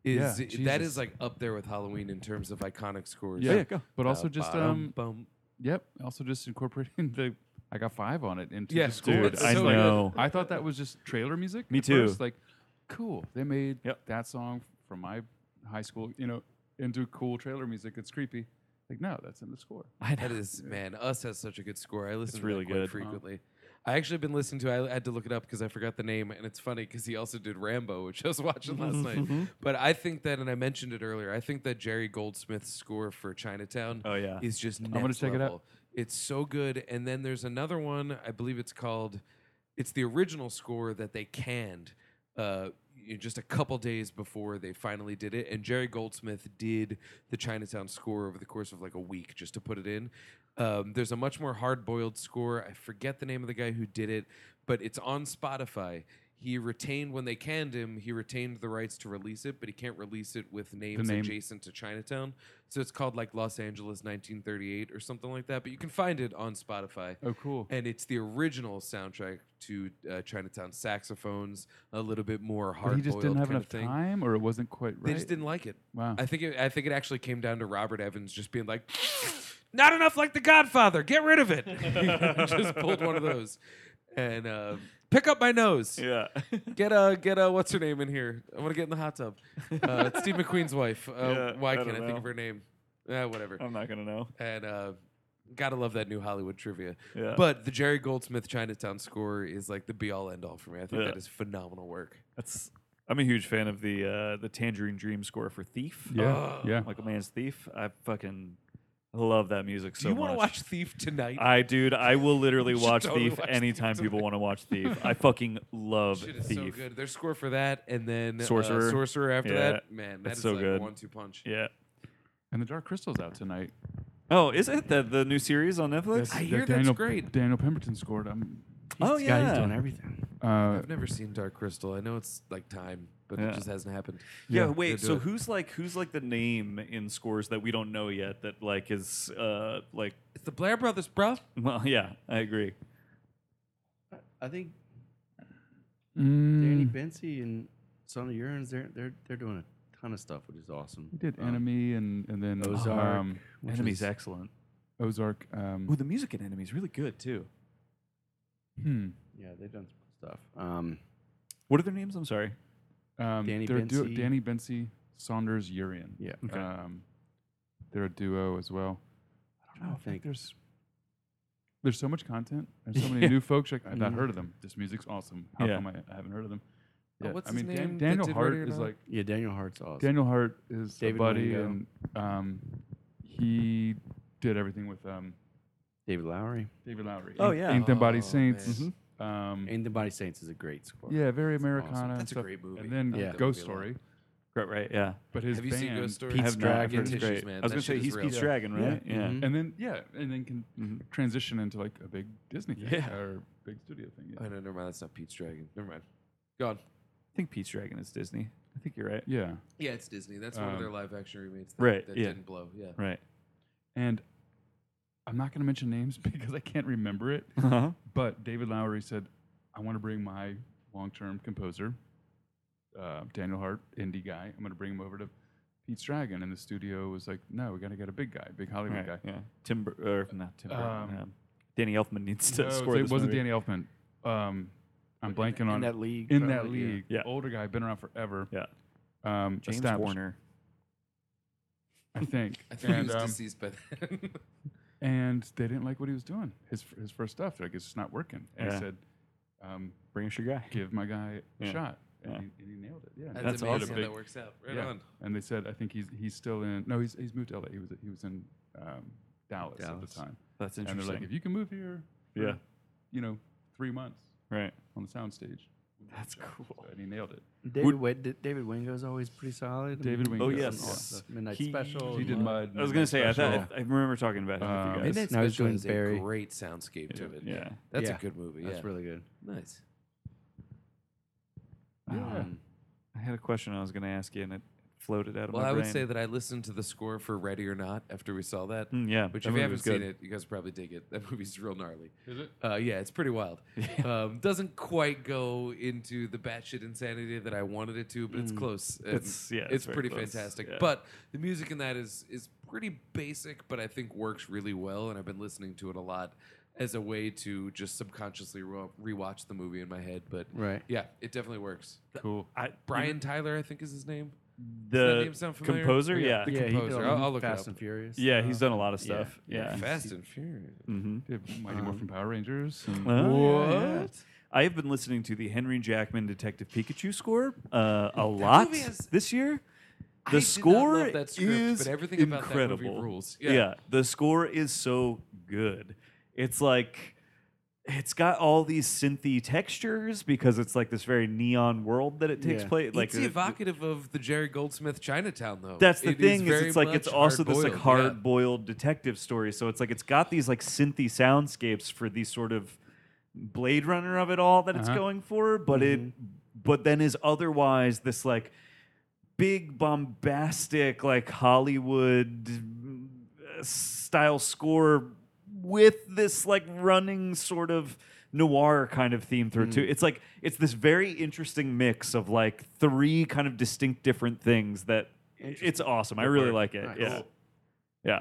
is Yeah, that Jesus. is like up there with Halloween in terms of iconic scores. Yeah. But also just Ba-dum, um, bum. Yep. Also, just incorporating the. I got five on it into Yeah, the score. dude, it's I, so like, good. I thought that was just trailer music. Me at too. First. Like, cool. They made Yep. that song from my high school, you know, into cool trailer music. It's creepy. Like, no, that's in the score. That is man. Us has such a good score. I listen to really really quite good. frequently. I actually been listening to. I had to look it up because I forgot the name, and it's funny because he also did Rambo, which I was watching last night. But I think that, and I mentioned it earlier. I think that Jerry Goldsmith's score for Chinatown, Oh, yeah. is just next gonna check it out. level. It's so good. And then there's another one. I believe it's called. It's the original score that they canned. Uh, you know, just a couple days before they finally did it, and Jerry Goldsmith did the Chinatown score over the course of like a week just to put it in. Um, there's a much more hard-boiled score. I forget the name of the guy who did it, but it's on Spotify. He retained when they canned him. He retained the rights to release it, but he can't release it with names name. adjacent to Chinatown. So it's called like Los Angeles 1938 or something like that. But you can find it on Spotify. Oh, cool. And it's the original soundtrack to uh, Chinatown saxophones, a little bit more But hard. he just didn't have kind enough of thing. time, or it wasn't quite right. They just didn't like it. Wow. I think it, I think it actually came down to Robert Evans just being like, not enough like The Godfather. Get rid of it. just pulled one of those, and uh, pick up my nose. Yeah. Get a get a what's her name in here? I want to get in the hot tub. Uh, it's Steve McQueen's wife. Uh, Yeah, why I can't don't I think know. Oh. of her name? Uh, whatever I'm not gonna know. and uh, gotta love that new Hollywood trivia. Yeah. But the Jerry Goldsmith Chinatown score is like the be all end all for me. I think Yeah. that is phenomenal work. That's I'm a huge fan of the uh, the Tangerine Dream score for Thief. Oh. Yeah. yeah. Michael Mann's Thief. I fucking love that music so Do you much. want to watch Thief tonight? I dude, I will literally should watch totally Thief watch Thief anytime people want to watch Thief. I fucking love Shit is Thief. so good. Their score for that, and then uh, Sorcerer. Sorcerer after Yeah. that. Man, That's that's so like good. one two punch. Yeah. And the Dark Crystal's out tonight. Oh, is it the the new series on Netflix? I That hear that's Daniel, great. Daniel Pemberton scored. I'm. oh This yeah. guy's doing everything. Uh, I've never seen Dark Crystal. I know it's like time, but Yeah. it just hasn't happened. Yeah, Yeah, they'll wait. do So it. who's like who's like the name in scores that we don't know yet? That like is uh like It's the Blair Brothers, bro. well yeah I agree. I think mm, Danny Bency and Son of Urines, they're they're they're doing a ton of stuff, which is awesome. he did Um, Enemy and and then Ozark, um, which Enemy's is- excellent. Ozark. Um, Ooh, the music in Enemy's really good too. hmm. Yeah, they've done some cool stuff. Um, What are their names? I'm sorry. Um, Danny they're a duo- Bency. Danny Bency, Saunders Urian. yeah, Okay. Um, they're a duo as well. I don't know. I think think- there's there's so much content. There's so many new folks. Like, I've not Mm-hmm. heard of them. This music's awesome. How Yeah. come I, I haven't heard of them? Oh, what's I his mean, Dan- name that Daniel did Hart Ready or is Not? like yeah. Daniel Hart's awesome. Daniel Hart is a David buddy, Wingo. and um, he did everything with um, David Lowry. David Lowry. Oh, Ain't- yeah. Ain't Them Body Oh, Saints. man. Mm-hmm. Um, And the Body Saints is a great score. yeah, very It's awesome. Americana. and That's a stuff. great movie. And then I Yeah. like that Ghost movie a lot. Story. Right, right, yeah. But his Have you seen band- Ghost Story? Pete's I have not. I've Dragon. heard it's Tissues, great. man. I was That gonna shit say is he's real. Pete's Dragon, right? Yeah. Mm-hmm. Mhm. and then yeah, and then can transition into like a big Disney thing Yeah. or big studio thing. Oh Yeah, no, never mind. That's not Pete's Dragon. Never mind. Go on. I think Pete's Dragon is Disney. I think you're right. yeah. Yeah, it's Disney. That's one of their live action remakes. That, right, That yeah. didn't blow. Yeah. Right. and I'm not going to mention names because I can't remember it. Uh-huh. But David Lowery said, "I want to bring my long-term composer, uh, Daniel Hart, indie guy. I'm going to bring him over to Pete's Dragon." And the studio was like, "No, we got to get a big guy, big Hollywood Right, guy." yeah. Tim Bur- or not Tim Burton. Um, um, Danny Elfman needs to No, score it this wasn't movie. Danny Elfman. Um, I'm blanking in on that league, In that probably, yeah. league, Yeah. older guy, been around forever. Yeah. Um, James established, Warner. I think. I think And, he was um, deceased by then. and they didn't like what he was doing. His f- his first stuff, they're like it's just not working. And Yeah. he said, um, Bring us your guy. "Give my guy a Yeah. shot," and, Yeah. he, and he nailed it. Yeah, That's, That's amazing awesome. how Big- that works out. Right yeah. on. And they said, "I think he's he's still in. No, he's he's moved to LA. He was he was in um, Dallas, at Dallas. the time." That's And they're interesting. like, if you can move here, for, yeah. you know, three months Right. on the soundstage. That's cool. So, and he nailed it. David, Wade, David Wingo's always pretty solid. I David mean, Wingo. Oh, did yes. some yeah, awesome- the Midnight He- Special. He did and, uh, Mud. Oh, I was gonna say I Special. thought I remember talking about it Um, with you guys. Midnight- now he's doing is a Barry. great soundscape to it. Yeah. That's Yeah. a good movie. That's yeah. really good. nice. Yeah. Um, I had a question I was gonna ask you and it floated out of Well, my I brain. would say that I listened to the score for Ready or Not after we saw that. Mm, yeah, Which, that if you movie haven't was seen good. it, you guys probably dig it. That movie's real gnarly. Is it? Uh, yeah, it's pretty wild. um, doesn't quite go into the batshit insanity that I wanted it to, but it's close. and Mm. It's- yeah, it's it's, very pretty close, fantastic. yeah. But the music in that is is pretty basic, but I think works really well, and I've been listening to it a lot as a way to just subconsciously re- rewatch the movie in my head. But Right. yeah, it definitely works. Cool. I, Brian Tyler, I think, is his name. that the name sound familiar? composer, yeah, The yeah, yeah, he did composer. all I'll- I'll look it Fast up. and Furious. he's done a lot of stuff. Yeah, Fast and Furious. Did Mighty Uh-huh. Morphin Power Rangers. and- Oh, yeah, yeah. I have been listening to the Henry Jackman Detective Pikachu score uh, a lot movie has- this year. I The did not score love that script, is but everything about that incredible. movie rules. Yeah. the score is so good. It's like it's got all these synthy textures because it's like this very neon world that it takes Yeah. place. Like it's uh, evocative of the Jerry Goldsmith Chinatown, though. That's the It is thing is, very it's like it's much also this like hard-boiled, yeah. hard boiled detective story. So it's like it's got these like synthy soundscapes for these sort of Blade Runner of it all that it's Uh-huh. going for, but Mm-hmm. it but then is otherwise this like big bombastic like Hollywood uh, style score with this like running sort of noir kind of theme through it Mm. too. It's like it's this very interesting mix of like three kind of distinct different things that it's awesome. I really like it. Nice. Yeah. Cool. Yeah.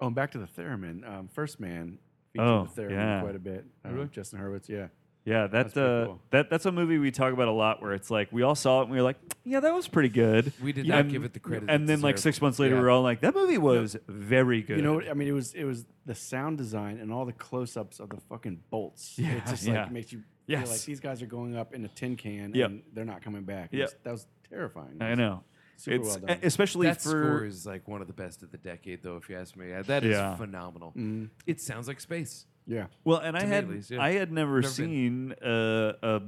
Oh, and back to the theremin. Um, First Man featured Oh, the theremin yeah. quite a bit. Um, Really? Justin Hurwitz, yeah. Yeah, that, That's pretty uh, cool. that that's a movie we talk about a lot. Where it's like we all saw it and we were like, "Yeah, that was pretty good." We did Yeah. not give it the credit And it then like deserved. six months later, Yeah. we're all like, "That movie was very good." You know, what- I mean, it was it was the sound design and all the close ups of the fucking bolts. Yeah, it just like yeah. makes you feel like Yes. these guys are going up in a tin can Yep. and they're not coming back. It Yep. was- that was terrifying. I know. Super it's e, well done. especially That for score is like one of the best of the decade, though. If you ask me, Uh, that is Yeah. phenomenal. It sounds like space. Yeah. Well, and I me had at least, yeah. I had never, been. seen uh, a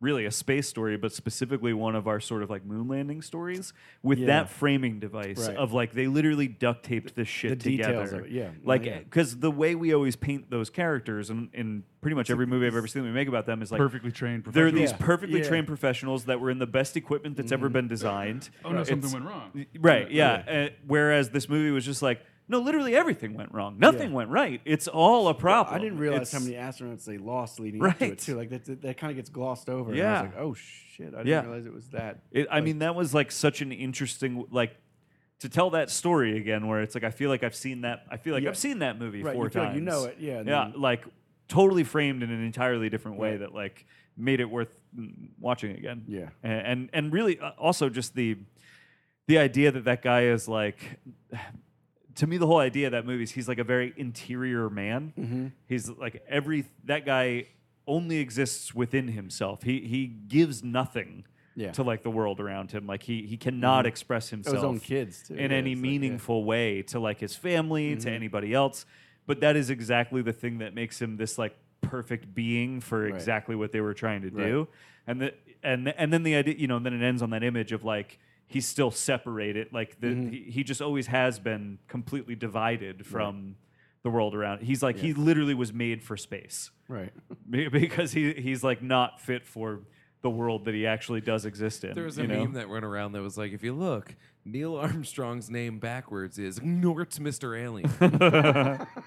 really a space story, but specifically one of our sort of like moon landing stories with Yeah. that framing device Right. of like they literally duct taped this shit the details together. of it, yeah. Yeah. like because the way we always paint those characters, and in pretty much every movie I've ever seen that we make about them is like Perfectly trained They're professionals. these Yeah. perfectly Yeah. trained professionals that were in the best equipment that's Mm-hmm. ever been designed. Oh no, It's- something went wrong. Right. Yeah. Uh, whereas this movie was just like, no, literally everything went wrong. Nothing went right. It's all a problem. I didn't realize how It's- many astronauts they lost leading up to Right. it too. Like that, that, kind of gets glossed over. and Yeah. I was like, oh shit, I didn't Yeah. realize it was that. It, I mean, that was like such an interesting like to tell that story again, where it's like I feel like I've seen that. I feel like Yeah. I've seen that movie Right, you four feel times. like you know it, yeah, and Yeah. then- Like totally framed in an entirely different way Right. that like made it worth mm, watching again. Yeah. A- And and really uh, also just the the idea that that guy is like to me the whole idea of that movie is he's like a very interior man Mm-hmm. he's like every that guy only exists within himself he he gives nothing Yeah. Mm-hmm. to like the world around him like he he cannot express himself own kids, too. in Yeah, any it's like, yeah. meaningful way to like his family to anybody else but that is exactly the thing that makes him this like perfect being for exactly what they were trying to do and the and and then the idea you know and then it ends on that image of like he's still separated like the, he, he just always has been completely divided from the world around he's like he literally was made for space Right. Be- because he he's like not fit for the world that he actually does exist in There was a you know? meme that went around that was like, if you look, Neil Armstrong's name backwards is Nort's Mr. Alien.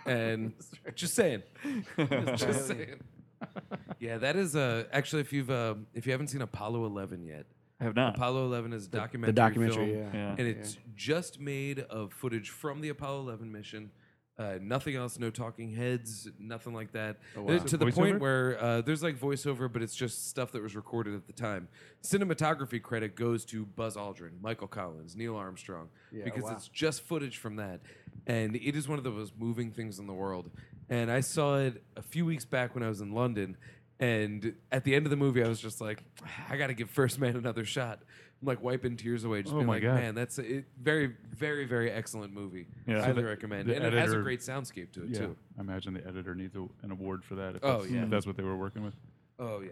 and just saying, just saying. Yeah, that is uh, actually if you've uh, if you haven't seen Apollo 11 yet, i have not Apollo 11 is a documentary. documentary, film, yeah. Yeah. and it's just made of footage from the Apollo 11 mission. Uh, nothing else, no talking heads, nothing like that. Oh, And it's Is To it the point voiceover? where uh, there's like voiceover, but it's just stuff that was recorded at the time. Cinematography credit goes to Buzz Aldrin, Michael Collins, Neil Armstrong, because wow. it's just footage from that. And it is one of the most moving things in the world. And I saw it a few weeks back when I was in London. And at the end of the movie, I was just like, I got to give First Man another shot like wiping tears away, just Oh being my like, God. man, that's a it, very, very, very excellent movie. Yeah. Highly The- recommend. the and it has a editor- great soundscape to it Yeah, too. I imagine the editor needs a, an award for that. If Oh, that's, yeah. if that's what they were working with. Oh yeah,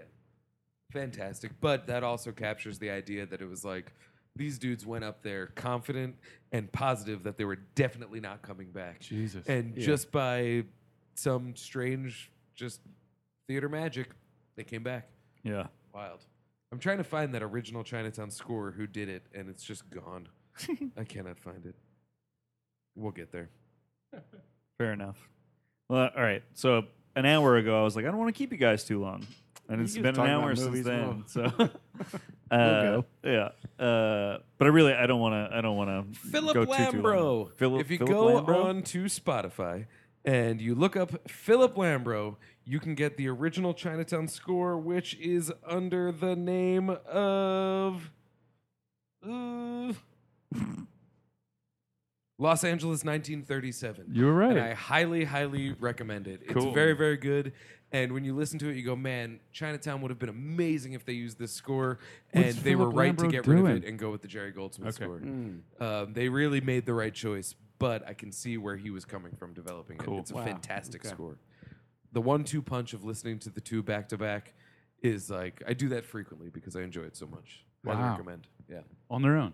fantastic. But that also captures the idea that it was like these dudes went up there confident and positive that they were definitely not coming back. Jesus. And just by some strange, just theater magic, they came back. Yeah. Wild. I'm trying to find that original Chinatown score who did it, and it's just gone. I cannot find it. We'll get there. Fair enough. Well, all right. So an hour ago, I was like, I don't want to keep you guys too long, and it's just been an talking hour about since movies then. alone. So, uh, yeah. Uh, but I really, I don't want to. I don't want to. Philip go too, too long. Lambro. Philip, if you Philip go Lambro? on to Spotify and you look up Philip Lambro, you can get the original Chinatown score, which is under the name of uh, Los Angeles 1937. You were right. And I highly, highly recommend it. Cool. It's very, very good. And when you listen to it, you go, man, Chinatown would have been amazing if they used this score. and they were Philip right to Lambro get rid of doing? it and go with the Jerry Goldsmith Okay. score. Um, they really made the right choice, but I can see where he was coming from developing Cool. it. It's a fantastic score. The one-two punch of listening to the two back to back is like I do that frequently because I enjoy it so much. Highly Wow. recommend. Yeah. on their own.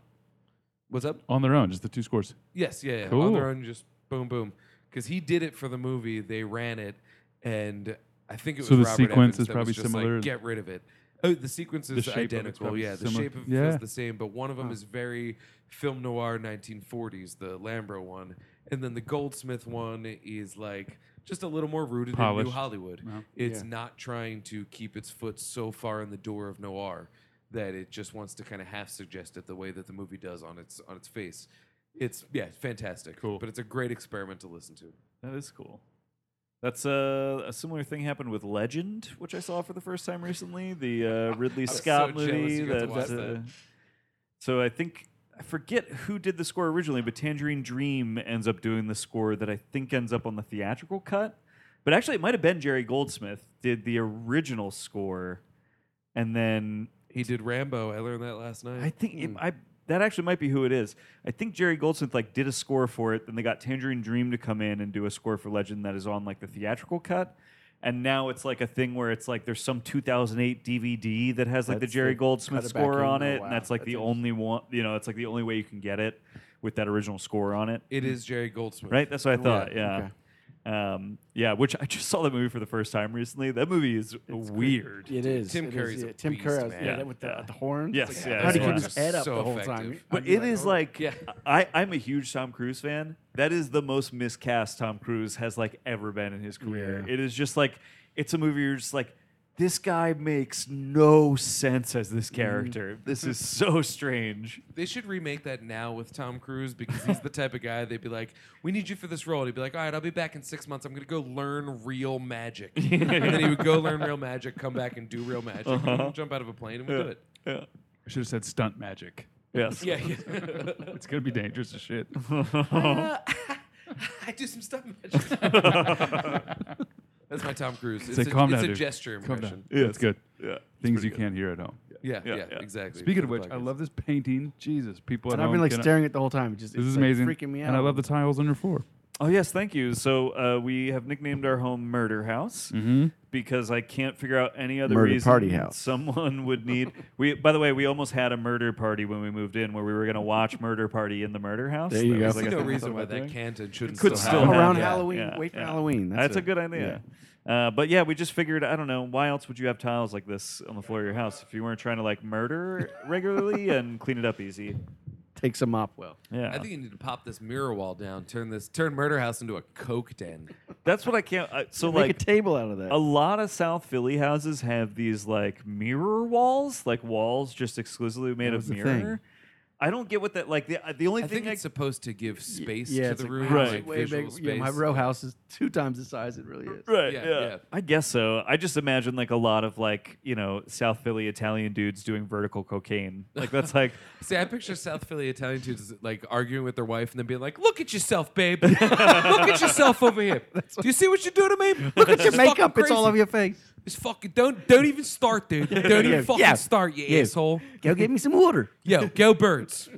What's up? On their own, just the two scores. Yes, yeah, yeah. On Cool. their own, just boom, boom. Because he did it for the movie, they ran it, and I think it was So the Robert sequence Evans is that probably was just similar? Like, Get rid of it. Oh, the sequence is shape of it's identical. probably Yeah, the similar. shape of it Yeah. is the same, but one of them is very film noir 1940s, the Lambro one, and then the Goldsmith one is like just a little more rooted in New Polished. Hollywood. It's not trying to keep its foot so far in the door of noir that it just wants to kind of half suggest it the way that the movie does on its on its face. It's yeah, it's fantastic. Cool. But it's a great experiment to listen to. That is cool. That's uh, a similar thing happened with Legend, which I saw for the first time recently. The uh, Ridley so Scott jealous movie. you got to watch uh, that. So I think I forget who did the score originally, but Tangerine Dream ends up doing the score that I think ends up on the theatrical cut. But actually, it might have been Jerry Goldsmith did the original score, and then He did Rambo. I learned that last night. I think it, Hmm. I that actually might be who it is. I think Jerry Goldsmith like did a score for it, then they got Tangerine Dream to come in and do a score for Legend that is on like the theatrical cut. And now it's like a thing where it's like there's some 2008 DVD that has like the That's Jerry the Goldsmith cutback score in. on Oh, it, wow. and that's like That's the only one. You know, it's like the only way you can get it with that original score on it. it is Jerry Goldsmith. Right? That's Oh, what I thought. Yeah. Um, yeah, which I just saw that movie for the first time recently. That movie is weird. It is. Tim it is, Curry's yeah. a Tim Curry. beast, I was- man. Yeah, that with the, Yeah. the horns. Yes, Like, yeah, How do you yeah. keep his head up So the whole time? effective. But I'd be it is oh, like Yeah. I, I'm a huge Tom Cruise fan. That is the most miscast Tom Cruise has like ever been in his career. It is just like it's a movie you're just like, this guy makes no sense as this character. This is so strange. They should remake that now with Tom Cruise because he's the type of guy they'd be like, "We need you for this role." And he'd be like, "All right, I'll be back in six months. I'm gonna go learn real magic." and then he would go learn real magic, come back and do real magic, Uh-huh. jump out of a plane, and we do it. Yeah. I should have said stunt magic. Yes. Yeah, It's gonna be dangerous as shit. I do some stuff magic. That's my Tom Cruise. It's, Say, a, calm it's down, a dude. gesture Calm impression. down. Yeah, it's good. Yeah. Things you can't hear at home. Yeah, yeah, yeah. exactly. Speaking of For the which, I podcast. love this painting. Jesus, people at And home. I've been like cannot- staring at the whole time. It Just This it's, is like, amazing. Freaking me out. And I love the tiles on your floor. Oh yes, thank you. So uh, we have nicknamed our home Murder House because I can't figure out any other Mm-hmm. Murder reason Party House. someone would need. we by the way, we almost had a murder party when we moved in, where we were going to watch Murder Party in the murder house. There you That go. was, I see a no thing. reason why that can't and shouldn't Could still, still happen. happen. around Yeah, Halloween. yeah, Wait for yeah. Halloween. That's, a, good idea. Uh, but yeah, we just figured I don't know why else would you have tiles like this on the floor of your house if you weren't trying to like murder regularly and clean it up easy. Takes them up well. Yeah, I think you need to pop this mirror wall down. Turn this, turn Murder House into a coke den. that's what I can't. I, so Make a like table out of that. a lot of South Philly houses have these like mirror walls, like walls just exclusively made of was the thing. mirror. I don't get what that like. The the only I thing think it's supposed to give space yeah, to it's the like, room, wow, Right. right? it's Like way visual big. space. Yeah, my row house is two times the size it really is. I, right? yeah, Yeah, yeah. I guess so. I just imagine like a lot of like you know South Philly Italian dudes doing vertical cocaine. Like that's like See, I picture South Philly Italian dudes like arguing with their wife and then being like, "Look at yourself, babe. Look at yourself over here. Do you see what you do to me? Look at your Your makeup, fucking it's all crazy." over your face. Just fucking don't don't even start, dude. Don't even fucking Yeah. start, you Yeah. asshole. Go get me some water. Yo, go birds.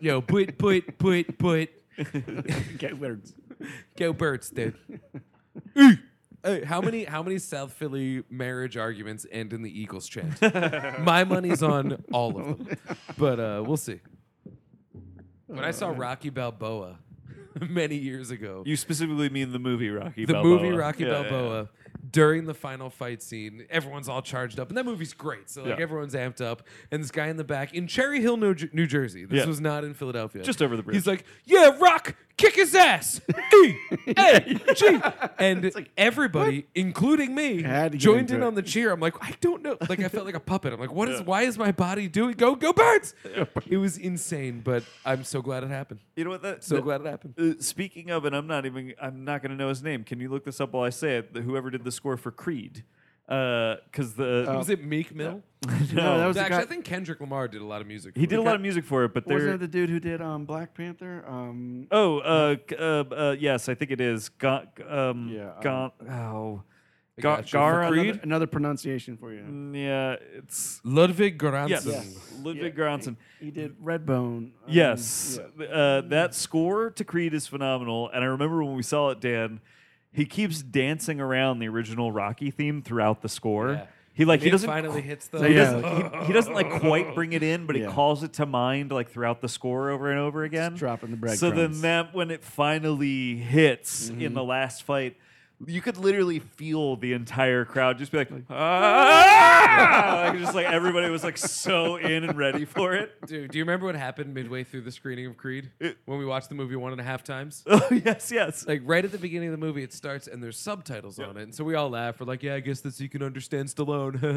Yo, put put put put. Get words. Go birds, dude. Hey, how many how many South Philly marriage arguments end in the Eagles chant? My money's on all of them, but uh, we'll see. When I saw Rocky Balboa many years ago, You specifically mean the movie Rocky the Balboa. movie Rocky Yeah, yeah, yeah. Balboa during the final fight scene, everyone's all charged up, and that movie's great. So like Yeah. everyone's amped up, and this guy in the back in Cherry Hill, New, Jer- New Jersey. This Yeah. was not in Philadelphia. Just over the bridge. He's like, "Yeah, Rock, kick his ass." E A G, and everybody, including me, Had to get joined into in it. on the cheer. I'm like, I don't know. Like I felt like a puppet. I'm like, what is? Why is my body doing? Go, go, birds! It was insane, but I'm so glad it happened. You know what? That, So that- glad it happened. Uh, speaking of, and I'm not even, I'm not going to know his name. Can you look this up while I say it? The- Whoever did the score for Creed, because the Was it Meek Mill? No, that was the Actually, guy. I think Kendrick Lamar did a lot of music. he did a guy- lot of music for it, but wasn't there. it the dude who did um, Black Panther? Um, oh, uh, g- uh, uh, yes, I think it is. Ga- um, Yeah, um, Ga- oh, I Ga- gotcha. Gara. Creed? another, another pronunciation for you. Mm, Yeah, it's Ludwig Göransson. yes, Yes. Ludwig Yeah. Göransson. He, he did Redbone. um, Yes, yeah. uh, that score to Creed is phenomenal, and I remember when we saw it, Dan. He keeps dancing around the original Rocky theme throughout the score. Yeah. He like When he it doesn't finally hits the. He Yeah. doesn't. He, he doesn't like quite bring it in, but he Yeah. calls it to mind like throughout the score over and over again. dropping the So then breadcrumbs. Mm-hmm. that when it finally hits in the last fight, you could literally feel the entire crowd just be like, ah! like just like everybody was like so in and ready for it. Dude, do you remember what happened midway through the screening of Creed when we watched the movie one and a half times? Oh yes, yes. Like right at the beginning of the movie, it starts and there's subtitles on it, and so we all laugh. We're like, "Yeah, I guess that's you can understand Stallone."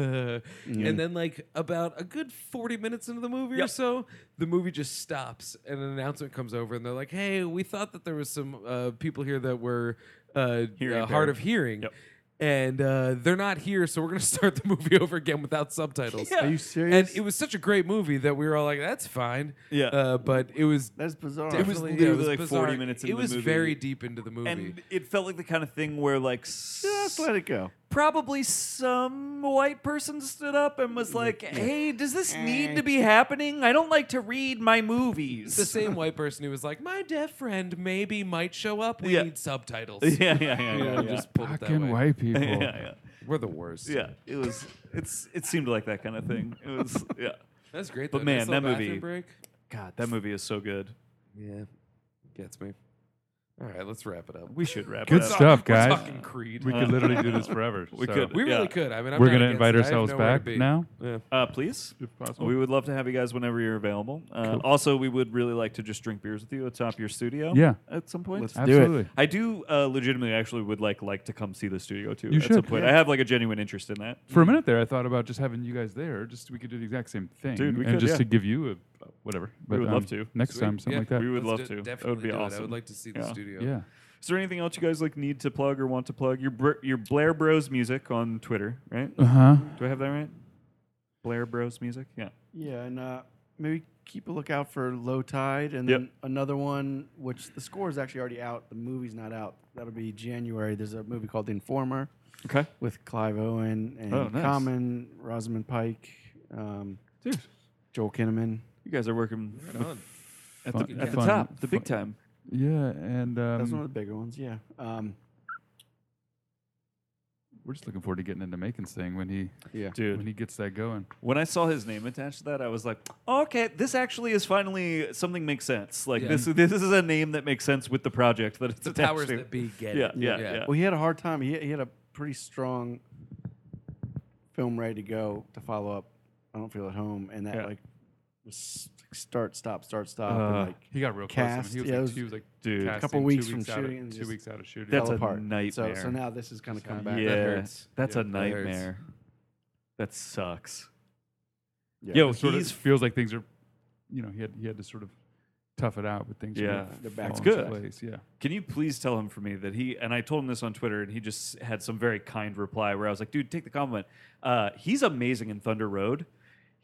Mm-hmm. And then, like about a good forty minutes into the movie or Yep. so, the movie just stops, and an announcement comes over, and they're like, "Hey, we thought that there was some uh, people here that were uh, Hearing uh, hard impaired. of hearing." Yep. And uh, they're not here, so we're gonna start the movie over again without subtitles. Yeah. Are you And serious? it was such a great movie that we were all like, "That's fine." Yeah. Uh, but it was. That's Oh. bizarre. It was definitely- literally yeah, like 40 bizarre. minutes It into the was movie. very deep into the movie. and it felt like the kind of thing where like s- Just let it go. probably some white person stood up and was like, Mm-hmm. "Hey, does this need to be happening? I don't like to read my movies." the same white person who was like, "My deaf friend maybe might show up. We Yeah. need subtitles." yeah, yeah, yeah, yeah, And yeah. Just pulled it that Fucking way. white people. yeah, yeah, We're the worst. yeah. It was. It's. It seemed like that kind of thing. It was. Yeah. that's great. But though. man, Nice little that movie- bathroom break. God, that movie is so good. Yeah, gets me. All right, let's wrap it up. We should wrap Good it up. stuff, We're guys. talking Creed. We could literally do this forever. We so could. we really yeah. could. I mean, I'm We're not gonna against invite it. I have ourselves nowhere to back be. now, Yeah. Uh, please. if possible. We would love to have you guys whenever you're available. Uh, Also, we would really like to just drink beers with you atop your studio. Yeah. At some point. Let's do it. Absolutely. I do uh, legitimately actually would like like to come see the studio too. You at some should, point. yeah. I have like a genuine interest in that. For a minute there, I thought about just having you guys there. Just we could do the exact same thing, Dude, we and could, just yeah. to give you a whatever. But, um, would love to. next time, Sweet. something Yeah. like that. We would Let's love de- to. That definitely would be do it. awesome. I would like to see the Yeah. studio. yeah, Is there anything else you guys like need to plug or want to plug? Your Br- your Blair Bros music on Twitter, right? uh Uh-huh. huh. Do I have that right? Blair Bros music. Yeah. Yeah, and uh, maybe keep a lookout for Low Tide, and Yep. then another one, which the score is actually already out. The movie's not out. That'll be January. There's a movie called The Informer Okay. with Clive Owen and Oh, nice. Common, Rosamund Pike, um, Dude, Joel Kinnaman. You guys are working Right on. at Fun- the, at the fun- top, the big fun- time. yeah, and That's one um, of the bigger ones. Yeah. Um, we're just looking forward to getting into Macon's thing when he yeah. when Dude, he gets that going. when I saw his name attached to that, I was like, oh, "Okay, this actually is finally something makes sense. Like Yeah. this, this is a name that makes sense with the project that it's The attached powers to." that be get Yeah, it. yeah, Yeah. yeah. Well, he had a hard time. He, he had a pretty strong film ready to go to follow up. I don't feel at home, and that Yeah. like was like, start, stop, start, stop. Uh, and, like, He got real Cast, close. To him. yeah, He it was was- like, he was like, dude, casting couple two weeks from out of- shooting and two just- weeks out of shooting. That's fell a apart. nightmare. So, so now this is kind of come Yeah. back. yeah, hurts. that's Yeah, a that hurts. nightmare. That sucks. Yeah. Yo, sort he's of feels like things are, you know, he had he had to sort of tough it out, but things were Yeah. They're back falling to into good. Place. Yeah, Can you please tell him for me that he and I told him this on Twitter, and he just had some very kind reply where I was like, "Dude, take the compliment. Uh, he's amazing in Thunder Road.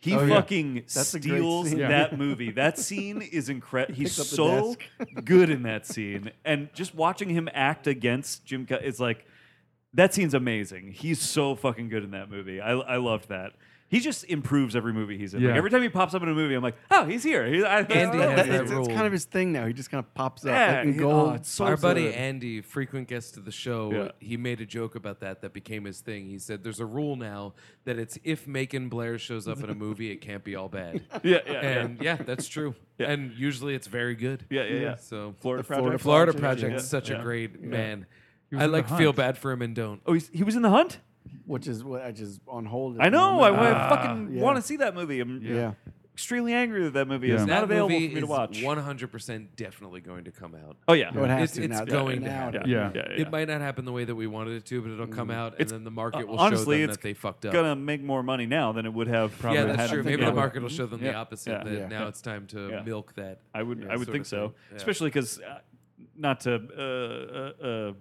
He yeah. fucking Oh, That's a great steals scene. Yeah. that movie. That scene is incredible. He's Picks up the so good in that scene, and just watching him act against Jim Cut is like." that scene's amazing. He's so fucking good in that movie. I, I loved that. He just improves every movie he's in. Yeah. Like every time he pops up in a movie, I'm like, oh, he's here. He's, I, Andy I- has That- that it's, it's rule. kind of his thing now. He just kind of pops up Yeah, like in he- gold. oh, it's so Our buddy good. Andy, frequent guest to the show, he made a joke about that that became his thing. He said, "There's a rule now that it's if Macon Blair shows up in a movie, it can't be all bad." yeah, yeah, yeah. and yeah, that's true. And usually it's very good. Yeah, yeah, yeah. So Florida The Florida Project. Florida Project, Project yeah. is such a great man. was I in The like feel Hunt. bad for him and don't. Oh, he's, he was in The Hunt? which is what I just on hold. at I the know. I, moment. I fucking yeah. want to see that movie. I'm yeah. extremely angry that that movie is Yeah. not That available movie for me to is watch. 100% definitely going to come out. oh, yeah. Oh, it It's- has to it's now. going now. down. Yeah. yeah, yeah. It might not happen the way that we wanted it to, but it'll come out, and It's- then the market will Honestly, show them it's that they fucked up. gonna make more money now than it would have. Probably yeah, had- that's true. I Maybe think- the market will show them the Yeah. opposite. Yeah. That Yeah. now it's time to Yeah. milk that. I would. Yeah, I would sort think of so, thing. Yeah. especially because uh, not to uh, uh, uh,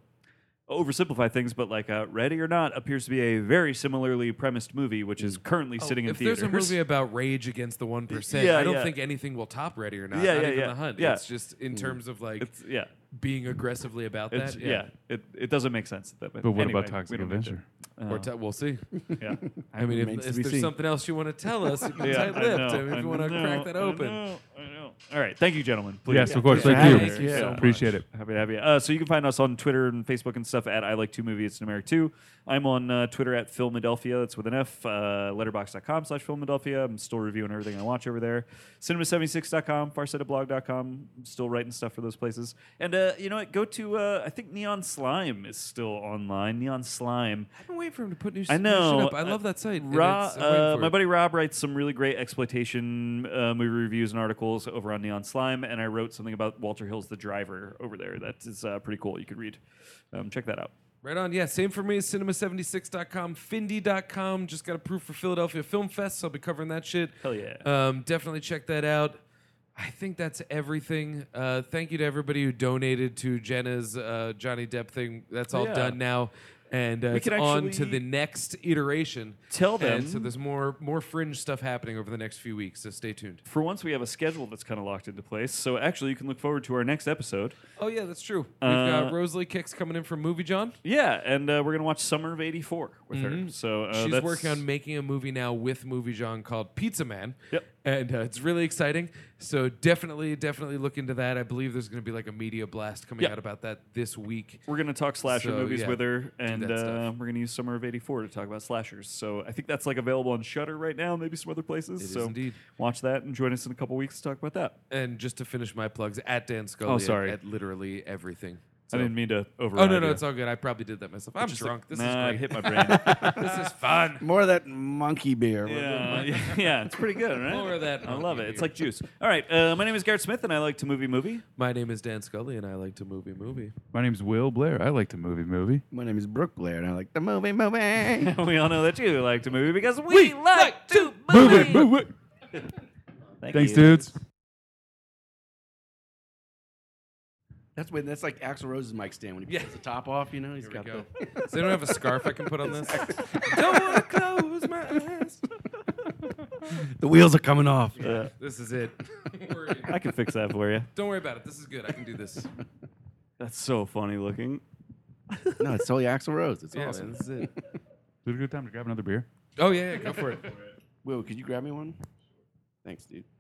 oversimplify things, but like uh, Ready or Not appears to be a very similarly premised movie, which is currently sitting in Oh, if theaters. there's a movie about rage against the one percent, Yeah, I don't yeah. think anything will top Ready or not. Yeah, not yeah, even yeah. the hunt. Yeah. Mm. It's just in terms of like it's, yeah, being aggressively about it's, that. yeah, It, it doesn't make sense. That, But what anyway, about Toxic we don't need Avenger? Oh. Or t- we'll see. to- Yeah. I mean, remains if, to if be there's seen. something else you want to tell us, you can tight I lipped. know, I mean, if I you want to know, crack that I open. know, I know. All right. Thank you, gentlemen. Please. Yes, of course. Yeah. Thank you. Thank you so much. Appreciate it. Happy to have you. Uh, so you can find us on Twitter and Facebook and stuff at I Like Two Movie. It's numeric two. I'm on uh, Twitter at Philadelphia. That's with an F. Uh, letterbox.com slash Philadelphia. I'm still reviewing everything I watch over there. Cinema76.com, farsightedblog.com. I'm still writing stuff for those places. And uh, you know what? Go to, uh, I think Neon Slime is still online. Neon Slime. I've been waiting for him to put new, I new know. shit up. I Uh, love that site. and Ra- it's- I'm waiting uh, for my it. buddy Rob writes some really great exploitation uh, movie reviews and articles over on Neon Slime, and I wrote something about Walter Hill's The Driver over there. That is uh, pretty cool. You could read. Um, check that out. Right on. Yeah, same for me. Cinema76.com, Findy.com. Just got approved for Philadelphia Film Fest, so I'll be covering that shit. Hell yeah. Um, definitely check that out. I think that's everything. Uh, thank you to everybody who donated to Jenna's uh, Johnny Depp thing. That's all Yeah. done now. And uh, it's can on to actually the next iteration. tell them- And so there's more more fringe stuff happening over the next few weeks. So stay tuned. For once, we have a schedule that's kind of locked into place. So actually, you can look forward to our next episode. Oh yeah, that's true. Uh, We've got Rosalie Kicks coming in from Movie John. Yeah, and uh, we're gonna watch Summer of '84 with her. So uh, Mm-hmm. She's that's- working on making a movie now with Movie John called Pizza Man. Yep. And uh, it's really exciting. So definitely, definitely look into that. I believe there's going to be like a media blast coming Yeah. out about that this week. We're gonna talk slasher So, movies yeah, with her, do and that uh, stuff. we're gonna use Summer of '84 to talk about slashers. So I think that's like available on Shutter right now, maybe some other places. is so indeed. watch that and join us in a couple weeks to talk about that. And just to finish my plugs, at Dan Scully at- Oh, sorry. At, literally everything. I didn't mean to over. Oh, no, no, it's all good. I probably did that myself. I'm drunk. this nah, is it great. hit my brain. this is fun. More of that monkey beer. yeah, yeah, yeah, it's pretty good, right? More of that I love monkey it. beer. It's like juice. All right, uh, my name is Garrett Smith, and I like to movie movie. My name is Dan Scully, and I like to movie movie. My name's Will Blair. I like to movie movie. My name is Brooke Blair, and I like the movie movie. And we all know that you like to movie because we, like, to Move movie. it, move it. Thank Thanks, you. dudes. that's when that's like Axl Rose's mic stand when he Yeah. puts the top off. You know, he's Here got we the. go. so they don't have a scarf I can put on this. don't want to close my eyes. The wheels are coming off. Uh, This is it. We're in. I can fix that for you. Don't worry about it. This is good. I can do this. That's so funny looking. No, it's totally Axl Rose. It's Yeah, awesome. man, this is it. Is it a good time to grab another beer? Oh yeah, yeah, go for it. Will, could you grab me one? Thanks, dude.